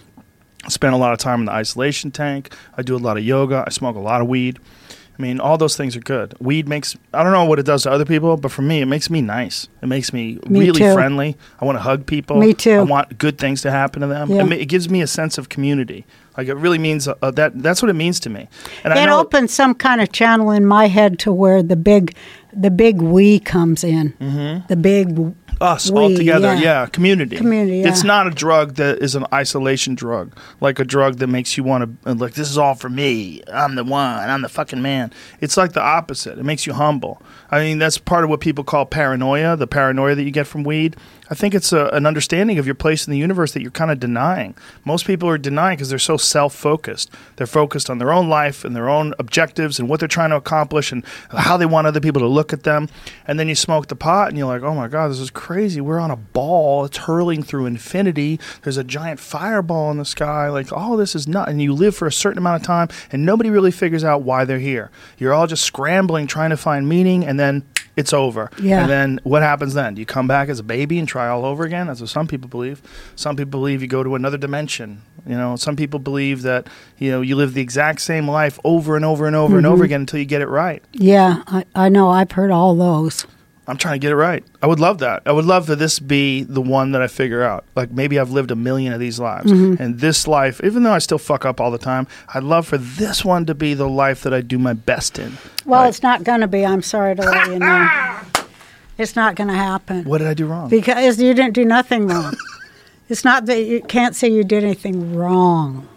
[SPEAKER 2] Spent a lot of time in the isolation tank. I do a lot of yoga. I smoke a lot of weed. I mean, all those things are good. Weed makes, I don't know what it does to other people, but for me, it makes me nice. It makes me,
[SPEAKER 1] Me
[SPEAKER 2] really
[SPEAKER 1] too.
[SPEAKER 2] friendly. I want to hug people.
[SPEAKER 1] Me too.
[SPEAKER 2] I want good things to happen to them.
[SPEAKER 1] Yeah.
[SPEAKER 2] It, ma- it gives me a sense of community. Like, it really means uh, uh, that that's what it means to me. And I
[SPEAKER 1] it
[SPEAKER 2] know
[SPEAKER 1] opens some kind of channel in my head to where the big, the big we comes in. Mm-hmm. The big
[SPEAKER 2] us
[SPEAKER 1] we,
[SPEAKER 2] all together.
[SPEAKER 1] yeah.
[SPEAKER 2] Yeah. community.
[SPEAKER 1] Community,
[SPEAKER 2] It's
[SPEAKER 1] yeah.
[SPEAKER 2] not a drug that is an isolation drug, like a drug that makes you want to, like, this is all for me. I'm the one. I'm the fucking man. It's like the opposite. It makes you humble. I mean, that's part of what people call paranoia, the paranoia that you get from weed. I think it's a, an understanding of your place in the universe that you're kind of denying. Most people are denying because they're so self focused. They're focused on their own life and their own objectives and what they're trying to accomplish and how they want other people to look at them. And then you smoke the pot and you're like, oh my God, this is crazy. We're on a ball. It's hurling through infinity. There's a giant fireball in the sky. Like, oh, this is not. And you live for a certain amount of time and nobody really figures out why they're here. You're all just scrambling, trying to find meaning, and then it's over.
[SPEAKER 1] Yeah.
[SPEAKER 2] And then and what happens then? Do you come back as a baby and try all over again? That's what some people believe. Some people believe you go to another dimension. You know, some people believe that you know you live the exact same life over and over and over and over again until you get it right.
[SPEAKER 1] yeah. I, I know. I've heard all those.
[SPEAKER 2] I'm trying to get it right. I would love that. I would love for this be the one that I figure out. Like maybe I've lived a million of these lives, and this life, even though I still fuck up all the time, I'd love for this one to be the life that I do my best in.
[SPEAKER 1] Well,
[SPEAKER 2] Like,
[SPEAKER 1] it's not going to be. I'm sorry to let you know. It's not going to happen
[SPEAKER 2] what did I do wrong?
[SPEAKER 1] because you didn't do nothing wrong. it's not that you can't say you did anything wrong.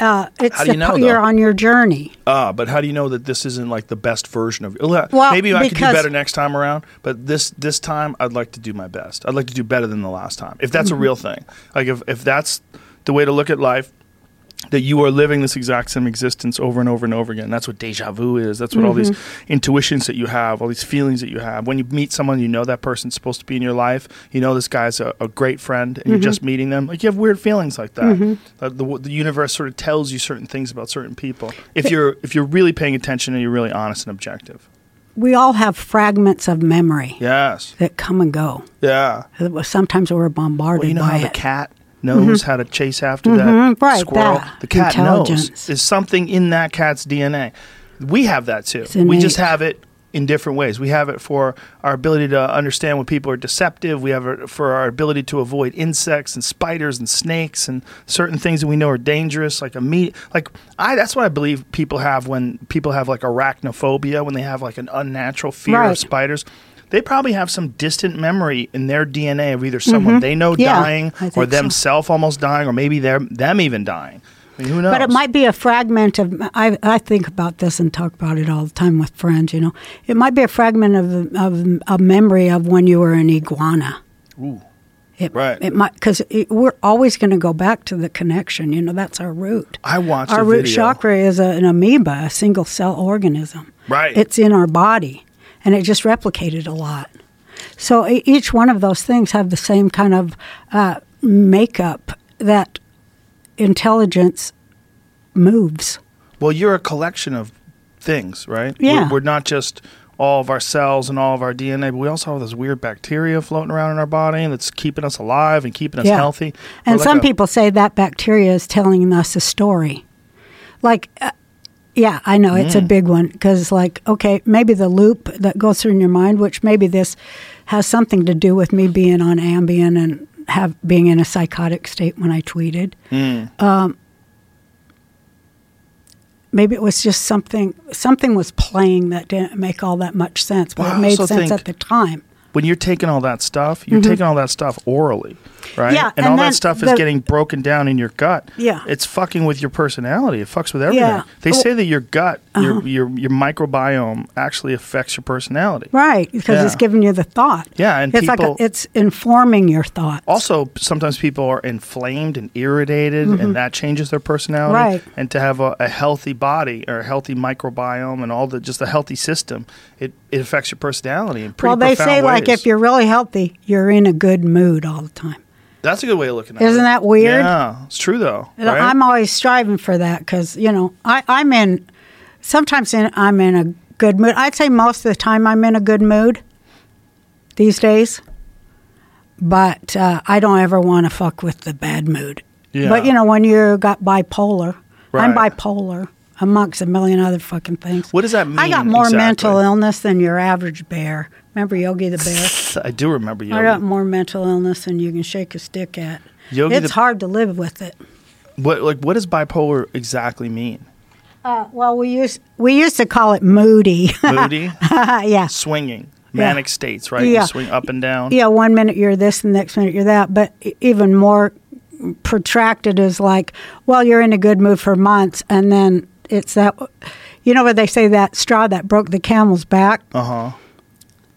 [SPEAKER 1] Uh, it's
[SPEAKER 2] How do you know,
[SPEAKER 1] suppo- you're
[SPEAKER 2] though?
[SPEAKER 1] on your journey.
[SPEAKER 2] Ah, but how do you know that this isn't like the best version of
[SPEAKER 1] Well,
[SPEAKER 2] Maybe I could do
[SPEAKER 1] because-
[SPEAKER 2] better next time around, but this this time I'd like to do my best. I'd like to do better than the last time. If
[SPEAKER 1] Mm-hmm.
[SPEAKER 2] that's a real thing. Like if if that's the way to look at life that you are living this exact same existence over and over and over again. That's what deja vu is. That's what all these intuitions that you have, all these feelings that you have. When you meet someone, you know that person's supposed to be in your life. You know this guy's a, a great friend, and you're just meeting them. Like you have weird feelings like that. Like, the, the universe sort of tells you certain things about certain people if you're if you're really paying attention and you're really honest and objective.
[SPEAKER 1] We all have fragments of memory
[SPEAKER 2] Yes.
[SPEAKER 1] that come and go.
[SPEAKER 2] Yeah.
[SPEAKER 1] Sometimes we're bombarded
[SPEAKER 2] Well, you know
[SPEAKER 1] by
[SPEAKER 2] how the
[SPEAKER 1] it.
[SPEAKER 2] cat knows how to chase after
[SPEAKER 1] Mhm,
[SPEAKER 2] that
[SPEAKER 1] right,
[SPEAKER 2] squirrel.
[SPEAKER 1] that
[SPEAKER 2] the cat knows
[SPEAKER 1] intelligence.
[SPEAKER 2] there's something in that cat's DNA. We have that too.
[SPEAKER 1] It's
[SPEAKER 2] We just
[SPEAKER 1] innate.
[SPEAKER 2] have it in different ways. We have it for our ability to understand when people are deceptive. We have it for our ability to avoid insects and spiders and snakes and certain things that we know are dangerous, like a meat. Like I, that's what I believe people have when people have like arachnophobia, when they have like an unnatural fear
[SPEAKER 1] Right.
[SPEAKER 2] of spiders. They probably have some distant memory in their DNA of either someone
[SPEAKER 1] Mm-hmm.
[SPEAKER 2] they know
[SPEAKER 1] Yeah,
[SPEAKER 2] dying
[SPEAKER 1] I
[SPEAKER 2] or
[SPEAKER 1] think so.
[SPEAKER 2] themselves almost dying or maybe they're them even dying. I mean, who knows?
[SPEAKER 1] But it might be a fragment of. I, I think about this and talk about it all the time with friends. You know, it might be a fragment of of a memory of when you were an iguana.
[SPEAKER 2] Ooh.
[SPEAKER 1] It,
[SPEAKER 2] Right.
[SPEAKER 1] It might because we're always going to go back to the connection. You know, that's our root.
[SPEAKER 2] I watched
[SPEAKER 1] our
[SPEAKER 2] a
[SPEAKER 1] root
[SPEAKER 2] video.
[SPEAKER 1] chakra is a, an amoeba, a single cell organism.
[SPEAKER 2] Right.
[SPEAKER 1] It's in our body, and it just replicated a lot. So e- each one of those things have the same kind of uh, makeup that intelligence moves.
[SPEAKER 2] Well, you're a collection of things, right?
[SPEAKER 1] Yeah.
[SPEAKER 2] We're, we're not just all of our cells and all of our DNA, but we also have this weird bacteria floating around in our body that's keeping us alive and keeping us
[SPEAKER 1] Yeah.
[SPEAKER 2] healthy. We're
[SPEAKER 1] And
[SPEAKER 2] like
[SPEAKER 1] some
[SPEAKER 2] a-
[SPEAKER 1] people say that bacteria is telling us a story. Like, uh, yeah, I know
[SPEAKER 2] Mm.
[SPEAKER 1] it's a big one because, like, okay, maybe the loop that goes through in your mind, which maybe this has something to do with me being on Ambien and have being in a psychotic state when I tweeted.
[SPEAKER 2] Mm.
[SPEAKER 1] Um, maybe it was just something something was playing that didn't make all that much sense, but
[SPEAKER 2] Well, I
[SPEAKER 1] it made
[SPEAKER 2] also
[SPEAKER 1] sense
[SPEAKER 2] think-
[SPEAKER 1] at the time.
[SPEAKER 2] when you're taking all that stuff, you're taking all that stuff orally. right?
[SPEAKER 1] Mm-hmm. Yeah,
[SPEAKER 2] and,
[SPEAKER 1] and
[SPEAKER 2] all
[SPEAKER 1] then
[SPEAKER 2] that stuff is
[SPEAKER 1] the-
[SPEAKER 2] getting broken down in your gut.
[SPEAKER 1] Yeah.
[SPEAKER 2] it's fucking with your personality. It fucks with everything.
[SPEAKER 1] Yeah.
[SPEAKER 2] They
[SPEAKER 1] Well- Uh-huh.
[SPEAKER 2] say that your gut, your your your microbiome, actually affects your personality.
[SPEAKER 1] Right, because it's
[SPEAKER 2] Yeah.
[SPEAKER 1] giving you the thought.
[SPEAKER 2] Yeah, and
[SPEAKER 1] it's
[SPEAKER 2] people-
[SPEAKER 1] like a, it's informing your thoughts.
[SPEAKER 2] Also, sometimes people are inflamed and irritated, and that changes their personality.
[SPEAKER 1] Mm-hmm. Right.
[SPEAKER 2] And to have a, a healthy body or a healthy microbiome and all the just a healthy system, it, it affects your personality in pretty
[SPEAKER 1] well, they
[SPEAKER 2] profound
[SPEAKER 1] say like
[SPEAKER 2] ways.
[SPEAKER 1] if you're really healthy, you're in a good mood all the time.
[SPEAKER 2] That's a good way of looking at it.
[SPEAKER 1] Isn't that weird?
[SPEAKER 2] Yeah, it's true though.
[SPEAKER 1] And
[SPEAKER 2] right?
[SPEAKER 1] I'm always striving for that because you know I, I'm in. Sometimes in, I'm in a good mood. I'd say most of the time I'm in a good mood these days, but uh, I don't ever want to fuck with the bad mood.
[SPEAKER 2] Yeah.
[SPEAKER 1] But you know when you got bipolar, I'm
[SPEAKER 2] Right.
[SPEAKER 1] bipolar amongst a million other fucking things.
[SPEAKER 2] What does that
[SPEAKER 1] I got
[SPEAKER 2] mean
[SPEAKER 1] more
[SPEAKER 2] exactly?
[SPEAKER 1] mental illness than your average bear. Remember Yogi the bear?
[SPEAKER 2] I do remember you.
[SPEAKER 1] I got more mental illness than you can shake a stick at.
[SPEAKER 2] Yogi
[SPEAKER 1] it's
[SPEAKER 2] the-
[SPEAKER 1] hard to live with it.
[SPEAKER 2] What like what does bipolar exactly mean?
[SPEAKER 1] Uh, well, we used we used to call it moody.
[SPEAKER 2] Moody,
[SPEAKER 1] yeah,
[SPEAKER 2] swinging, manic states, right?
[SPEAKER 1] Yeah.
[SPEAKER 2] You swing up and down.
[SPEAKER 1] yeah. One minute you're this, and the next minute you're that. But e- even more protracted is like, well, you're in a good mood for months, and then it's that. You know what they say that straw that broke the camel's back.
[SPEAKER 2] Uh huh.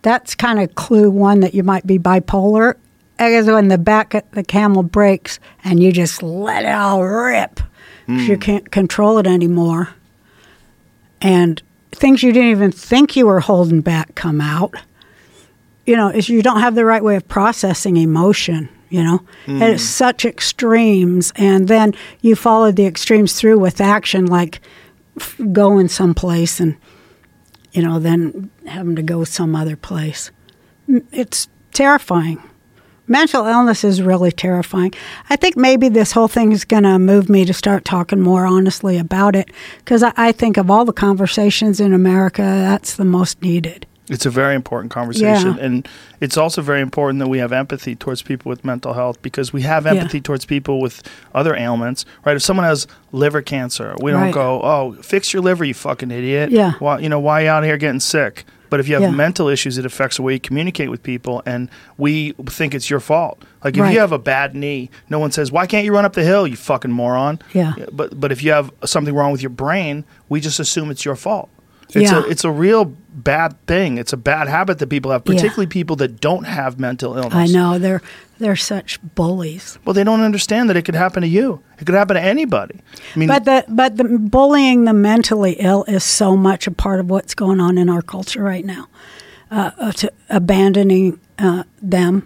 [SPEAKER 1] That's kind of clue one that you might be bipolar. Is when the back of the camel breaks and you just let it all rip 'cause you can't control it anymore. And things you didn't even think you were holding back come out. You know, is you don't have the right way of processing emotion, you know? And it's such extremes. And then you follow the extremes through with action, like f- going someplace and you know, than having to go some other place. M- It's terrifying. Mental illness is really terrifying. I think maybe this whole thing is going to move me to start talking more honestly about it because I, I think of all the conversations in America, that's the most needed.
[SPEAKER 2] It's a very important conversation,
[SPEAKER 1] Yeah.
[SPEAKER 2] and it's also very important that we have empathy towards people with mental health because we have empathy towards people with other ailments, right? If someone has liver cancer, we don't
[SPEAKER 1] Right.
[SPEAKER 2] go, "Oh, fix your liver, you fucking idiot."
[SPEAKER 1] Yeah.
[SPEAKER 2] Why, you know, why you out here getting sick? But if you have
[SPEAKER 1] Yeah.
[SPEAKER 2] mental issues, it affects the way you communicate with people, and we think it's your fault. Like if
[SPEAKER 1] Right.
[SPEAKER 2] you have a bad knee, no one says, "Why can't you run up the hill, you fucking moron?"
[SPEAKER 1] Yeah.
[SPEAKER 2] But but if you have something wrong with your brain, we just assume it's your fault. It's
[SPEAKER 1] Yeah.
[SPEAKER 2] a it's a real bad thing. It's a bad habit that people have,
[SPEAKER 1] Yeah.
[SPEAKER 2] particularly people that don't have mental illness.
[SPEAKER 1] I know they're they're such bullies.
[SPEAKER 2] Well, they don't understand that it could happen to you. It could happen to anybody. I mean,
[SPEAKER 1] But the but the bullying the mentally ill is so much a part of what's going on in our culture right now. Uh, uh, to abandoning uh, them,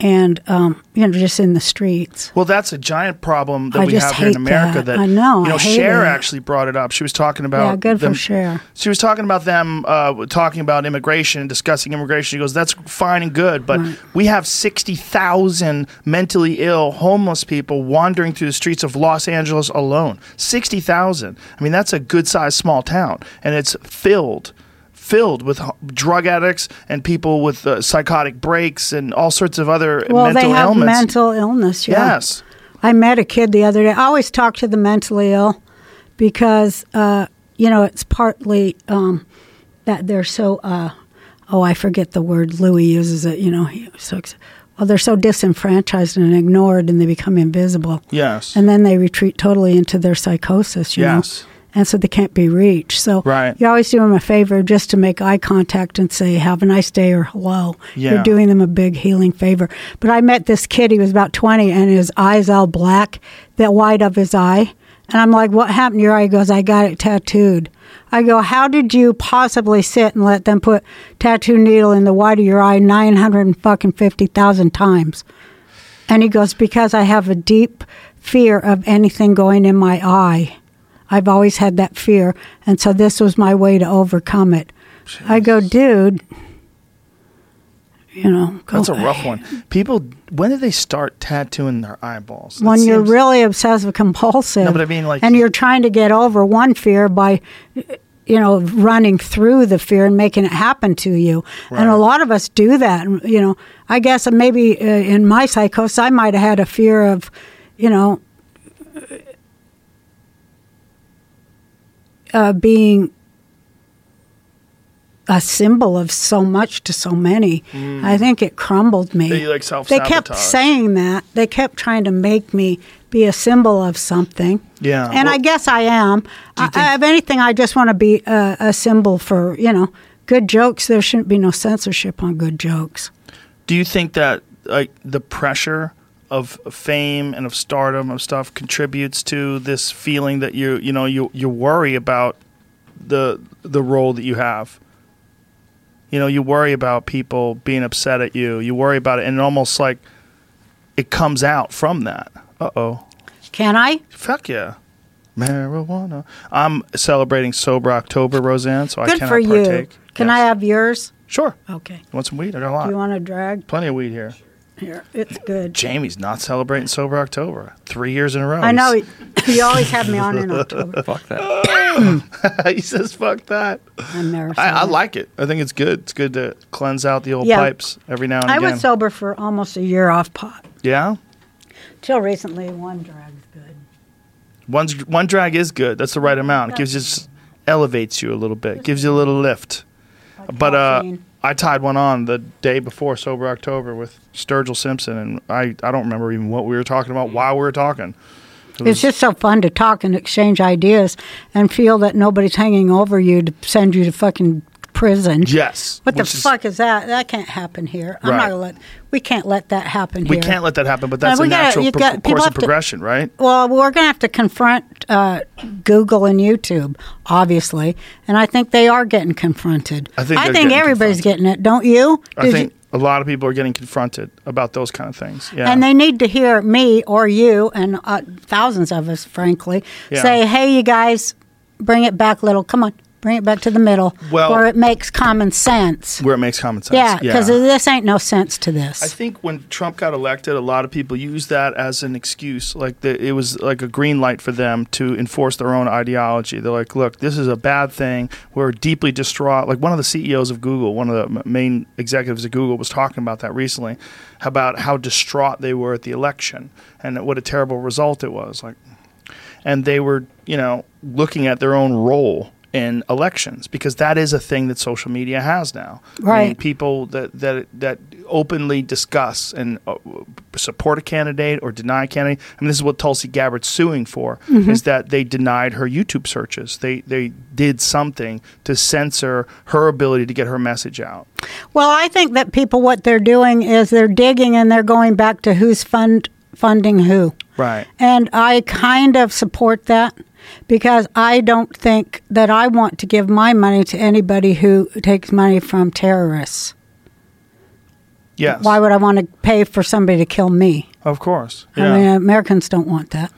[SPEAKER 1] and um, you know, just in the streets.
[SPEAKER 2] well, that's a giant problem that
[SPEAKER 1] I
[SPEAKER 2] we
[SPEAKER 1] just
[SPEAKER 2] have here in
[SPEAKER 1] hate
[SPEAKER 2] America.
[SPEAKER 1] that.
[SPEAKER 2] That,
[SPEAKER 1] I know,
[SPEAKER 2] You know,
[SPEAKER 1] I hate
[SPEAKER 2] Cher
[SPEAKER 1] it.
[SPEAKER 2] actually brought it up. She was talking about
[SPEAKER 1] Yeah, good for
[SPEAKER 2] them-
[SPEAKER 1] Cher.
[SPEAKER 2] She was talking about them uh, talking about immigration, discussing immigration. She goes, "That's fine and good, but
[SPEAKER 1] Right.
[SPEAKER 2] we have sixty thousand mentally ill, homeless people wandering through the streets of Los Angeles alone. Sixty thousand. I mean, that's a good-sized small town, and it's filled." Filled with h- drug addicts and people with uh, psychotic breaks and all sorts of other
[SPEAKER 1] Well,
[SPEAKER 2] mental
[SPEAKER 1] they have
[SPEAKER 2] ailments.
[SPEAKER 1] mental illness. Yeah.
[SPEAKER 2] Yes.
[SPEAKER 1] I met a kid the other day. I always talk to the mentally ill because uh, you know it's partly um, that they're so. Uh, oh, I forget the word Louis uses it. You know, he was so ex- well they're so disenfranchised and ignored, and they become invisible.
[SPEAKER 2] Yes.
[SPEAKER 1] and then they retreat totally into their psychosis. You
[SPEAKER 2] Yes.
[SPEAKER 1] know. And so they can't be reached. So
[SPEAKER 2] Right.
[SPEAKER 1] you always do them a favor just to make eye contact and say, have a nice day or hello.
[SPEAKER 2] Yeah.
[SPEAKER 1] You're doing them a big healing favor. But I met this kid, he was about 20, and his eyes all black, that wide of his eye. And I'm like, what happened to your eye? He goes, I got it tattooed. I go, how did you possibly sit and let them put tattoo needle in the wide of your eye 950,000 times? And he goes, Because I have a deep fear of anything going in my eye. I've always had that fear. And so this was my way to overcome it. I go, Dude, you know, go
[SPEAKER 2] That's a rough
[SPEAKER 1] away."
[SPEAKER 2] one. People, when did they start tattooing their eyeballs? That
[SPEAKER 1] When you're
[SPEAKER 2] seems-
[SPEAKER 1] really obsessive compulsive,
[SPEAKER 2] No, but I mean, like-
[SPEAKER 1] and you're trying to get over one fear by, you know, running through the fear and making it happen to you. And
[SPEAKER 2] Right.
[SPEAKER 1] a lot of us do that. And, You know, I guess maybe uh, in my psychosis, I might have had a fear of, you know, uh, being a symbol of so much to so many. I think it crumbled me.
[SPEAKER 2] Mm. That you, like,
[SPEAKER 1] they
[SPEAKER 2] self-sabotage.
[SPEAKER 1] kept saying that. They kept trying to make me be a symbol of something.
[SPEAKER 2] Yeah.
[SPEAKER 1] And I
[SPEAKER 2] Well-
[SPEAKER 1] guess I am. I, I- if anything, I just want to be a, a symbol for, you know, good jokes. There shouldn't be no censorship on good jokes.
[SPEAKER 2] Do you think that like the pressure of fame and of stardom of stuff contributes to this feeling that you you know you you worry about the the role that you have? You know, you worry about people being upset at you. You worry about it, and it almost like it comes out from that. Uh oh.
[SPEAKER 1] Can I?
[SPEAKER 2] Fuck yeah. Marijuana. I'm celebrating sober October, Roseanne, so I
[SPEAKER 1] Good
[SPEAKER 2] cannot
[SPEAKER 1] for you.
[SPEAKER 2] partake.
[SPEAKER 1] Can
[SPEAKER 2] Yes. Uh,
[SPEAKER 1] I have yours?
[SPEAKER 2] Sure.
[SPEAKER 1] Okay.
[SPEAKER 2] You want some weed? I got a
[SPEAKER 1] Do
[SPEAKER 2] lot.
[SPEAKER 1] you want a drag?
[SPEAKER 2] Plenty of weed here.
[SPEAKER 1] Here, it's good.
[SPEAKER 2] Jamie's not celebrating sober October. Three years in a row.
[SPEAKER 1] I know
[SPEAKER 2] He's-
[SPEAKER 1] you always have me on in October.
[SPEAKER 3] Fuck that.
[SPEAKER 2] he says, "Fuck that."
[SPEAKER 1] I'm there.
[SPEAKER 2] I, I
[SPEAKER 1] so-
[SPEAKER 2] like it. I think it's good. It's good to cleanse out the old
[SPEAKER 1] Yeah.
[SPEAKER 2] pipes every now and
[SPEAKER 1] I
[SPEAKER 2] again.
[SPEAKER 1] was sober for almost a year off pot.
[SPEAKER 2] yeah,
[SPEAKER 1] Till recently, one drag's good.
[SPEAKER 2] one's one drag is good. That's the right amount. It gives you just elevates you a little bit. Gives you a little lift.
[SPEAKER 1] Like
[SPEAKER 2] But uh,
[SPEAKER 1] caffeine.
[SPEAKER 2] I tied one on the day before sober October with Sturgill Simpson, and I I don't remember even what we were talking about. Why we were talking. It was-
[SPEAKER 1] it's just so fun to talk and exchange ideas and feel that nobody's hanging over you to send you to fucking prison.
[SPEAKER 2] yes.
[SPEAKER 1] What the
[SPEAKER 2] which is-
[SPEAKER 1] fuck is that? That can't happen here. I'm
[SPEAKER 2] Right.
[SPEAKER 1] not gonna let. We can't let that happen
[SPEAKER 2] We
[SPEAKER 1] here.
[SPEAKER 2] can't let that happen, but that's
[SPEAKER 1] Uh,
[SPEAKER 2] a
[SPEAKER 1] we gotta-
[SPEAKER 2] natural
[SPEAKER 1] you
[SPEAKER 2] pro-
[SPEAKER 1] got- people
[SPEAKER 2] course of
[SPEAKER 1] have to-
[SPEAKER 2] progression, right?
[SPEAKER 1] Well, we're going to have to confront uh, Google and YouTube, obviously, and I think they are getting confronted.
[SPEAKER 2] I think they're getting
[SPEAKER 1] everybody's
[SPEAKER 2] confronted.
[SPEAKER 1] getting it, don't you?
[SPEAKER 2] I
[SPEAKER 1] Did
[SPEAKER 2] think
[SPEAKER 1] you-
[SPEAKER 2] a lot of people are getting confronted about those kind of things. Yeah.
[SPEAKER 1] And they need to hear me or you and uh, thousands of us, frankly,
[SPEAKER 2] Yeah.
[SPEAKER 1] say, "Hey, you guys, bring it back, little. Come on, bring it back to the middle,
[SPEAKER 2] Well-
[SPEAKER 1] where it makes common sense."
[SPEAKER 2] where it makes common sense.
[SPEAKER 1] Yeah, because this ain't no sense to this.
[SPEAKER 2] I think when Trump got elected, a lot of people used that as an excuse. Like the, it was like a green light for them to enforce their own ideology. They're like, "Look, this is a bad thing. We're deeply distraught." Like one of the CEOs of Google, one of the m- main executives at Google, was talking about that recently, about how distraught they were at the election and what a terrible result it was. Like, and they were, you know, looking at their own role in elections because that is a thing that social media has now. I mean,
[SPEAKER 1] Right.
[SPEAKER 2] people that that that openly discuss and uh, support a candidate or deny a candidate. I mean, this is what Tulsi Gabbard's suing for
[SPEAKER 1] Mm-hmm.
[SPEAKER 2] is that they denied her YouTube searches. They they did something to censor her ability to get her message out.
[SPEAKER 1] Well, I think that people what they're doing is they're digging and they're going back to who's fund funding who.
[SPEAKER 2] Right.
[SPEAKER 1] And I kind of support that because I don't think that I want to give my money to anybody who takes money from terrorists.
[SPEAKER 2] Yes.
[SPEAKER 1] Why would Oh, I want to pay for somebody to kill me?
[SPEAKER 2] of course.
[SPEAKER 1] I
[SPEAKER 2] Yeah.
[SPEAKER 1] mean, Americans don't want that.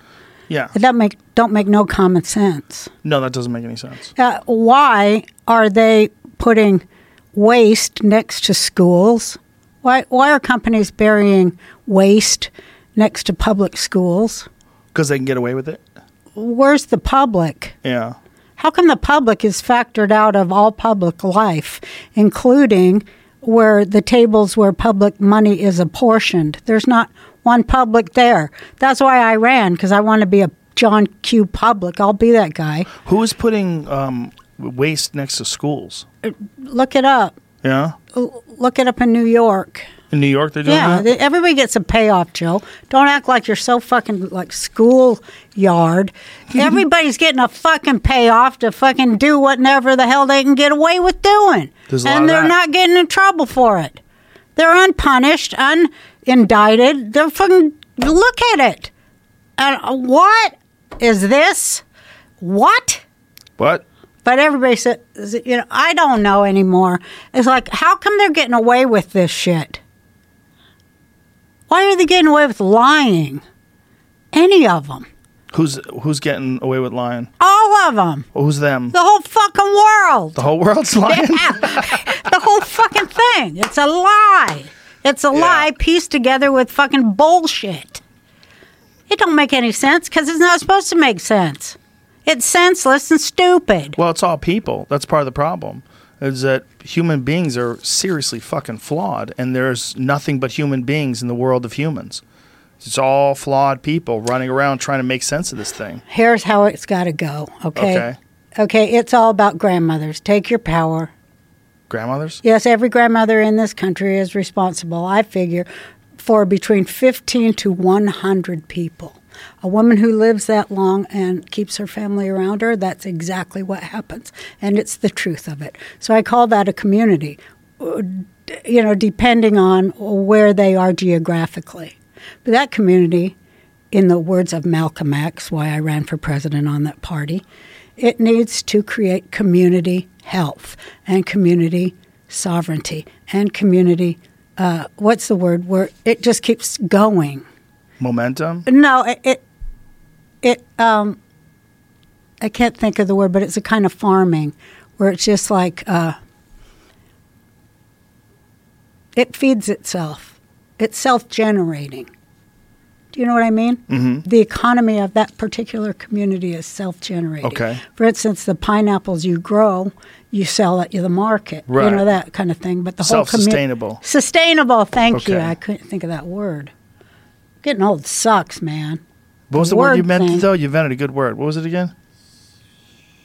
[SPEAKER 2] yeah.
[SPEAKER 1] That make don't make no common sense.
[SPEAKER 2] No, that doesn't make any sense.
[SPEAKER 1] Uh, why are they putting waste next to schools? Why, why are companies burying waste next to public schools?
[SPEAKER 2] Because they can get away with it.
[SPEAKER 1] Where's the public?
[SPEAKER 2] Yeah.
[SPEAKER 1] How come the public is factored out of all public life, including where the tables where public money is apportioned? There's not one public there. That's why I ran, because I want to be a John Q. Public. I'll be that guy.
[SPEAKER 2] Who is putting um, waste next to schools?
[SPEAKER 1] Look it up.
[SPEAKER 2] Yeah.
[SPEAKER 1] L- Look it up in New York.
[SPEAKER 2] In New York, they're doing
[SPEAKER 1] Yeah,
[SPEAKER 2] that?
[SPEAKER 1] th- everybody gets a payoff, Joe. Don't act like you're so fucking like school yard. Everybody's getting a fucking payoff to fucking do whatever the hell they can get away with doing,
[SPEAKER 2] There's a lot
[SPEAKER 1] and
[SPEAKER 2] of
[SPEAKER 1] they're
[SPEAKER 2] that.
[SPEAKER 1] not getting in trouble for it. They're unpunished, unindicted. They're fucking look at it. And uh, what is this? What?
[SPEAKER 2] What?
[SPEAKER 1] But everybody said, you know, I don't know anymore. It's like, how come they're getting away with this shit? Why are they getting away with lying? Any of them.
[SPEAKER 2] Who's who's getting away with lying?
[SPEAKER 1] All of them.
[SPEAKER 2] Who's them?
[SPEAKER 1] The whole fucking world.
[SPEAKER 2] The whole world's lying.
[SPEAKER 1] the whole fucking thing. It's a lie. It's a
[SPEAKER 2] Yeah.
[SPEAKER 1] lie pieced together with fucking bullshit. It don't make any sense because it's not supposed to make sense. It's senseless and stupid.
[SPEAKER 2] Well, it's all people. That's part of the problem. Is that human beings are seriously fucking flawed, and there's nothing but human beings in the world of humans. It's all flawed people running around trying to make sense of this thing.
[SPEAKER 1] here's how it's got to go. Okay?
[SPEAKER 2] Okay.
[SPEAKER 1] Okay, It's all about grandmothers. Take your power.
[SPEAKER 2] grandmothers?
[SPEAKER 1] Yes, every grandmother in this country is responsible, I figure, for between 15 to 100 people. A woman who lives that long and keeps her family around her, that's exactly what happens. And it's the truth of it. So I call that a community, uh, d- you know, depending on where they are geographically. But that community, in the words of Malcolm X, why I ran for president on that party, it needs to create community health and community sovereignty and community. Uh, what's the word? Where it just keeps going.
[SPEAKER 2] Momentum?
[SPEAKER 1] No, it, it, it um, I can't think of the word, but it's a kind of farming where it's just like uh, it feeds itself. It's self-generating. Do you know what I mean? Mm-hmm. The economy of that particular community is self-generating.
[SPEAKER 2] Okay.
[SPEAKER 1] For instance, the pineapples you grow, you sell at the market. You
[SPEAKER 2] Right.
[SPEAKER 1] know that kind of thing. But the whole commu-
[SPEAKER 2] Self-sustainable.
[SPEAKER 1] Sustainable. Thank you.
[SPEAKER 2] Okay.
[SPEAKER 1] I couldn't think of that word. Getting old sucks, man.
[SPEAKER 2] What was the word you
[SPEAKER 1] word
[SPEAKER 2] meant,
[SPEAKER 1] thing. though?
[SPEAKER 2] though? You invented a good word. What was it again?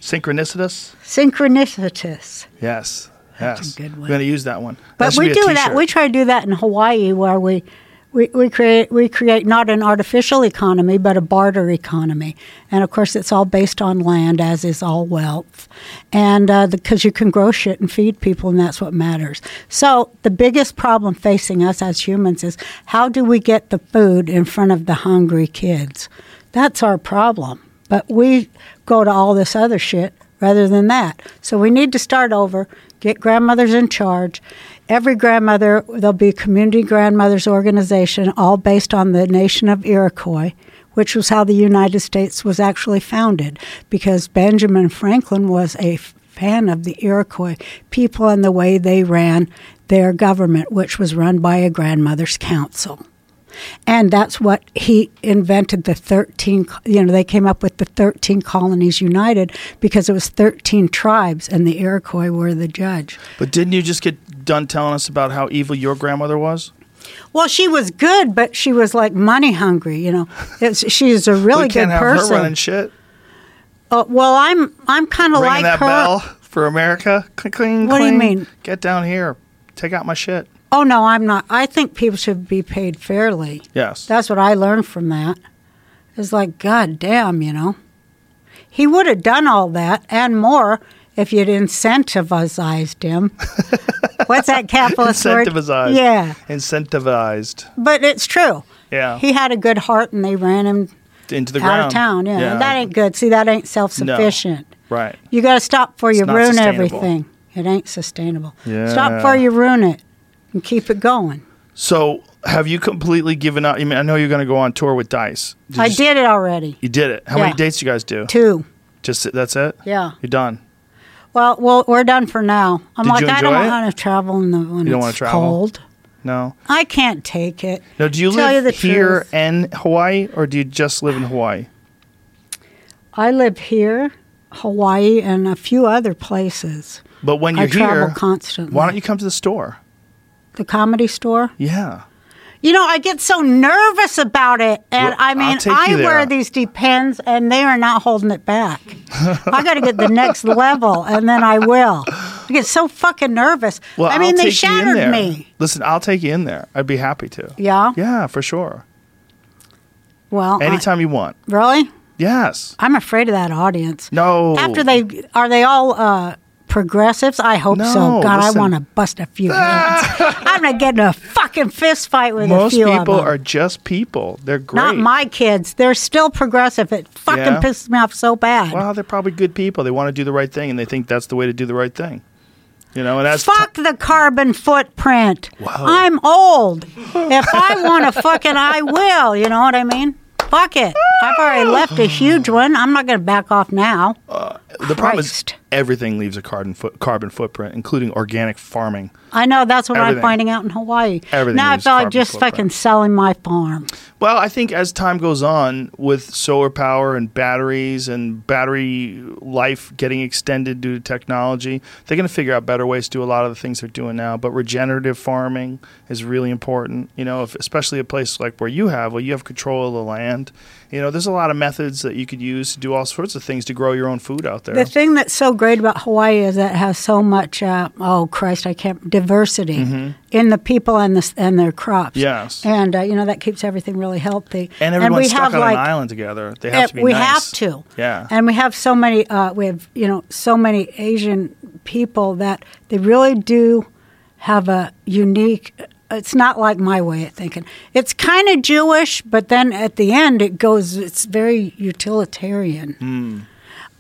[SPEAKER 2] Synchronicitous?
[SPEAKER 1] Synchronicitous.
[SPEAKER 2] Yes.
[SPEAKER 1] That's a
[SPEAKER 2] yes.
[SPEAKER 1] good
[SPEAKER 2] We're
[SPEAKER 1] one.
[SPEAKER 2] going to use that one.
[SPEAKER 1] But
[SPEAKER 2] should
[SPEAKER 1] we
[SPEAKER 2] be a
[SPEAKER 1] do that.
[SPEAKER 2] t-shirt.
[SPEAKER 1] We try to do that in Hawaii, where we, we, we create we create not an artificial economy, but a barter economy. And of course, it's all based on land, as is all wealth, and because you can grow shit and feed people, and that's what matters. So the biggest problem facing us as humans is how do we get the food in front of the hungry kids? That's our problem. But we go to all this other shit rather than that. So we need to start over, get grandmothers in charge. Every grandmother, there'll be a community grandmothers organization, all based on the nation of Iroquois, which was how the United States was actually founded, because Benjamin Franklin was a f- fan of the Iroquois people and the way they ran their government, which was run by a grandmother's council. And that's what he invented the 13, co- you know, they came up with the 13 colonies united because it was 13 tribes and the Iroquois were the judge.
[SPEAKER 2] But didn't you just get done telling us about how evil your grandmother was?
[SPEAKER 1] Well, she was good, but she was like money hungry, you know. It's, she's a really
[SPEAKER 2] we can't
[SPEAKER 1] good
[SPEAKER 2] have
[SPEAKER 1] person.
[SPEAKER 2] her running shit.
[SPEAKER 1] Uh, well, I'm I'm kind of like
[SPEAKER 2] Ringing that
[SPEAKER 1] her.
[SPEAKER 2] bell for America. Cling, cling,
[SPEAKER 1] What do you
[SPEAKER 2] cling.
[SPEAKER 1] mean?
[SPEAKER 2] Get down here. Take out my shit.
[SPEAKER 1] Oh no, I'm not. I think people should be paid fairly.
[SPEAKER 2] Yes.
[SPEAKER 1] That's what I learned from that. It's like, God damn, you know. He would have done all that and more if you'd incentivized him. What's that capitalist word?
[SPEAKER 2] Incentivized.
[SPEAKER 1] Yeah,
[SPEAKER 2] Incentivized
[SPEAKER 1] but it's true.
[SPEAKER 2] Yeah.
[SPEAKER 1] He had a good heart and they ran him
[SPEAKER 2] into the
[SPEAKER 1] out
[SPEAKER 2] ground.
[SPEAKER 1] of town. Yeah. That ain't good. See, that ain't self sufficient.
[SPEAKER 2] Right.
[SPEAKER 1] You got to stop before you
[SPEAKER 2] It's not
[SPEAKER 1] ruin
[SPEAKER 2] sustainable.
[SPEAKER 1] everything. It ain't sustainable. Stop
[SPEAKER 2] Yeah.
[SPEAKER 1] before you ruin it and keep it going.
[SPEAKER 2] So, have you completely given up? I mean, I know you're going to go on tour with Dice.
[SPEAKER 1] I
[SPEAKER 2] you s-
[SPEAKER 1] did it already.
[SPEAKER 2] You did it. How many
[SPEAKER 1] Yeah.
[SPEAKER 2] dates you guys do?
[SPEAKER 1] Two.
[SPEAKER 2] Just that's it.
[SPEAKER 1] Yeah.
[SPEAKER 2] You're done.
[SPEAKER 1] Well, well, we're done for now. I'm
[SPEAKER 2] Did
[SPEAKER 1] like,
[SPEAKER 2] you
[SPEAKER 1] I don't
[SPEAKER 2] enjoy it?
[SPEAKER 1] want to travel in the when
[SPEAKER 2] You don't
[SPEAKER 1] it's
[SPEAKER 2] wanna travel?
[SPEAKER 1] cold.
[SPEAKER 2] No.
[SPEAKER 1] I can't take it.
[SPEAKER 2] No. Do you
[SPEAKER 1] Tell
[SPEAKER 2] live
[SPEAKER 1] you the
[SPEAKER 2] here
[SPEAKER 1] truth.
[SPEAKER 2] in Hawaii, or do you just live in Hawaii?
[SPEAKER 1] I live here, Hawaii, and a few other places.
[SPEAKER 2] But when
[SPEAKER 1] I
[SPEAKER 2] you're
[SPEAKER 1] travel
[SPEAKER 2] here,
[SPEAKER 1] constantly.
[SPEAKER 2] why don't you come to the store?
[SPEAKER 1] The comedy store.
[SPEAKER 2] Yeah.
[SPEAKER 1] You know, I get so nervous about it, and
[SPEAKER 2] Well,
[SPEAKER 1] I
[SPEAKER 2] I'll
[SPEAKER 1] mean,
[SPEAKER 2] take you
[SPEAKER 1] I
[SPEAKER 2] there.
[SPEAKER 1] wear these Depends, and they are not holding it back. I got to get the next level, and then I will. I get so fucking nervous.
[SPEAKER 2] Well,
[SPEAKER 1] I mean,
[SPEAKER 2] will
[SPEAKER 1] they
[SPEAKER 2] take you in
[SPEAKER 1] shattered
[SPEAKER 2] there.
[SPEAKER 1] me.
[SPEAKER 2] Listen, I'll take you in there. I'd be happy to.
[SPEAKER 1] Yeah.
[SPEAKER 2] Yeah, for sure.
[SPEAKER 1] Well, I-
[SPEAKER 2] Anytime you want.
[SPEAKER 1] really,
[SPEAKER 2] Yes.
[SPEAKER 1] I'm afraid of that audience.
[SPEAKER 2] No.
[SPEAKER 1] After they are they all uh, progressives? I hope
[SPEAKER 2] No,
[SPEAKER 1] so. God,
[SPEAKER 2] listen.
[SPEAKER 1] I want to bust a few hands. I'm gonna get in a fucking fist fight with
[SPEAKER 2] Most
[SPEAKER 1] a few
[SPEAKER 2] people
[SPEAKER 1] of them.
[SPEAKER 2] are just people. They're great.
[SPEAKER 1] Not my kids. They're still progressive. It fucking
[SPEAKER 2] Yeah.
[SPEAKER 1] pisses me off so bad.
[SPEAKER 2] Well, they're probably good people. They want to do the right thing, and they think that's the way to do the right thing. You know, and that's
[SPEAKER 1] Fuck the carbon footprint. I'm old. If I want to fucking, I will. You know what I mean? Fuck it. I've already left a huge one. I'm not gonna back off now.
[SPEAKER 2] Uh, the problem is
[SPEAKER 1] Christ.
[SPEAKER 2] everything leaves a carbon foot, carbon footprint, including organic farming.
[SPEAKER 1] I know that's what
[SPEAKER 2] Everything.
[SPEAKER 1] I'm finding out in Hawaii.
[SPEAKER 2] Everything
[SPEAKER 1] now I
[SPEAKER 2] leaves
[SPEAKER 1] feel
[SPEAKER 2] carbon
[SPEAKER 1] like just
[SPEAKER 2] footprint.
[SPEAKER 1] fucking selling my farm.
[SPEAKER 2] Well, I think as time goes on with solar power and batteries and battery life getting extended due to technology, they're going to figure out better ways to do a lot of the things they're doing now. But regenerative farming is really important, you know, if, especially a place like where you have, where you have control of the land You know, there's a lot of methods that you could use to do all sorts of things to grow your own food out there.
[SPEAKER 1] The thing that's so great about Hawaii is that it has so much. Uh, oh Christ, I can't diversity in the people and the s- and their crops.
[SPEAKER 2] Mm-hmm. Yes.
[SPEAKER 1] and uh, you know that keeps everything really healthy.
[SPEAKER 2] and everyone's
[SPEAKER 1] we
[SPEAKER 2] stuck
[SPEAKER 1] have,
[SPEAKER 2] on
[SPEAKER 1] like,
[SPEAKER 2] an island together. They have
[SPEAKER 1] it-
[SPEAKER 2] to be
[SPEAKER 1] we
[SPEAKER 2] nice.
[SPEAKER 1] have to.
[SPEAKER 2] Yeah.
[SPEAKER 1] And we have so many. Uh, we have you know so many Asian people that they really do have a unique. It's not like my way of thinking. It's kind of Jewish, but then at the end it goes. It's very utilitarian.
[SPEAKER 2] Hmm.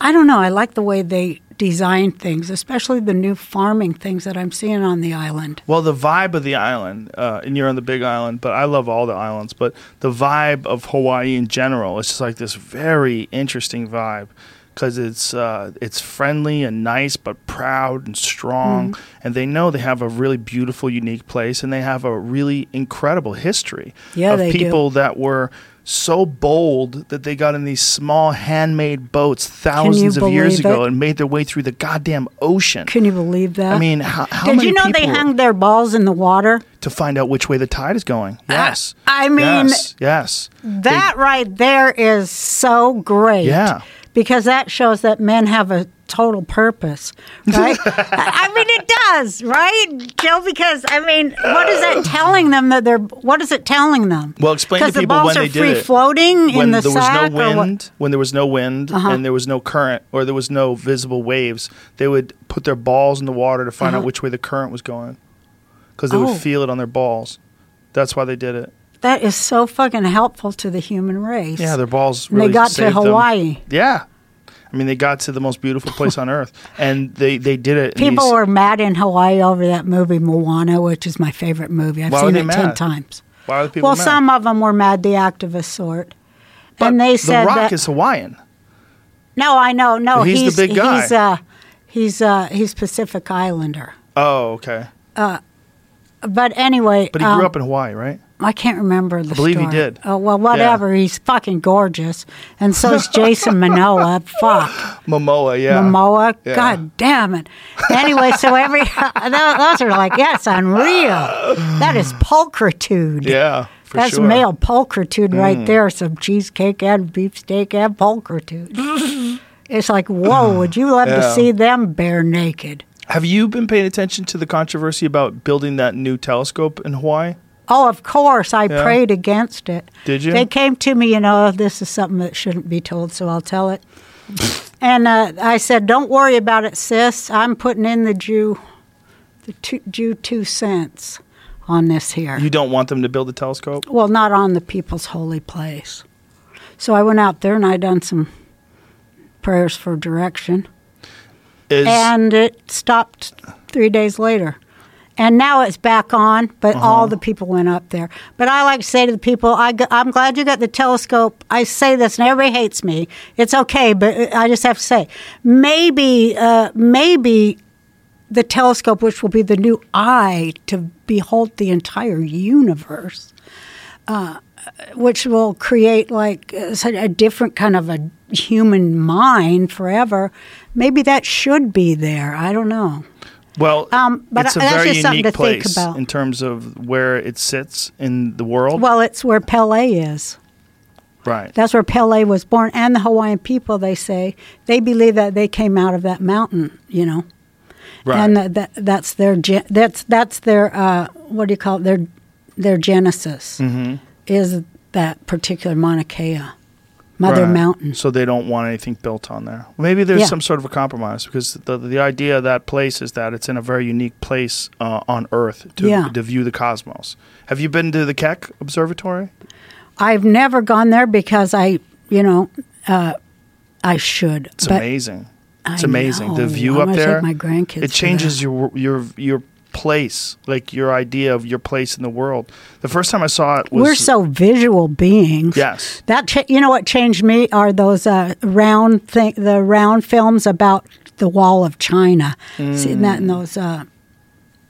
[SPEAKER 1] I don't know. I like the way they design things, especially the new farming things that I'm seeing on the island.
[SPEAKER 2] Well, the vibe of the island, uh, and you're on the Big Island, but I love all the islands. But the vibe of Hawaii in general, it's just like this very interesting vibe because it's uh, it's friendly and nice, but proud and strong.
[SPEAKER 1] Mm-hmm.
[SPEAKER 2] And they know they have a really beautiful, unique place, and they have a really incredible history
[SPEAKER 1] Yeah,
[SPEAKER 2] of
[SPEAKER 1] they do.
[SPEAKER 2] people that were so bold that they got in these small handmade boats thousands of years
[SPEAKER 1] believe
[SPEAKER 2] ago
[SPEAKER 1] it?
[SPEAKER 2] and made their way through the goddamn ocean.
[SPEAKER 1] Can you believe that?
[SPEAKER 2] I mean, how, how
[SPEAKER 1] did
[SPEAKER 2] many
[SPEAKER 1] you know they
[SPEAKER 2] people-
[SPEAKER 1] hung their balls in the water?
[SPEAKER 2] to find out which way the tide is going. Yes.
[SPEAKER 1] I mean-
[SPEAKER 2] yes. yes.
[SPEAKER 1] That right there is so great.
[SPEAKER 2] Yeah.
[SPEAKER 1] Because that shows that men have a total purpose, right? I I mean, it does, right, Joe? Because I mean, what is that telling them that they're? What is it telling them?
[SPEAKER 2] Well, explain to
[SPEAKER 1] Because the
[SPEAKER 2] people
[SPEAKER 1] balls
[SPEAKER 2] when
[SPEAKER 1] are
[SPEAKER 2] they did
[SPEAKER 1] free
[SPEAKER 2] it.
[SPEAKER 1] floating
[SPEAKER 2] when
[SPEAKER 1] in the
[SPEAKER 2] there
[SPEAKER 1] sack or
[SPEAKER 2] was no
[SPEAKER 1] what? Uh-huh.
[SPEAKER 2] wind, when there was no wind and there was no current or there was no visible waves, they would put their balls in the water to find out which way the current was going because they
[SPEAKER 1] Uh-huh. Oh.
[SPEAKER 2] would feel it on their balls. That's why they did it.
[SPEAKER 1] That is so fucking helpful to the human race.
[SPEAKER 2] Yeah, their balls.
[SPEAKER 1] And they
[SPEAKER 2] Really
[SPEAKER 1] got to
[SPEAKER 2] saved them.
[SPEAKER 1] Hawaii.
[SPEAKER 2] Yeah, I mean they got to the most beautiful place on earth, and they they did it. in
[SPEAKER 1] People
[SPEAKER 2] these-
[SPEAKER 1] were mad in Hawaii over that movie Moana, which is my favorite movie. I've
[SPEAKER 2] Why were
[SPEAKER 1] seen
[SPEAKER 2] they
[SPEAKER 1] it ten
[SPEAKER 2] mad?
[SPEAKER 1] times.
[SPEAKER 2] Why were the people
[SPEAKER 1] well,
[SPEAKER 2] mad?
[SPEAKER 1] some of them were mad, the activist sort,
[SPEAKER 2] But
[SPEAKER 1] and they said
[SPEAKER 2] the Rock
[SPEAKER 1] that.
[SPEAKER 2] is Hawaiian.
[SPEAKER 1] no, I know, no,
[SPEAKER 2] He's the big guy.
[SPEAKER 1] He's uh, he's uh, he's Pacific Islander,
[SPEAKER 2] Oh, okay.
[SPEAKER 1] but anyway,
[SPEAKER 2] But he
[SPEAKER 1] um,
[SPEAKER 2] grew up in Hawaii, right?
[SPEAKER 1] I can't remember the. I
[SPEAKER 2] believe he did.
[SPEAKER 1] Oh well, whatever. He's fucking gorgeous, and so is Jason Manoa. Fuck.
[SPEAKER 2] Momoa, yeah.
[SPEAKER 1] Momoa.
[SPEAKER 2] Yeah.
[SPEAKER 1] God damn it. Anyway, so every those are like yes, unreal. That is pulchritude.
[SPEAKER 2] Yeah, for
[SPEAKER 1] That's
[SPEAKER 2] sure. Hmm.
[SPEAKER 1] male pulchritude right there. Some cheesecake and beefsteak and pulchritude. it's like whoa! Would you love
[SPEAKER 2] Yeah.
[SPEAKER 1] to see them bare naked?
[SPEAKER 2] Have you been paying attention to the controversy about building that new telescope in Hawaii?
[SPEAKER 1] Oh, of course, I
[SPEAKER 2] Yeah.
[SPEAKER 1] prayed against it.
[SPEAKER 2] Did you?
[SPEAKER 1] They came to me, you know, this is something that shouldn't be told, so I'll tell it. and uh, I said, don't worry about it, sis. I'm putting in the Jew, the two, Jew two cents on this here.
[SPEAKER 2] You don't want them to build a telescope?
[SPEAKER 1] well, not on the people's holy place. So I went out there and I done some prayers for direction
[SPEAKER 2] Is
[SPEAKER 1] and it stopped three days later. And now it's back on, but all the people went up there. But I like to say to the people, I am glad you got the telescope. I say this, and everybody hates me. It's okay, but uh, I just have to say, maybe, uh, maybe the telescope, which will be the new eye to behold the entire universe, uh, which will create like uh, such a different kind of a human mind forever. Maybe that should be there. I don't know.
[SPEAKER 2] well,
[SPEAKER 1] um, but
[SPEAKER 2] it's a
[SPEAKER 1] that's
[SPEAKER 2] very
[SPEAKER 1] just something
[SPEAKER 2] unique
[SPEAKER 1] to think
[SPEAKER 2] place
[SPEAKER 1] about.
[SPEAKER 2] in terms of where it sits in the world.
[SPEAKER 1] Well, it's where Pele is.
[SPEAKER 2] right.
[SPEAKER 1] That's where Pele was born. And the Hawaiian people, they say, they believe that they came out of that mountain, you know.
[SPEAKER 2] right.
[SPEAKER 1] And that, that, that's their gen- that's that's their uh, what do you call it? Their their genesis
[SPEAKER 2] Mm-hmm.
[SPEAKER 1] is that particular Mauna Kea, Mother
[SPEAKER 2] Right.
[SPEAKER 1] Mountain.
[SPEAKER 2] So they don't want anything built on there. Maybe there's
[SPEAKER 1] Yeah.
[SPEAKER 2] some sort of a compromise because the the idea of that place is that it's in a very unique place uh, on Earth to,
[SPEAKER 1] Yeah.
[SPEAKER 2] to view the cosmos. Have you been to the Keck Observatory?
[SPEAKER 1] I've never gone there because I, you know, uh, I should.
[SPEAKER 2] It's
[SPEAKER 1] but
[SPEAKER 2] amazing.
[SPEAKER 1] I
[SPEAKER 2] It's amazing.
[SPEAKER 1] know.
[SPEAKER 2] The view
[SPEAKER 1] I
[SPEAKER 2] up
[SPEAKER 1] wanna take
[SPEAKER 2] there.
[SPEAKER 1] my grandkids
[SPEAKER 2] It
[SPEAKER 1] to
[SPEAKER 2] changes your your your place, like your idea of your place in the world. The first time I saw it was
[SPEAKER 1] we're so visual beings.
[SPEAKER 2] Yes.
[SPEAKER 1] That cha- you know what changed me are those uh, round thing, the round films about the Wall of China.
[SPEAKER 2] Mm.
[SPEAKER 1] Seeing that in those. Uh,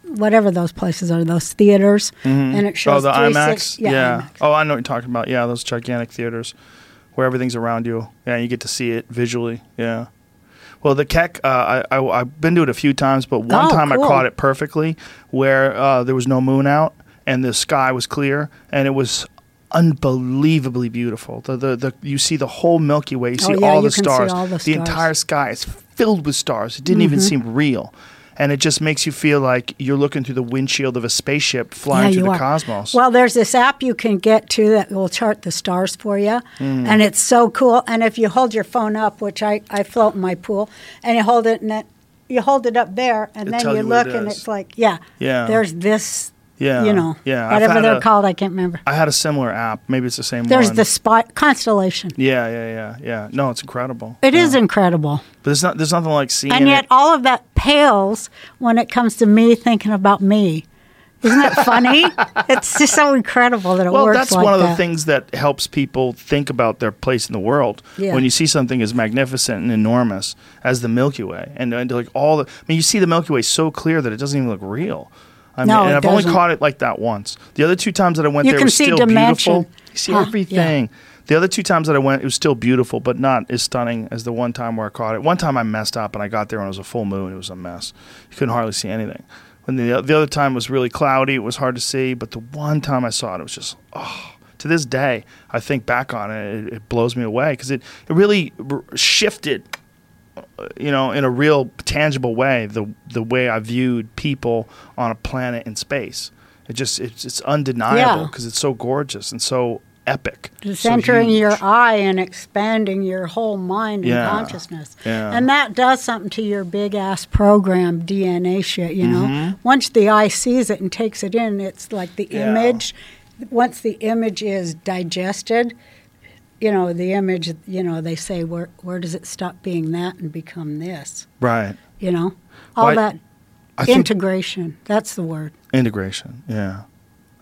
[SPEAKER 1] Whatever those places are, those theaters, and it
[SPEAKER 2] oh
[SPEAKER 1] shows
[SPEAKER 2] the
[SPEAKER 1] 360
[SPEAKER 2] IMAX.
[SPEAKER 1] Yeah,
[SPEAKER 2] Oh, I know what you're talking about. Yeah, those gigantic theaters where everything's around you. Yeah, you get to see it visually. Yeah. Well, the Keck, uh, I, I, I've been to it a few times, but one
[SPEAKER 1] Oh,
[SPEAKER 2] time
[SPEAKER 1] cool.
[SPEAKER 2] I caught it perfectly where uh, there was no moon out and the sky was clear and it was unbelievably beautiful. The, the the you see the whole Milky Way. You see,
[SPEAKER 1] Oh, yeah,
[SPEAKER 2] all,
[SPEAKER 1] you
[SPEAKER 2] the
[SPEAKER 1] can see
[SPEAKER 2] stars.
[SPEAKER 1] all the
[SPEAKER 2] The
[SPEAKER 1] stars.
[SPEAKER 2] entire sky is filled with stars. It didn't even
[SPEAKER 1] Mm-hmm.
[SPEAKER 2] seem real. And it just makes you feel like you're looking through the windshield of a spaceship flying
[SPEAKER 1] you
[SPEAKER 2] through the
[SPEAKER 1] are.
[SPEAKER 2] cosmos.
[SPEAKER 1] Well, there's this app you can get to that will chart the stars for you,
[SPEAKER 2] Mm.
[SPEAKER 1] and it's so cool. And if you hold your phone up, which I, I float in my pool, and you hold it and it, you hold it up there, and
[SPEAKER 2] It
[SPEAKER 1] then
[SPEAKER 2] tells
[SPEAKER 1] you
[SPEAKER 2] you what
[SPEAKER 1] look,
[SPEAKER 2] it
[SPEAKER 1] and
[SPEAKER 2] is.
[SPEAKER 1] it's like, yeah,
[SPEAKER 2] Yeah.
[SPEAKER 1] there's this,
[SPEAKER 2] yeah,
[SPEAKER 1] you know,
[SPEAKER 2] yeah. I've
[SPEAKER 1] whatever
[SPEAKER 2] had
[SPEAKER 1] they're
[SPEAKER 2] a-
[SPEAKER 1] called, I can't remember.
[SPEAKER 2] I had a similar app. Maybe it's the same
[SPEAKER 1] There's
[SPEAKER 2] one.
[SPEAKER 1] the spot constellation.
[SPEAKER 2] Yeah, yeah, yeah, yeah. No, it's incredible.
[SPEAKER 1] It is incredible,
[SPEAKER 2] But there's not. There's nothing like seeing
[SPEAKER 1] and yet
[SPEAKER 2] it.
[SPEAKER 1] all of that pales when it comes to me thinking about me. Isn't that funny? it's just so incredible that it
[SPEAKER 2] Well,
[SPEAKER 1] works
[SPEAKER 2] that's
[SPEAKER 1] like
[SPEAKER 2] one of the
[SPEAKER 1] that.
[SPEAKER 2] things that helps people think about their place in the world.
[SPEAKER 1] Yeah.
[SPEAKER 2] When you see something as magnificent and enormous as the Milky Way, and, and like all the, I mean, you see the Milky Way so clear that it doesn't even look real. I mean,
[SPEAKER 1] No,
[SPEAKER 2] and
[SPEAKER 1] it
[SPEAKER 2] I've only
[SPEAKER 1] doesn't.
[SPEAKER 2] caught it like that once. The other two times that I went
[SPEAKER 1] You
[SPEAKER 2] there, it
[SPEAKER 1] can
[SPEAKER 2] was
[SPEAKER 1] see
[SPEAKER 2] still
[SPEAKER 1] dimension.
[SPEAKER 2] beautiful. You see
[SPEAKER 1] Huh, yeah.
[SPEAKER 2] everything. The other two times that I went, it was still beautiful, but not as stunning as the one time where I caught it. One time I messed up and I got there and it was a full moon. It was a mess. You couldn't hardly see anything. When the, the other time was really cloudy, it was hard to see. But the one time I saw it, it was just, oh, to this day, I think back on it, it, it blows me away because it, it really r- shifted, uh, you know, in a real tangible way, the, the way I viewed people on a planet in space. It just, it's, it's undeniable
[SPEAKER 1] Yeah.
[SPEAKER 2] because it's so gorgeous and so epic.
[SPEAKER 1] It's
[SPEAKER 2] so
[SPEAKER 1] entering
[SPEAKER 2] huge.
[SPEAKER 1] your eye and expanding your whole mind and
[SPEAKER 2] Yeah.
[SPEAKER 1] consciousness.
[SPEAKER 2] Yeah.
[SPEAKER 1] And that does something to your big ass program DNA shit, you know? Once the eye sees it and takes it in, it's like the
[SPEAKER 2] Mm-hmm. Yeah.
[SPEAKER 1] image. Once the image is digested, you know, the image, you know, they say, where, where does it stop being that and become this?
[SPEAKER 2] Right.
[SPEAKER 1] You know? All
[SPEAKER 2] Well, I-
[SPEAKER 1] that
[SPEAKER 2] I think-
[SPEAKER 1] integration. that's the word.
[SPEAKER 2] Integration. Yeah.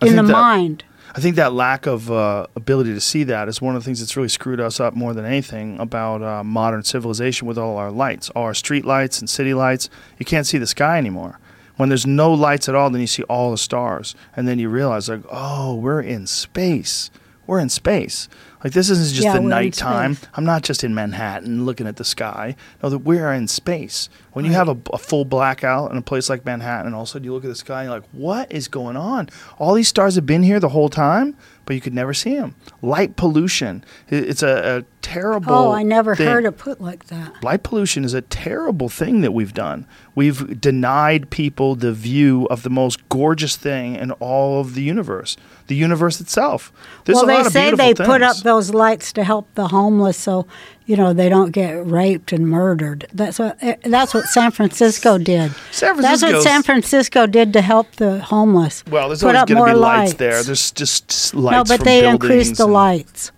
[SPEAKER 2] I
[SPEAKER 1] In the
[SPEAKER 2] think that-
[SPEAKER 1] mind.
[SPEAKER 2] I think that lack of uh, ability to see that is one of the things that's really screwed us up more than anything about uh, modern civilization with all our lights, all our street lights and city lights. You can't see the sky anymore. When there's no lights at all, then you see all the stars, and then you realize like, oh, we're in space. We're in space. Like this isn't just
[SPEAKER 1] Yeah,
[SPEAKER 2] the
[SPEAKER 1] we're in
[SPEAKER 2] nighttime.
[SPEAKER 1] space.
[SPEAKER 2] I'm not just in Manhattan looking at the sky. No, that we're in space. When you have a, a full blackout in a place like Manhattan, and all of a sudden you look at the sky and you're like, what is going on? All these stars have been here the whole time, but you could never see them. Light pollution. I- It's a, a terrible.
[SPEAKER 1] Oh, I never
[SPEAKER 2] thing.
[SPEAKER 1] heard it put like that.
[SPEAKER 2] Light pollution is a terrible thing that we've done. We've denied people the view of the most gorgeous thing in all of the universe, the universe itself. There's
[SPEAKER 1] well,
[SPEAKER 2] a lot
[SPEAKER 1] they
[SPEAKER 2] of
[SPEAKER 1] say
[SPEAKER 2] beautiful
[SPEAKER 1] they put up
[SPEAKER 2] things.
[SPEAKER 1] those lights to help the homeless, so you know they don't get raped and murdered. That's what eh, that's what San Francisco did.
[SPEAKER 2] San
[SPEAKER 1] that's what
[SPEAKER 2] Francisco's-
[SPEAKER 1] San Francisco did to help the homeless.
[SPEAKER 2] Well, there's
[SPEAKER 1] put
[SPEAKER 2] always
[SPEAKER 1] up
[SPEAKER 2] going
[SPEAKER 1] more
[SPEAKER 2] to be lights,
[SPEAKER 1] lights
[SPEAKER 2] there. There's just s- lights.
[SPEAKER 1] no, but
[SPEAKER 2] from
[SPEAKER 1] they
[SPEAKER 2] buildings
[SPEAKER 1] increased the
[SPEAKER 2] and-
[SPEAKER 1] lights.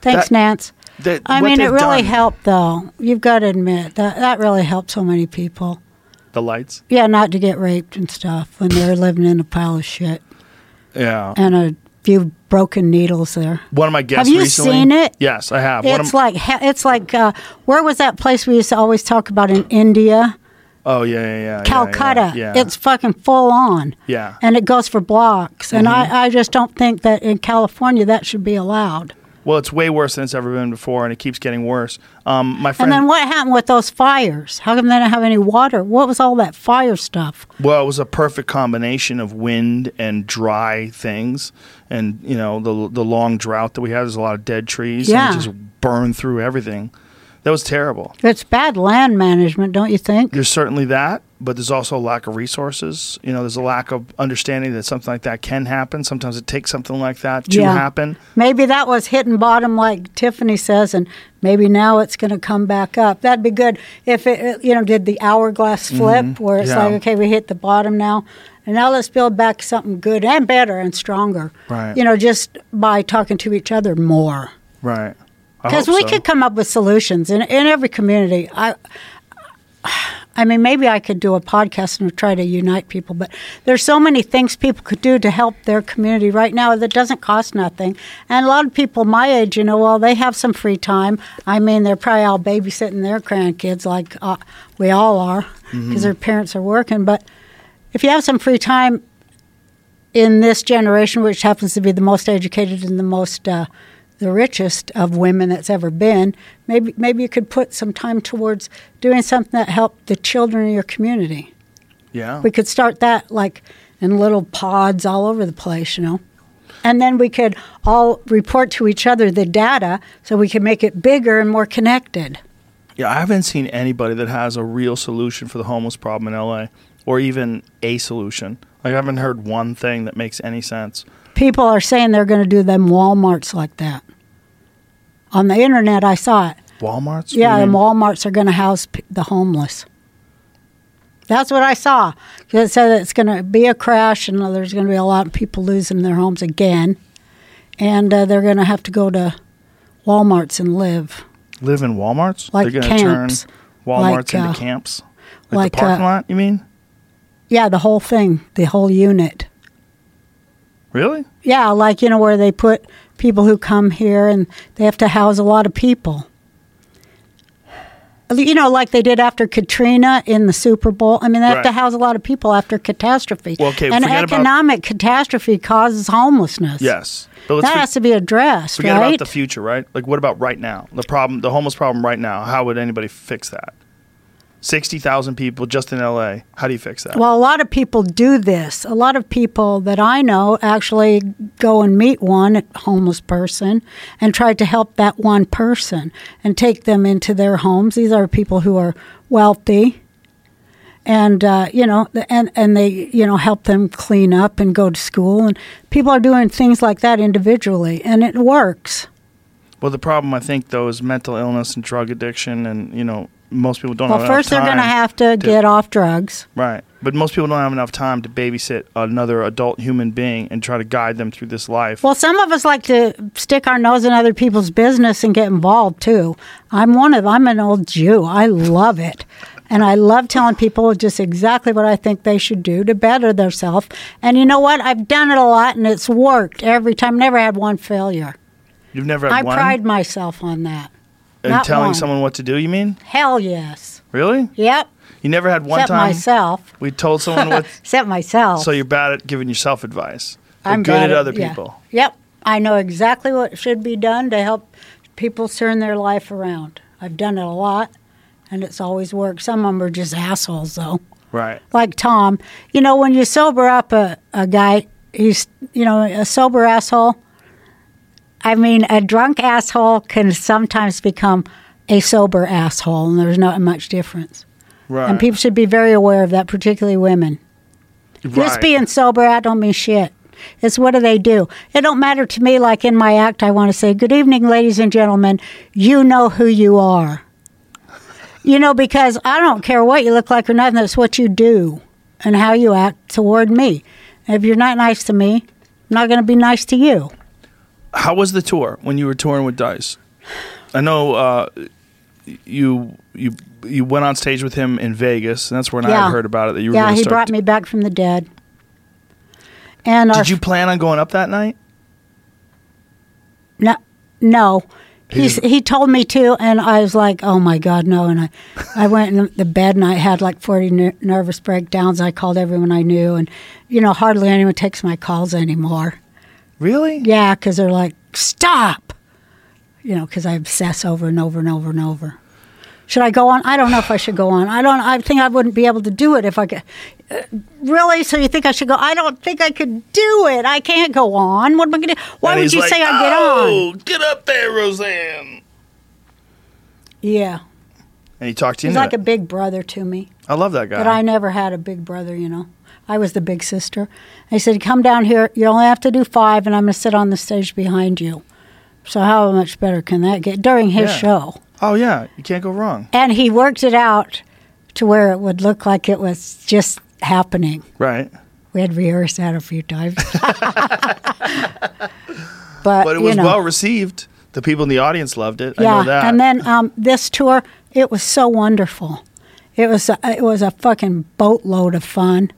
[SPEAKER 1] Thanks,
[SPEAKER 2] That-
[SPEAKER 1] Nance.
[SPEAKER 2] that-
[SPEAKER 1] I
[SPEAKER 2] what
[SPEAKER 1] mean, it
[SPEAKER 2] they've
[SPEAKER 1] really
[SPEAKER 2] done-
[SPEAKER 1] helped, though. You've got to admit that that really helped so many people.
[SPEAKER 2] The lights.
[SPEAKER 1] Yeah, not to get raped and stuff when they're living in a pile of shit
[SPEAKER 2] Yeah.
[SPEAKER 1] and a few broken needles there.
[SPEAKER 2] One of my guests.
[SPEAKER 1] you
[SPEAKER 2] recently,
[SPEAKER 1] seen it?
[SPEAKER 2] Yes, I have. One
[SPEAKER 1] It's
[SPEAKER 2] of,
[SPEAKER 1] like he- it's like uh, where was that place we used to always talk about in India,
[SPEAKER 2] oh yeah, yeah, yeah, yeah, yeah,
[SPEAKER 1] Calcutta?
[SPEAKER 2] Yeah,
[SPEAKER 1] It's fucking full on.
[SPEAKER 2] Yeah. Mm-hmm.
[SPEAKER 1] and it goes for blocks. And I, I just don't think that in California that should be allowed.
[SPEAKER 2] well, it's way worse than it's ever been before, and it keeps getting worse. Um, my
[SPEAKER 1] And
[SPEAKER 2] friend.
[SPEAKER 1] then what happened with those fires? How come they didn't have any water? What was all that fire stuff?
[SPEAKER 2] Well, it was a perfect combination of wind and dry things, and you know the the long drought that we had. There's a lot of dead trees.
[SPEAKER 1] Yeah.
[SPEAKER 2] and it just burned through everything. That was terrible.
[SPEAKER 1] It's bad land management, don't you think?
[SPEAKER 2] There's certainly that, but there's also a lack of resources. You know, there's a lack of understanding that something like that can happen. Sometimes it takes something like that to
[SPEAKER 1] Yeah.
[SPEAKER 2] happen.
[SPEAKER 1] Maybe that was hitting bottom, like Tiffany says, and maybe now it's going to come back up. That'd be good if it, you know, did the hourglass flip where it's
[SPEAKER 2] Mm-hmm. Yeah.
[SPEAKER 1] like, okay, we hit the bottom now, and now let's build back something good and better and stronger.
[SPEAKER 2] Right.
[SPEAKER 1] You know, just by talking to each other more,
[SPEAKER 2] Right. I
[SPEAKER 1] because
[SPEAKER 2] hope
[SPEAKER 1] we
[SPEAKER 2] so.
[SPEAKER 1] could come up with solutions in in every community. I. I mean, maybe I could do a podcast and try to unite people, but there's so many things people could do to help their community right now that doesn't cost nothing. And a lot of people my age, you know, well, they have some free time. I mean, they're probably all babysitting their grandkids like uh, we all are because
[SPEAKER 2] Mm-hmm.
[SPEAKER 1] their parents are working. But if you have some free time in this generation, which happens to be the most educated and the most uh, the richest of women that's ever been, maybe maybe you could put some time towards doing something that helped the children in your community.
[SPEAKER 2] Yeah.
[SPEAKER 1] We could start that like in little pods all over the place, you know. and then we could all report to each other the data so we could make it bigger and more connected.
[SPEAKER 2] Yeah, I haven't seen anybody that has a real solution for the homeless problem in LA or even a solution. Like I haven't heard one thing that makes any sense.
[SPEAKER 1] People are saying they're going to do them Walmarts like that. On the internet, I saw it.
[SPEAKER 2] Walmart's?
[SPEAKER 1] Yeah,
[SPEAKER 2] What do you
[SPEAKER 1] and
[SPEAKER 2] mean?
[SPEAKER 1] Walmarts are going to house p- the homeless. That's what I saw. 'Cause It said it's going to be a crash, and there's going to be a lot of people losing their homes again, and uh, they're going to have to go to WalMarts and live.
[SPEAKER 2] live in Walmart's?
[SPEAKER 1] Like
[SPEAKER 2] They're going to
[SPEAKER 1] camps.
[SPEAKER 2] turn
[SPEAKER 1] Like,
[SPEAKER 2] Walmart's
[SPEAKER 1] uh,
[SPEAKER 2] into camps? Like,
[SPEAKER 1] like,
[SPEAKER 2] the parking
[SPEAKER 1] uh,
[SPEAKER 2] lot, you mean?
[SPEAKER 1] Yeah, the whole thing, the whole unit.
[SPEAKER 2] Really?
[SPEAKER 1] Yeah, like you know where they put people who come here, and they have to house a lot of people. You know, like they did after Katrina in the Super Bowl. I mean, they have
[SPEAKER 2] Right.
[SPEAKER 1] to house a lot of people after catastrophe.
[SPEAKER 2] Well, okay,
[SPEAKER 1] and
[SPEAKER 2] forget about-
[SPEAKER 1] economic catastrophe causes homelessness.
[SPEAKER 2] Yes. But
[SPEAKER 1] that
[SPEAKER 2] for-
[SPEAKER 1] has to be addressed,
[SPEAKER 2] forget
[SPEAKER 1] right?
[SPEAKER 2] about the future, right? Like, what about right now? The problem, the homeless problem right now. How would anybody fix that? Sixty thousand people just in LA. How do you fix that?
[SPEAKER 1] Well, a lot of people do this. A lot of people that I know actually go and meet one homeless person and try to help that one person and take them into their homes. These are people who are wealthy. And uh, you know, th- and and they you know help them clean up and go to school, and people are doing things like that individually, and it works.
[SPEAKER 2] Well, the problem I think though is mental illness and drug addiction, and you know most people don't.
[SPEAKER 1] Well,
[SPEAKER 2] have
[SPEAKER 1] first they're
[SPEAKER 2] enough
[SPEAKER 1] going
[SPEAKER 2] time
[SPEAKER 1] to have to get off drugs.
[SPEAKER 2] right, but most people don't have enough time to babysit another adult human being and try to guide them through this life.
[SPEAKER 1] Well, some of us like to stick our nose in other people's business and get involved too. I'm one of I'm an old Jew. I love it. And I love telling people just exactly what I think they should do to better themselves. And you know what? I've done it a lot and it's worked every time. Never had one failure.
[SPEAKER 2] You've never had
[SPEAKER 1] I
[SPEAKER 2] one
[SPEAKER 1] pride myself on that.
[SPEAKER 2] and
[SPEAKER 1] not
[SPEAKER 2] telling
[SPEAKER 1] one.
[SPEAKER 2] someone what to do. You mean
[SPEAKER 1] Hell yes.
[SPEAKER 2] really?
[SPEAKER 1] Yep.
[SPEAKER 2] You never had one
[SPEAKER 1] Except
[SPEAKER 2] time
[SPEAKER 1] myself.
[SPEAKER 2] we told someone what.
[SPEAKER 1] Except myself.
[SPEAKER 2] so you're bad at giving yourself advice. You're
[SPEAKER 1] I'm
[SPEAKER 2] good
[SPEAKER 1] bad
[SPEAKER 2] at other
[SPEAKER 1] yeah.
[SPEAKER 2] people.
[SPEAKER 1] Yep. I know exactly what should be done to help people turn their life around. I've done it a lot, and it's always worked. Some of them are just assholes, though.
[SPEAKER 2] Right.
[SPEAKER 1] Like Tom. You know, when you sober up a, a guy, he's, you know, a sober asshole. I mean, a drunk asshole can sometimes become a sober asshole, and there's not much difference.
[SPEAKER 2] Right.
[SPEAKER 1] And people should be very aware of that, particularly women. Just being sober, I don't mean shit. It's what do they do? It don't matter to me. Like in my act, I want to say, "Good evening, ladies and gentlemen. You know who you are." You know, because I don't care what you look like or nothing. That's what you do and how you act toward me. If you're not nice to me, I'm not going to be nice to you.
[SPEAKER 2] How was the tour when you were touring with Dice? I know uh, you you you went on stage with him in Vegas, and that's when I
[SPEAKER 1] Yeah.
[SPEAKER 2] had heard about it that you were.
[SPEAKER 1] yeah,
[SPEAKER 2] gonna
[SPEAKER 1] he
[SPEAKER 2] start
[SPEAKER 1] brought me back from the dead. And our
[SPEAKER 2] Did you plan on going up that night?
[SPEAKER 1] No, no.
[SPEAKER 2] He's-
[SPEAKER 1] He's, he told me to, and I was like, "Oh my God, no!" And I, I went in the bed, and I had like forty ner- nervous breakdowns. I called everyone I knew, and you know, hardly anyone takes my calls anymore.
[SPEAKER 2] Really?
[SPEAKER 1] Yeah, because they're like, "Stop," you know, because I obsess over and over and over and over. Should I go on? I don't know if I should go on. I don't. I think I wouldn't be able to do it if I could. Uh, Really? So you think I should go? I don't think I could do it. I can't go on. What am I going to do? Why
[SPEAKER 2] And
[SPEAKER 1] would
[SPEAKER 2] he's
[SPEAKER 1] you
[SPEAKER 2] like,
[SPEAKER 1] say I get on?
[SPEAKER 2] oh, get up there, Roseanne.
[SPEAKER 1] Yeah.
[SPEAKER 2] And he talked to you.
[SPEAKER 1] He's
[SPEAKER 2] into
[SPEAKER 1] like a
[SPEAKER 2] it.
[SPEAKER 1] big brother to me.
[SPEAKER 2] I love that guy.
[SPEAKER 1] But I never had a big brother, you know. I was the big sister. I said, Come down here. You only have to do five, and I'm going to sit on the stage behind you. So, how much better can that get during his
[SPEAKER 2] Yeah.
[SPEAKER 1] show?
[SPEAKER 2] oh yeah, you can't go wrong.
[SPEAKER 1] And he worked it out to where it would look like it was just happening.
[SPEAKER 2] Right.
[SPEAKER 1] We had rehearsed that a few times. but,
[SPEAKER 2] But it
[SPEAKER 1] you
[SPEAKER 2] was
[SPEAKER 1] know.
[SPEAKER 2] well received. The people in the audience loved it. I know that.
[SPEAKER 1] and then um, this tour, it was so wonderful. It was a, it was a fucking boatload of fun.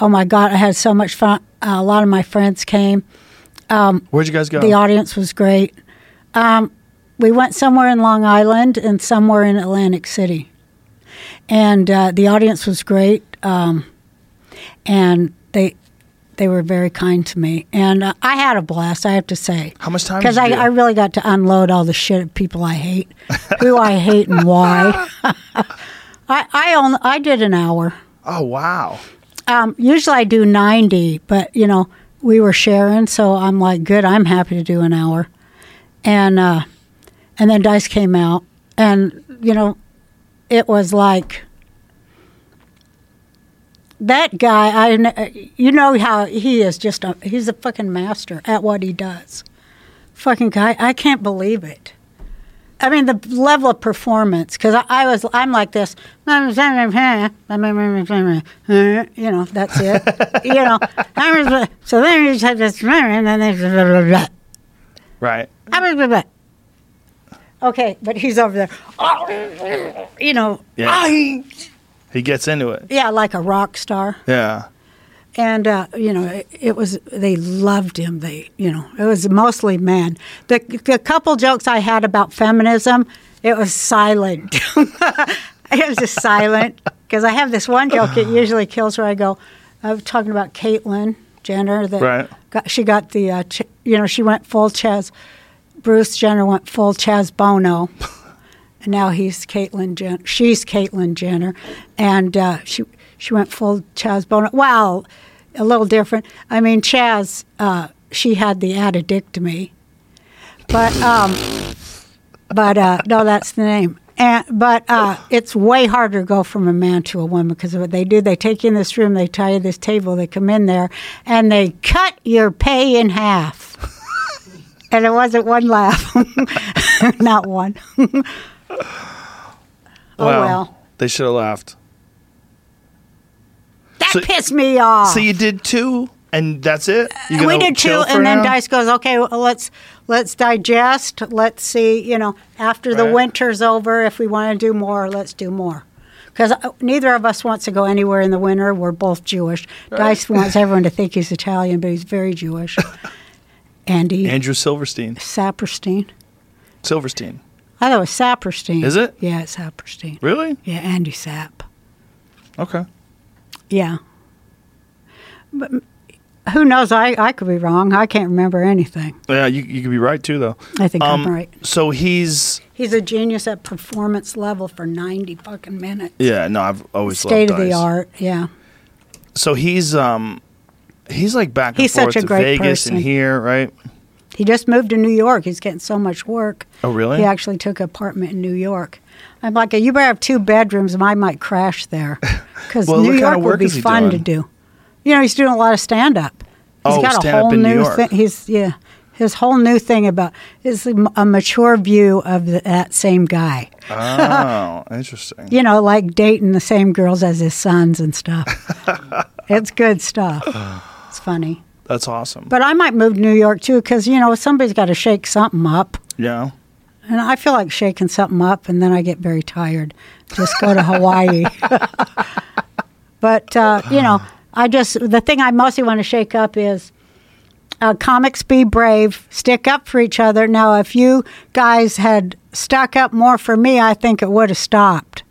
[SPEAKER 1] Oh my god, I had so much fun. Uh, a lot of my friends came.
[SPEAKER 2] Where'd you guys go?
[SPEAKER 1] The audience was great. Um, we went somewhere in Long Island and somewhere in Atlantic City, and uh, the audience was great. Um, and they they were very kind to me, and uh, I had a blast. I have to say.
[SPEAKER 2] How much time?
[SPEAKER 1] Because
[SPEAKER 2] did
[SPEAKER 1] I,
[SPEAKER 2] you do?
[SPEAKER 1] I really got to unload all the shit at people I hate, who I hate and why. I I only, I did an hour.
[SPEAKER 2] oh wow.
[SPEAKER 1] Um, usually I do ninety, but you know we were sharing. So I'm like, good, I'm happy to do an hour. And uh, and then Dice came out, and you know, it was like that guy. I kn- you know how he is just a he's a fucking master at what he does. Fucking guy, I can't believe it. I mean the level of performance because I, I was I'm like this you know that's it you know I was, so then you just have this and then they
[SPEAKER 2] Right.
[SPEAKER 1] I was like, okay, but he's over there. Oh, you know,
[SPEAKER 2] Yeah.
[SPEAKER 1] "Ay."
[SPEAKER 2] He gets into it.
[SPEAKER 1] yeah, like a rock star.
[SPEAKER 2] Yeah.
[SPEAKER 1] And uh, you know, it, it was they loved him. They, you know, it was mostly men. The the couple jokes I had about feminism, it was silent. it was just silent because I have this one joke. It usually kills where I go. I was talking about Caitlyn Jenner. That
[SPEAKER 2] Right.
[SPEAKER 1] got, she got the, uh, ch- you know, she went full Chaz. Bruce Jenner went full Chaz Bono. And now he's Caitlyn Jenner. She's Caitlyn Jenner, and uh, she she went full Chaz Bono. Well, a little different. I mean, Chaz, uh, she had the addictomy, but um, but uh, no, that's the name. And, but uh, it's way harder to go from a man to a woman because what they do, they take you in this room, they tie you to this table, they come in there, and they cut your pay in half. and it wasn't one laugh, not one. Oh, well.
[SPEAKER 2] They should have laughed.
[SPEAKER 1] That
[SPEAKER 2] So-
[SPEAKER 1] pissed me off.
[SPEAKER 2] So you did two, and that's it. You
[SPEAKER 1] we
[SPEAKER 2] gonna
[SPEAKER 1] did two,
[SPEAKER 2] chill for
[SPEAKER 1] and then
[SPEAKER 2] now?
[SPEAKER 1] Dice goes, "Okay, well, let's let's digest. Let's see, you know, after the
[SPEAKER 2] Right.
[SPEAKER 1] winter's over, if we want to do more, let's do more." Because neither of us wants to go anywhere in the winter. We're both Jewish. Dice wants everyone to think he's Italian, but he's very Jewish. Andy
[SPEAKER 2] Andrew Silverstein.
[SPEAKER 1] Saperstein.
[SPEAKER 2] Silverstein.
[SPEAKER 1] I thought it was Saperstein.
[SPEAKER 2] Is it?
[SPEAKER 1] Yeah, it's Saperstein.
[SPEAKER 2] Really?
[SPEAKER 1] Yeah, Andy Sap.
[SPEAKER 2] Okay.
[SPEAKER 1] Yeah. But who knows? I, I could be wrong. I can't remember anything.
[SPEAKER 2] Yeah, you you could be right too though. Um,
[SPEAKER 1] I think I'm right.
[SPEAKER 2] So he's
[SPEAKER 1] He's a genius at performance level for 90 fucking minutes.
[SPEAKER 2] yeah. No, I've always
[SPEAKER 1] State
[SPEAKER 2] loved
[SPEAKER 1] of the
[SPEAKER 2] Dice.
[SPEAKER 1] art. Yeah.
[SPEAKER 2] So he's um, he's like back and
[SPEAKER 1] He's such
[SPEAKER 2] forth
[SPEAKER 1] a
[SPEAKER 2] to
[SPEAKER 1] great
[SPEAKER 2] Vegas
[SPEAKER 1] person.
[SPEAKER 2] and here, right?
[SPEAKER 1] He just moved to New York. He's getting so much work.
[SPEAKER 2] Oh, really?
[SPEAKER 1] He actually took an apartment in New York. I'm like, you better have two bedrooms, and I might crash there because
[SPEAKER 2] Well,
[SPEAKER 1] New
[SPEAKER 2] what kind
[SPEAKER 1] York
[SPEAKER 2] of
[SPEAKER 1] would
[SPEAKER 2] work
[SPEAKER 1] be
[SPEAKER 2] is he
[SPEAKER 1] fun to
[SPEAKER 2] doing?
[SPEAKER 1] do. You know, he's doing a lot of stand up. He's
[SPEAKER 2] Oh,
[SPEAKER 1] got a
[SPEAKER 2] stand-up
[SPEAKER 1] whole
[SPEAKER 2] in New
[SPEAKER 1] new
[SPEAKER 2] York.
[SPEAKER 1] thing. He's yeah, his whole new thing about is a a mature view of the, that same guy.
[SPEAKER 2] Oh, interesting.
[SPEAKER 1] You know, like dating the same girls as his sons and stuff. it's good stuff. It's funny.
[SPEAKER 2] That's awesome.
[SPEAKER 1] But I might move to New York too because you know somebody's got to shake something up.
[SPEAKER 2] yeah.
[SPEAKER 1] And I feel like shaking something up, and then I get very tired. Just go to Hawaii. but uh, you know, I just the thing I mostly want to shake up is uh, comics be brave, stick up for each other. Now, if you guys had stuck up more for me, I think it would have stopped.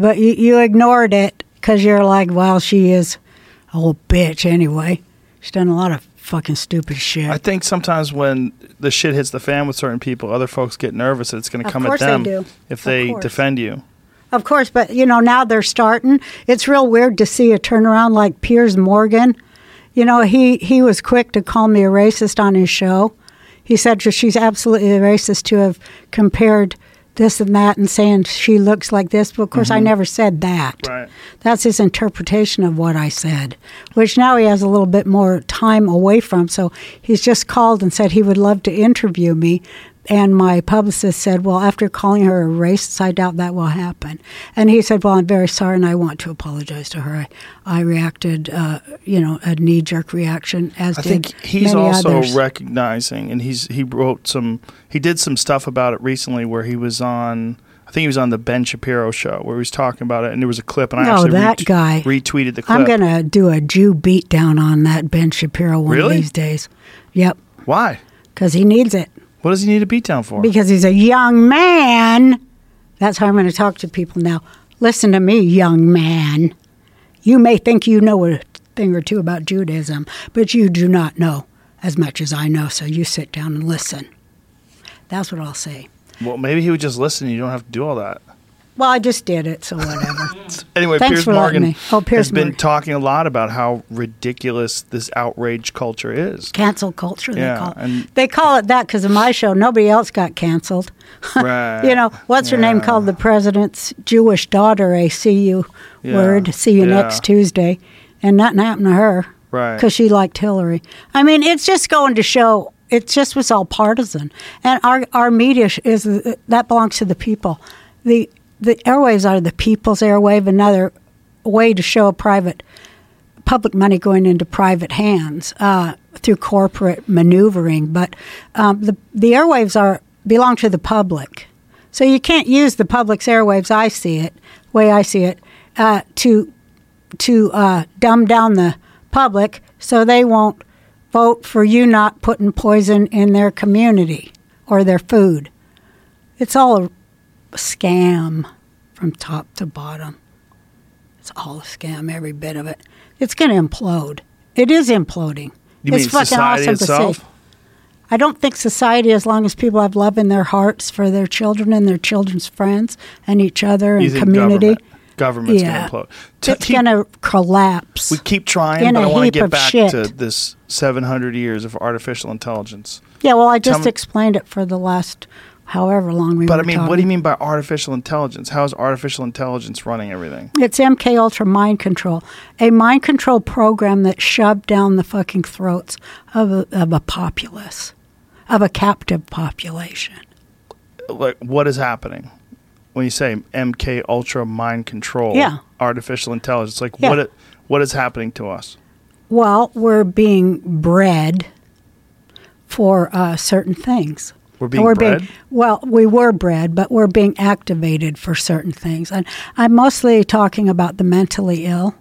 [SPEAKER 1] But you, you ignored it because you're like, well, she is a old bitch anyway. She's done a lot of fucking stupid shit.
[SPEAKER 2] I think sometimes when the shit hits the fan with certain people, other folks get nervous. that It's going to
[SPEAKER 1] Of
[SPEAKER 2] come at
[SPEAKER 1] course they
[SPEAKER 2] them
[SPEAKER 1] do.
[SPEAKER 2] if
[SPEAKER 1] Of
[SPEAKER 2] they
[SPEAKER 1] course.
[SPEAKER 2] defend you.
[SPEAKER 1] Of course, but you know now they're starting. It's real weird to see a turnaround like Piers Morgan. You know he he was quick to call me a racist on his show. He said that she's absolutely a racist to have compared this and that and saying she looks like this. But of course, I never said that.
[SPEAKER 2] Right.
[SPEAKER 1] That's his interpretation of what I said, which now he has a little bit more time away from. So he's just called and said he would love to interview me. And my publicist said, Well, after calling her a racist, I doubt that will happen. And he said, Well, I'm very sorry and I want to apologize to her. I, I reacted, uh, you know, a knee jerk reaction, as
[SPEAKER 2] I
[SPEAKER 1] did
[SPEAKER 2] think he's
[SPEAKER 1] many
[SPEAKER 2] also
[SPEAKER 1] others.
[SPEAKER 2] recognizing, and he's he wrote some, he did some stuff about it recently where he was on, I think he was on the Ben Shapiro show where he was talking about it, and there was a clip, and I
[SPEAKER 1] Oh,
[SPEAKER 2] actually
[SPEAKER 1] that guy.
[SPEAKER 2] retweeted the clip.
[SPEAKER 1] I'm going to do a Jew beatdown on that Ben Shapiro one
[SPEAKER 2] Really?
[SPEAKER 1] of these days. Yep,
[SPEAKER 2] Why?
[SPEAKER 1] because he needs it.
[SPEAKER 2] What does he need a beatdown for?
[SPEAKER 1] because he's a young man. That's how I'm going to talk to people now. Listen to me, young man. You may think you know a thing or two about Judaism, but you do not know as much as I know, so you sit down and listen. That's what I'll say.
[SPEAKER 2] well, maybe he would just listen. You don't have to do all that.
[SPEAKER 1] Well, I just did it, so whatever.
[SPEAKER 2] Anyway,
[SPEAKER 1] Thanks
[SPEAKER 2] Piers
[SPEAKER 1] for letting
[SPEAKER 2] Morgan
[SPEAKER 1] me. Oh, Piers
[SPEAKER 2] has been
[SPEAKER 1] Morgan.
[SPEAKER 2] talking a lot about how ridiculous this outrage culture is.
[SPEAKER 1] cancel culture,
[SPEAKER 2] Yeah,
[SPEAKER 1] they call it.
[SPEAKER 2] and-
[SPEAKER 1] they call it that because of my show. Nobody else got canceled.
[SPEAKER 2] Right.
[SPEAKER 1] You know, what's her name
[SPEAKER 2] Yeah.
[SPEAKER 1] called the president's Jewish daughter a CU
[SPEAKER 2] Yeah.
[SPEAKER 1] word, see you
[SPEAKER 2] Yeah.
[SPEAKER 1] next Tuesday. And nothing happened to her.
[SPEAKER 2] Right.
[SPEAKER 1] Because she liked Hillary. I mean, it's just going to show, it just was all partisan. And our, our media sh- is, that belongs to the people. The, the airwaves are the people's airwave, another way to show private public money going into private hands uh, through corporate maneuvering, but um, the the airwaves are belong to the public, so you can't use the public's airwaves. I see it, way I see it, uh, to to uh, dumb down the public so they won't vote for you not putting poison in their community or their food. It's all a scam from top to bottom. It's all a scam, every bit of it. It's going to implode. It is imploding.
[SPEAKER 2] You
[SPEAKER 1] it's
[SPEAKER 2] mean
[SPEAKER 1] fucking
[SPEAKER 2] society
[SPEAKER 1] awesome to
[SPEAKER 2] itself?
[SPEAKER 1] see. I don't think society, as long as people have love in their hearts for their children and their children's friends and each other and
[SPEAKER 2] You think
[SPEAKER 1] community,
[SPEAKER 2] government, government's
[SPEAKER 1] Yeah.
[SPEAKER 2] going to implode. T-
[SPEAKER 1] it's
[SPEAKER 2] keep-
[SPEAKER 1] going to collapse.
[SPEAKER 2] we keep trying,
[SPEAKER 1] in
[SPEAKER 2] but
[SPEAKER 1] a
[SPEAKER 2] I want to
[SPEAKER 1] heap
[SPEAKER 2] get
[SPEAKER 1] of
[SPEAKER 2] back
[SPEAKER 1] shit.
[SPEAKER 2] to this 700 years of artificial intelligence.
[SPEAKER 1] yeah, well, I just
[SPEAKER 2] me-
[SPEAKER 1] explained it for the last however long we
[SPEAKER 2] But
[SPEAKER 1] were
[SPEAKER 2] I mean, what do
[SPEAKER 1] talking.
[SPEAKER 2] you mean by artificial intelligence? How is artificial intelligence running everything?
[SPEAKER 1] It's MK Ultra mind control, a mind control program that shoved down the fucking throats of a, of a populace, of a captive population.
[SPEAKER 2] Like, what is happening when you say MK Ultra mind control?
[SPEAKER 1] Yeah.
[SPEAKER 2] artificial intelligence. Like,
[SPEAKER 1] Yeah.
[SPEAKER 2] what it, what is happening to us?
[SPEAKER 1] Well, we're being bred for uh, certain things.
[SPEAKER 2] We're being bred?
[SPEAKER 1] well, we were bred, but we're being activated for certain things. And I'm mostly talking about the mentally ill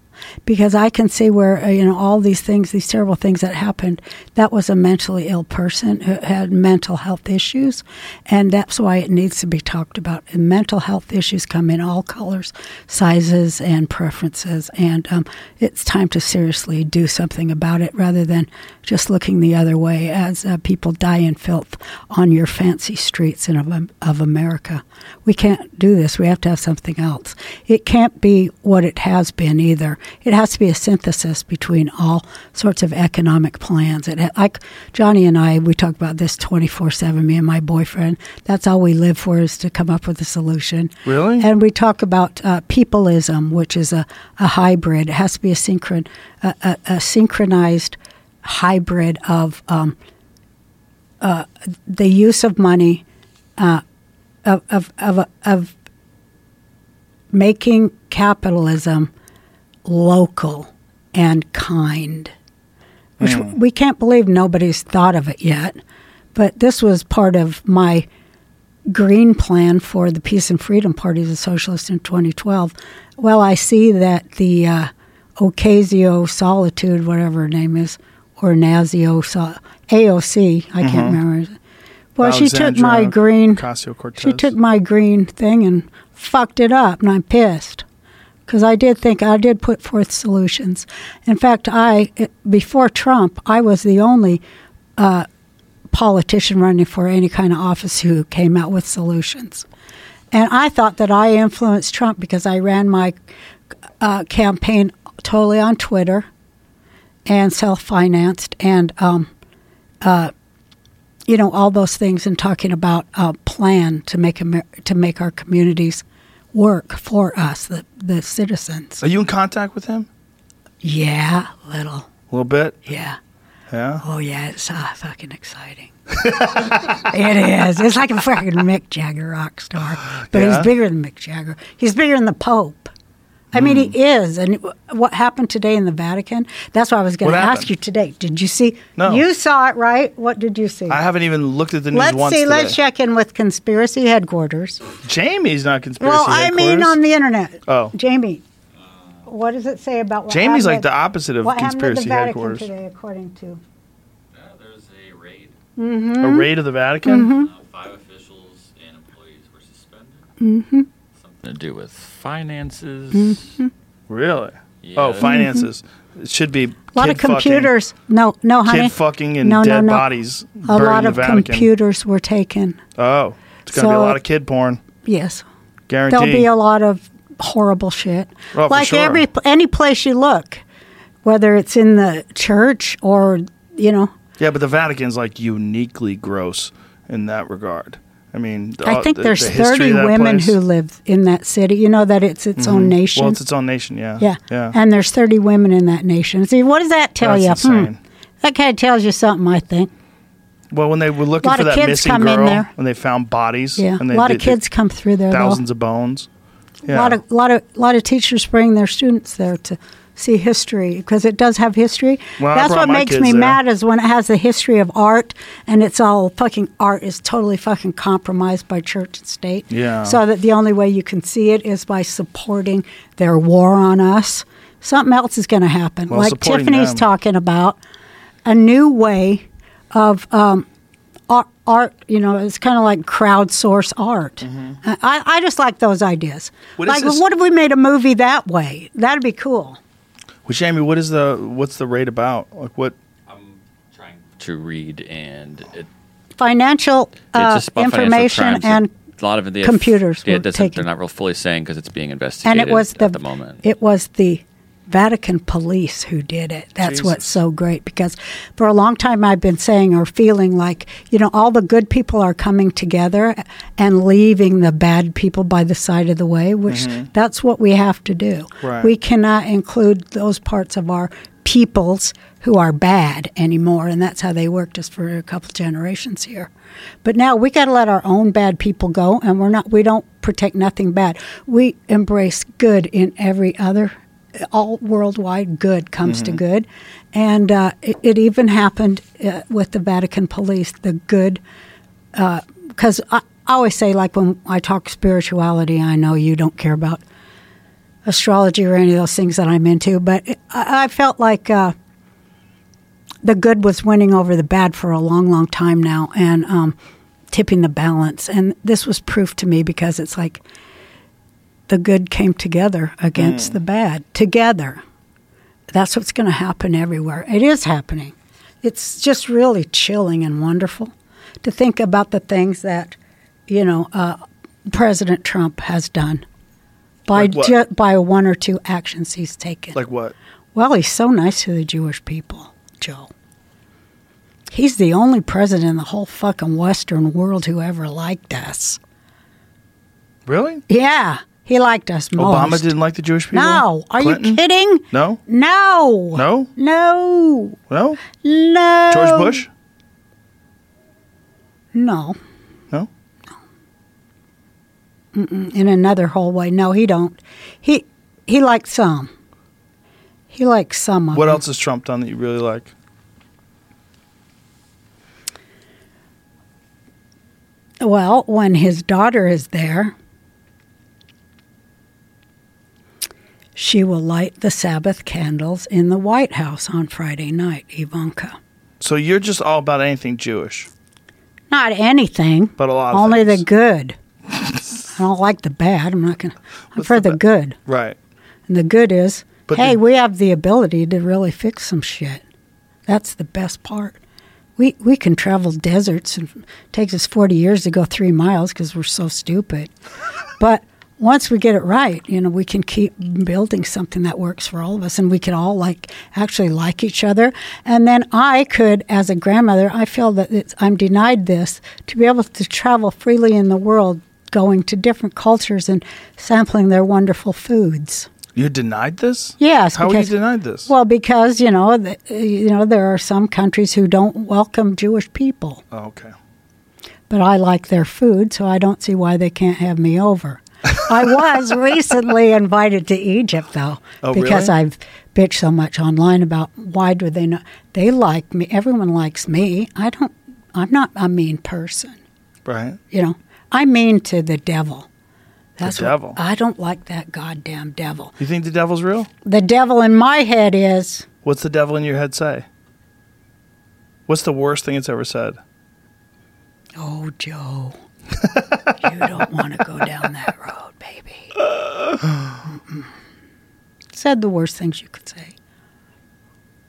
[SPEAKER 1] because I can see where, uh, you know, all these things, these terrible things that happened, that was a mentally ill person who had mental health issues. And that's why it needs to be talked about. And mental health issues come in all colors, sizes, and preferences. And um, it's time to seriously do something about it rather than just looking the other way as uh, people die in filth on your fancy streets in, of, um, of America. We can't do this. We have to have something else. It can't be what it has been either. It has to be a synthesis between all sorts of economic plans. It ha- like Johnny and I, we talk about this 24 7, me and my boyfriend. That's all we live for is to come up with a solution.
[SPEAKER 2] Really?
[SPEAKER 1] And we talk about uh, peopleism, which is a, a hybrid. It has to be a, synchron, a, a, a synchronized hybrid of um, uh, the use of money, uh, of, of, of, of making capitalism local and kind, which we can't believe nobody's thought of it yet. But this was part of my green plan for the Peace and Freedom Party, the Socialists in 2012. Well, I see that the uh, Ocasio Solitude, whatever her name is, or Nazio Sol- AOC, I can't remember. Well, she took my
[SPEAKER 2] Mm-hmm. Alexandra
[SPEAKER 1] green.
[SPEAKER 2] Ocasio-Cortez.
[SPEAKER 1] She took my green thing and fucked it up, and I'm pissed because I did think I did put forth solutions. In fact, I before Trump, I was the only uh, politician running for any kind of office who came out with solutions, and I thought that I influenced Trump because I ran my uh, campaign totally on Twitter and self-financed and. Um, you know all those things and talking about a plan to make Amer- to make our communities work for us the the citizens
[SPEAKER 2] Are you in contact with him?
[SPEAKER 1] yeah little
[SPEAKER 2] A little bit.
[SPEAKER 1] yeah
[SPEAKER 2] Yeah.
[SPEAKER 1] oh yeah it's uh, fucking exciting it is it's like a fucking Mick Jagger rock star but
[SPEAKER 2] Yeah?
[SPEAKER 1] he's bigger than Mick Jagger he's bigger than the Pope I mean
[SPEAKER 2] Hmm.
[SPEAKER 1] he is and it- what happened today in the Vatican that's what I was going
[SPEAKER 2] What
[SPEAKER 1] to ask
[SPEAKER 2] happened?
[SPEAKER 1] you today did you see
[SPEAKER 2] No.
[SPEAKER 1] you saw it right what did you see
[SPEAKER 2] I haven't even looked at the news
[SPEAKER 1] Let's
[SPEAKER 2] once
[SPEAKER 1] see.
[SPEAKER 2] today.
[SPEAKER 1] Let's check in with conspiracy headquarters.
[SPEAKER 2] Jamie's not conspiracy.
[SPEAKER 1] well, I mean
[SPEAKER 2] headquarters.
[SPEAKER 1] on the internet.
[SPEAKER 2] Oh.
[SPEAKER 1] Jamie, what does it say about what
[SPEAKER 2] Jamie's like
[SPEAKER 1] happened
[SPEAKER 2] the
[SPEAKER 1] at-
[SPEAKER 2] opposite of
[SPEAKER 1] what happened at
[SPEAKER 2] conspiracy
[SPEAKER 1] the Vatican
[SPEAKER 2] headquarters.
[SPEAKER 1] today, according to?
[SPEAKER 4] There's a raid.
[SPEAKER 2] A
[SPEAKER 1] Hmm?
[SPEAKER 2] raid of the Vatican.
[SPEAKER 1] Mm-hmm.
[SPEAKER 4] Uh, five officials and employees were suspended.
[SPEAKER 1] Mm-hmm.
[SPEAKER 3] Something to do with finances.
[SPEAKER 2] Really?
[SPEAKER 4] Yeah.
[SPEAKER 2] Oh, finances. It should be
[SPEAKER 1] A lot
[SPEAKER 2] kid
[SPEAKER 1] of computers. no, no,
[SPEAKER 2] Fucking,
[SPEAKER 1] honey.
[SPEAKER 2] kid fucking and
[SPEAKER 1] No, no,
[SPEAKER 2] dead
[SPEAKER 1] no.
[SPEAKER 2] bodies.
[SPEAKER 1] a
[SPEAKER 2] buried
[SPEAKER 1] lot
[SPEAKER 2] in the
[SPEAKER 1] of
[SPEAKER 2] Vatican.
[SPEAKER 1] computers were taken.
[SPEAKER 2] Oh, it's gonna be a
[SPEAKER 1] So-
[SPEAKER 2] lot of kid porn.
[SPEAKER 1] Yes.
[SPEAKER 2] Guaranteed.
[SPEAKER 1] there'll be a lot of horrible shit.
[SPEAKER 2] Oh, for
[SPEAKER 1] like
[SPEAKER 2] sure.
[SPEAKER 1] every any place you look, whether it's in the church or you know,
[SPEAKER 2] Yeah, but the Vatican's like uniquely gross in that regard. I mean,
[SPEAKER 1] I
[SPEAKER 2] uh,
[SPEAKER 1] think
[SPEAKER 2] the-
[SPEAKER 1] there's
[SPEAKER 2] the history
[SPEAKER 1] 30
[SPEAKER 2] of that
[SPEAKER 1] women
[SPEAKER 2] place- Mm-hmm. Hmm.
[SPEAKER 1] who live in that city. You know that it's its own nation.
[SPEAKER 2] Well, it's its own nation. Yeah.
[SPEAKER 1] yeah.
[SPEAKER 2] Yeah.
[SPEAKER 1] and there's 30 women in that nation. See, what does that tell hmm.
[SPEAKER 2] That's
[SPEAKER 1] you?
[SPEAKER 2] insane.
[SPEAKER 1] That kind of tells you something, I think.
[SPEAKER 2] well, when they were looking
[SPEAKER 1] Lot
[SPEAKER 2] for
[SPEAKER 1] of
[SPEAKER 2] that
[SPEAKER 1] kids
[SPEAKER 2] missing
[SPEAKER 1] come in
[SPEAKER 2] girl,
[SPEAKER 1] there.
[SPEAKER 2] when they found bodies,
[SPEAKER 1] Yeah,
[SPEAKER 2] and they,
[SPEAKER 1] a lot
[SPEAKER 2] they-
[SPEAKER 1] of kids come through there. though.
[SPEAKER 2] thousands of bones. Yeah.
[SPEAKER 1] A lot of lot of lot of teachers bring their students there to see history because it does have history.
[SPEAKER 2] Well, I
[SPEAKER 1] That's
[SPEAKER 2] brought
[SPEAKER 1] what
[SPEAKER 2] my
[SPEAKER 1] makes
[SPEAKER 2] kids
[SPEAKER 1] me
[SPEAKER 2] there.
[SPEAKER 1] mad is when it has the history of art and it's all fucking art is totally fucking compromised by church and state.
[SPEAKER 2] Yeah.
[SPEAKER 1] So that the only way you can see it is by supporting their war on us. Something else is going to happen.
[SPEAKER 2] Well,
[SPEAKER 1] like
[SPEAKER 2] supporting
[SPEAKER 1] Tiffany's
[SPEAKER 2] them.
[SPEAKER 1] talking about a new way of um, art, art. You know, it's kind of like crowdsource art. I, I just like those ideas.
[SPEAKER 2] Mm-hmm. What is
[SPEAKER 1] like,
[SPEAKER 2] this-
[SPEAKER 1] what if we made a movie that way? That'd be cool.
[SPEAKER 2] Which Amy, what is the what's the rate about? Like what?
[SPEAKER 4] I'm trying.
[SPEAKER 3] to read, and it,
[SPEAKER 1] Financial uh,
[SPEAKER 3] it's just about financial
[SPEAKER 1] information
[SPEAKER 3] crimes that
[SPEAKER 1] and
[SPEAKER 3] a lot of the
[SPEAKER 1] computers
[SPEAKER 3] Yeah,
[SPEAKER 1] were
[SPEAKER 3] it doesn't-
[SPEAKER 1] taken.
[SPEAKER 3] they're not real fully saying because it's being investigated.
[SPEAKER 1] and it was the,
[SPEAKER 3] at the moment.
[SPEAKER 1] it was the Vatican police who did it. That's what's
[SPEAKER 2] Jesus.
[SPEAKER 1] so great because for a long time I've been saying or feeling like you know all the good people are coming together and leaving the bad people by the side of the way, which
[SPEAKER 2] Mm-hmm.
[SPEAKER 1] that's what we have to do.
[SPEAKER 2] Right.
[SPEAKER 1] We cannot include those parts of our peoples who are bad anymore, and that's how they worked us for a couple generations here. But now we got to let our own bad people go, and we're not. We don't protect nothing bad. We embrace good in every other. All worldwide good comes to good, and uh, it, it even happened uh, with the Vatican police. The good because I, I always say, like when I talk spirituality, I know you don't care about astrology or any of those things that I'm into, but I, I felt like uh, the good was winning over the bad for a long, long time now, and um, tipping the balance. And this was proof to me because it's like the good came together against
[SPEAKER 2] Mm.
[SPEAKER 1] the bad together. That's what's going to happen everywhere. It is happening. It's just really chilling and wonderful to think about the things that, you know, uh, President Trump has done by
[SPEAKER 2] Like what?
[SPEAKER 1] ju- by one or two actions he's taken.
[SPEAKER 2] Like what?
[SPEAKER 1] Well, he's so nice to the Jewish people, Joe. He's the only president in the whole fucking Western world who ever liked us.
[SPEAKER 2] Really?
[SPEAKER 1] Yeah, he liked us most.
[SPEAKER 2] Obama didn't like the Jewish people.
[SPEAKER 1] No, are
[SPEAKER 2] Clinton?
[SPEAKER 1] you kidding?
[SPEAKER 2] No,
[SPEAKER 1] No.
[SPEAKER 2] no,
[SPEAKER 1] No.
[SPEAKER 2] no.
[SPEAKER 1] No.
[SPEAKER 2] George Bush.
[SPEAKER 1] No.
[SPEAKER 2] No.
[SPEAKER 1] In another whole way. No, he don't. He he liked some. He likes some of
[SPEAKER 2] What
[SPEAKER 1] them.
[SPEAKER 2] else has Trump done that you really like?
[SPEAKER 1] Well, when his daughter is there, she will light the Sabbath candles in the White House on Friday night, Ivanka.
[SPEAKER 2] So you're just all about anything Jewish,
[SPEAKER 1] Not anything,
[SPEAKER 2] but a lot of
[SPEAKER 1] only
[SPEAKER 2] things.
[SPEAKER 1] the good. I don't like the bad. I'm not going to. I'm
[SPEAKER 2] What's
[SPEAKER 1] for
[SPEAKER 2] the
[SPEAKER 1] the,
[SPEAKER 2] ba-
[SPEAKER 1] good.
[SPEAKER 2] right.
[SPEAKER 1] And the good is,
[SPEAKER 2] But
[SPEAKER 1] hey,
[SPEAKER 2] the-
[SPEAKER 1] we have the ability to really fix some shit. That's the best part. We, we can travel deserts and it takes us 40 years to go three miles because we're so stupid. but once we get it right, you know, we can keep building something that works for all of us and we can all like actually like each other. And then I could, as a grandmother, I feel that it's, I'm denied this to be able to travel freely in the world, going to different cultures and sampling their wonderful foods.
[SPEAKER 2] You denied this?
[SPEAKER 1] Yes.
[SPEAKER 2] How
[SPEAKER 1] because,
[SPEAKER 2] are you denied this?
[SPEAKER 1] Well, because you know, the, you know, there are some countries who don't welcome Jewish people,
[SPEAKER 2] oh, okay.
[SPEAKER 1] but I like their food, so I don't see why they can't have me over. I was recently invited to Egypt, though,
[SPEAKER 2] Oh,
[SPEAKER 1] because
[SPEAKER 2] really?
[SPEAKER 1] I've bitched so much online about why do they not? They like me. Everyone likes me. I don't. I'm not a mean person.
[SPEAKER 2] Right.
[SPEAKER 1] You know, I mean to the devil. That's what-
[SPEAKER 2] devil.
[SPEAKER 1] I don't like that goddamn devil.
[SPEAKER 2] You think the devil's real?
[SPEAKER 1] The devil in my head is.
[SPEAKER 2] What's the devil in your head say? What's the worst thing it's ever said?
[SPEAKER 1] Oh, Joe, you don't want to go down that road, baby. Mm-mm. Said the worst things you could say.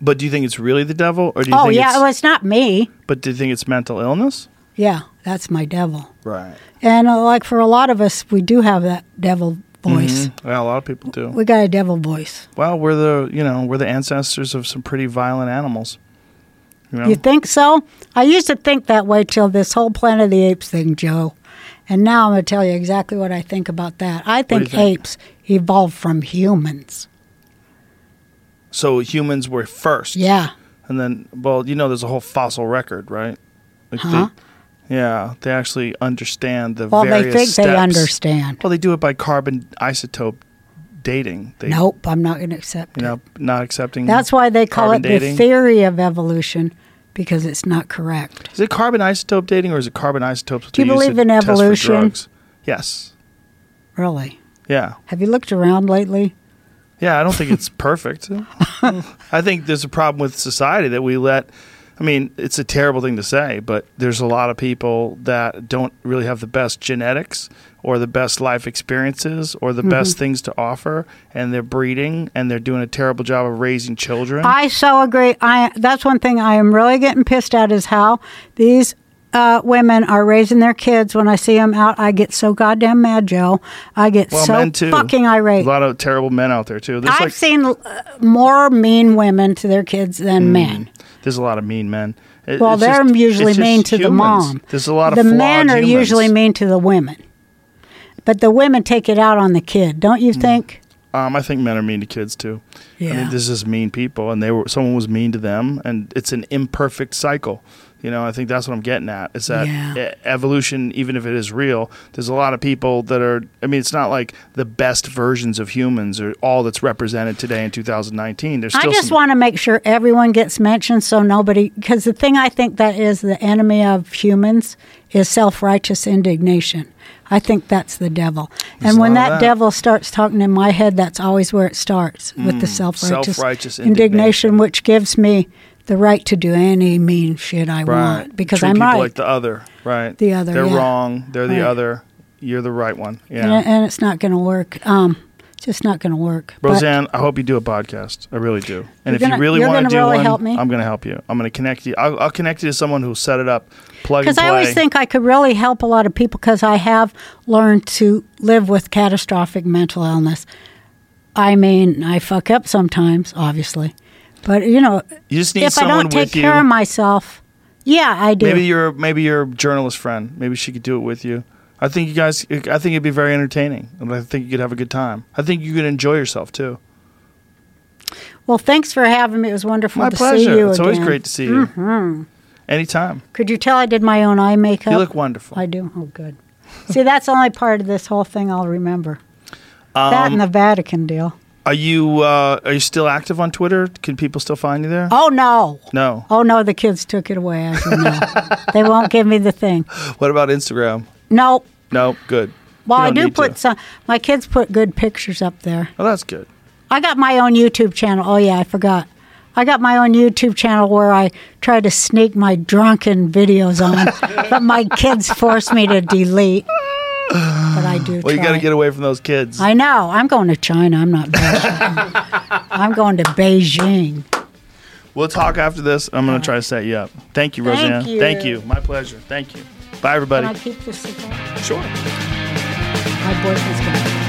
[SPEAKER 2] But do you think it's really the devil, or do you
[SPEAKER 1] Oh,
[SPEAKER 2] think
[SPEAKER 1] yeah,
[SPEAKER 2] it's,
[SPEAKER 1] well, it's not me.
[SPEAKER 2] but do you think it's mental illness?
[SPEAKER 1] Yeah, that's my devil.
[SPEAKER 2] Right.
[SPEAKER 1] And uh, like for a lot of us, we do have that devil voice.
[SPEAKER 2] Mm-hmm. Yeah, a lot of people do.
[SPEAKER 1] We got a devil voice.
[SPEAKER 2] Well, we're the you know we're the ancestors of some pretty violent animals. You know,
[SPEAKER 1] You think so? I used to think that way till this whole Planet of the Apes thing, Joe. And now I'm going to tell you exactly what I think about that. I
[SPEAKER 2] do you
[SPEAKER 1] think,
[SPEAKER 2] think?
[SPEAKER 1] apes evolved from humans.
[SPEAKER 2] so humans were first.
[SPEAKER 1] Yeah.
[SPEAKER 2] And then, well, you know, there's a whole fossil record, right? Like they-
[SPEAKER 1] Huh?
[SPEAKER 2] yeah, they actually understand the
[SPEAKER 1] Uh-huh. Well, they
[SPEAKER 2] various
[SPEAKER 1] think they
[SPEAKER 2] steps.
[SPEAKER 1] understand.
[SPEAKER 2] Well, they do it by carbon isotope dating. They,
[SPEAKER 1] nope, I'm not going to accept
[SPEAKER 2] You know,
[SPEAKER 1] it.
[SPEAKER 2] not accepting.
[SPEAKER 1] That's why they call it
[SPEAKER 2] carbon
[SPEAKER 1] the
[SPEAKER 2] dating.
[SPEAKER 1] theory of evolution because it's not correct.
[SPEAKER 2] Is it carbon isotope dating, or is it carbon isotopes?
[SPEAKER 1] Do you
[SPEAKER 2] they use
[SPEAKER 1] believe
[SPEAKER 2] to
[SPEAKER 1] in
[SPEAKER 2] test for
[SPEAKER 1] evolution?
[SPEAKER 2] drugs? Yes.
[SPEAKER 1] Really.
[SPEAKER 2] Yeah.
[SPEAKER 1] Have you looked around lately?
[SPEAKER 2] Yeah, I don't think it's perfect. I think there's a problem with society that we let. I mean, it's a terrible thing to say, but there's a lot of people that don't really have the best genetics or the best life experiences or the
[SPEAKER 1] Mm-hmm.
[SPEAKER 2] best things to offer, and they're breeding and they're doing a terrible job of raising children.
[SPEAKER 1] I so agree. I that's one thing I am really getting pissed at is how these uh, women are raising their kids. When I see them out, I get so goddamn mad, Joe. I get
[SPEAKER 2] well,
[SPEAKER 1] so
[SPEAKER 2] men too.
[SPEAKER 1] fucking irate.
[SPEAKER 2] A lot of terrible men out there too. There's
[SPEAKER 1] I've
[SPEAKER 2] like
[SPEAKER 1] seen uh, more mean women to their kids
[SPEAKER 2] Mm.
[SPEAKER 1] than men.
[SPEAKER 2] there's a lot of mean men. It-
[SPEAKER 1] Well,
[SPEAKER 2] it's
[SPEAKER 1] they're
[SPEAKER 2] just-
[SPEAKER 1] usually
[SPEAKER 2] it's just
[SPEAKER 1] mean to the
[SPEAKER 2] humans.
[SPEAKER 1] mom.
[SPEAKER 2] There's a lot of
[SPEAKER 1] the
[SPEAKER 2] flawed
[SPEAKER 1] men are
[SPEAKER 2] humans.
[SPEAKER 1] usually mean to the women, but the women take it out on the kid, don't
[SPEAKER 2] Mm.
[SPEAKER 1] you think?
[SPEAKER 2] Um, I think men are mean to kids too. I
[SPEAKER 1] Yeah.
[SPEAKER 2] mean, this is mean people, and they were someone was mean to them, and it's an imperfect cycle. You know, I think that's what I'm getting at is that
[SPEAKER 1] Yeah.
[SPEAKER 2] e- evolution, even if it is real, there's a lot of people that are. I mean, it's not like the best versions of humans are all that's represented today in 2019. There's still
[SPEAKER 1] I just
[SPEAKER 2] some,
[SPEAKER 1] want to make sure everyone gets mentioned so nobody, because the thing I think that is the enemy of humans is self righteous indignation. I think that's the devil.
[SPEAKER 2] There's a
[SPEAKER 1] and when
[SPEAKER 2] lot of
[SPEAKER 1] that,
[SPEAKER 2] that.
[SPEAKER 1] devil starts talking in my head, that's always where it starts with the self
[SPEAKER 2] Mm. self-righteous
[SPEAKER 1] righteous
[SPEAKER 2] indignation.
[SPEAKER 1] indignation, which gives me the right to do any mean shit I want because
[SPEAKER 2] Treat
[SPEAKER 1] I'm
[SPEAKER 2] people
[SPEAKER 1] right.
[SPEAKER 2] like the other, right?
[SPEAKER 1] The other,
[SPEAKER 2] They're
[SPEAKER 1] yeah.
[SPEAKER 2] wrong. They're the
[SPEAKER 1] Right.
[SPEAKER 2] other. You're the right one. Yeah.
[SPEAKER 1] and, and it's not going to work. Um, it's just not going to work. But-
[SPEAKER 2] Roseanne, I hope you do a podcast. I really do. And
[SPEAKER 1] You're
[SPEAKER 2] if
[SPEAKER 1] gonna-
[SPEAKER 2] you really
[SPEAKER 1] you're
[SPEAKER 2] want to
[SPEAKER 1] gonna
[SPEAKER 2] do
[SPEAKER 1] really
[SPEAKER 2] one,
[SPEAKER 1] help me?
[SPEAKER 2] I'm going to help you. I'm going to connect you. I'll, I'll connect you to someone who'll set it up, plug and
[SPEAKER 1] Because
[SPEAKER 2] play.
[SPEAKER 1] I always think I could really help a lot of people because I have learned to live with catastrophic mental illness. I mean, I fuck up sometimes, obviously, but you know,
[SPEAKER 2] you just need
[SPEAKER 1] if I
[SPEAKER 2] someone
[SPEAKER 1] don't take
[SPEAKER 2] with you.
[SPEAKER 1] care of myself, yeah, I do.
[SPEAKER 2] maybe your maybe your journalist friend. Maybe she could do it with you. I think you guys. I think it'd be very entertaining, and I think you could have a good time. I think you could enjoy yourself too.
[SPEAKER 1] well, thanks for having me. It was wonderful
[SPEAKER 2] My
[SPEAKER 1] to see
[SPEAKER 2] pleasure.
[SPEAKER 1] you
[SPEAKER 2] It's always
[SPEAKER 1] again. Mm-hmm.
[SPEAKER 2] great to see you. Anytime.
[SPEAKER 1] Could you tell I did my own eye makeup?
[SPEAKER 2] You look wonderful.
[SPEAKER 1] I do. Oh, good. See, that's the only part of this whole thing I'll remember. that
[SPEAKER 2] Um,
[SPEAKER 1] and the Vatican deal.
[SPEAKER 2] Are you uh, are you still active on Twitter? Can people still find you there?
[SPEAKER 1] Oh no.
[SPEAKER 2] No.
[SPEAKER 1] Oh no, the kids took it away. I said no. they won't give me the thing.
[SPEAKER 2] What about Instagram?
[SPEAKER 1] No.
[SPEAKER 2] No. Good.
[SPEAKER 1] Well,
[SPEAKER 2] You
[SPEAKER 1] I
[SPEAKER 2] don't
[SPEAKER 1] do
[SPEAKER 2] need
[SPEAKER 1] put
[SPEAKER 2] to.
[SPEAKER 1] some. My kids put good pictures up there.
[SPEAKER 2] Oh, that's good.
[SPEAKER 1] I got my own YouTube channel. Oh yeah, I forgot. I got my own YouTube channel where I try to sneak my drunken videos on, but my kids force me to delete. But I do.
[SPEAKER 2] Well, you
[SPEAKER 1] try.
[SPEAKER 2] got to get away from those kids.
[SPEAKER 1] I know. I'm going to China. I'm not. Beijing. I'm going to Beijing.
[SPEAKER 2] We'll talk after this. I'm going to try to set you up. Thank you,
[SPEAKER 1] Thank
[SPEAKER 2] Roseanne.
[SPEAKER 1] you.
[SPEAKER 2] Thank you. My pleasure. Thank you. Bye,
[SPEAKER 1] Can I
[SPEAKER 2] everybody.
[SPEAKER 1] keep this? secret?
[SPEAKER 2] Sure.
[SPEAKER 1] My boyfriend's going. to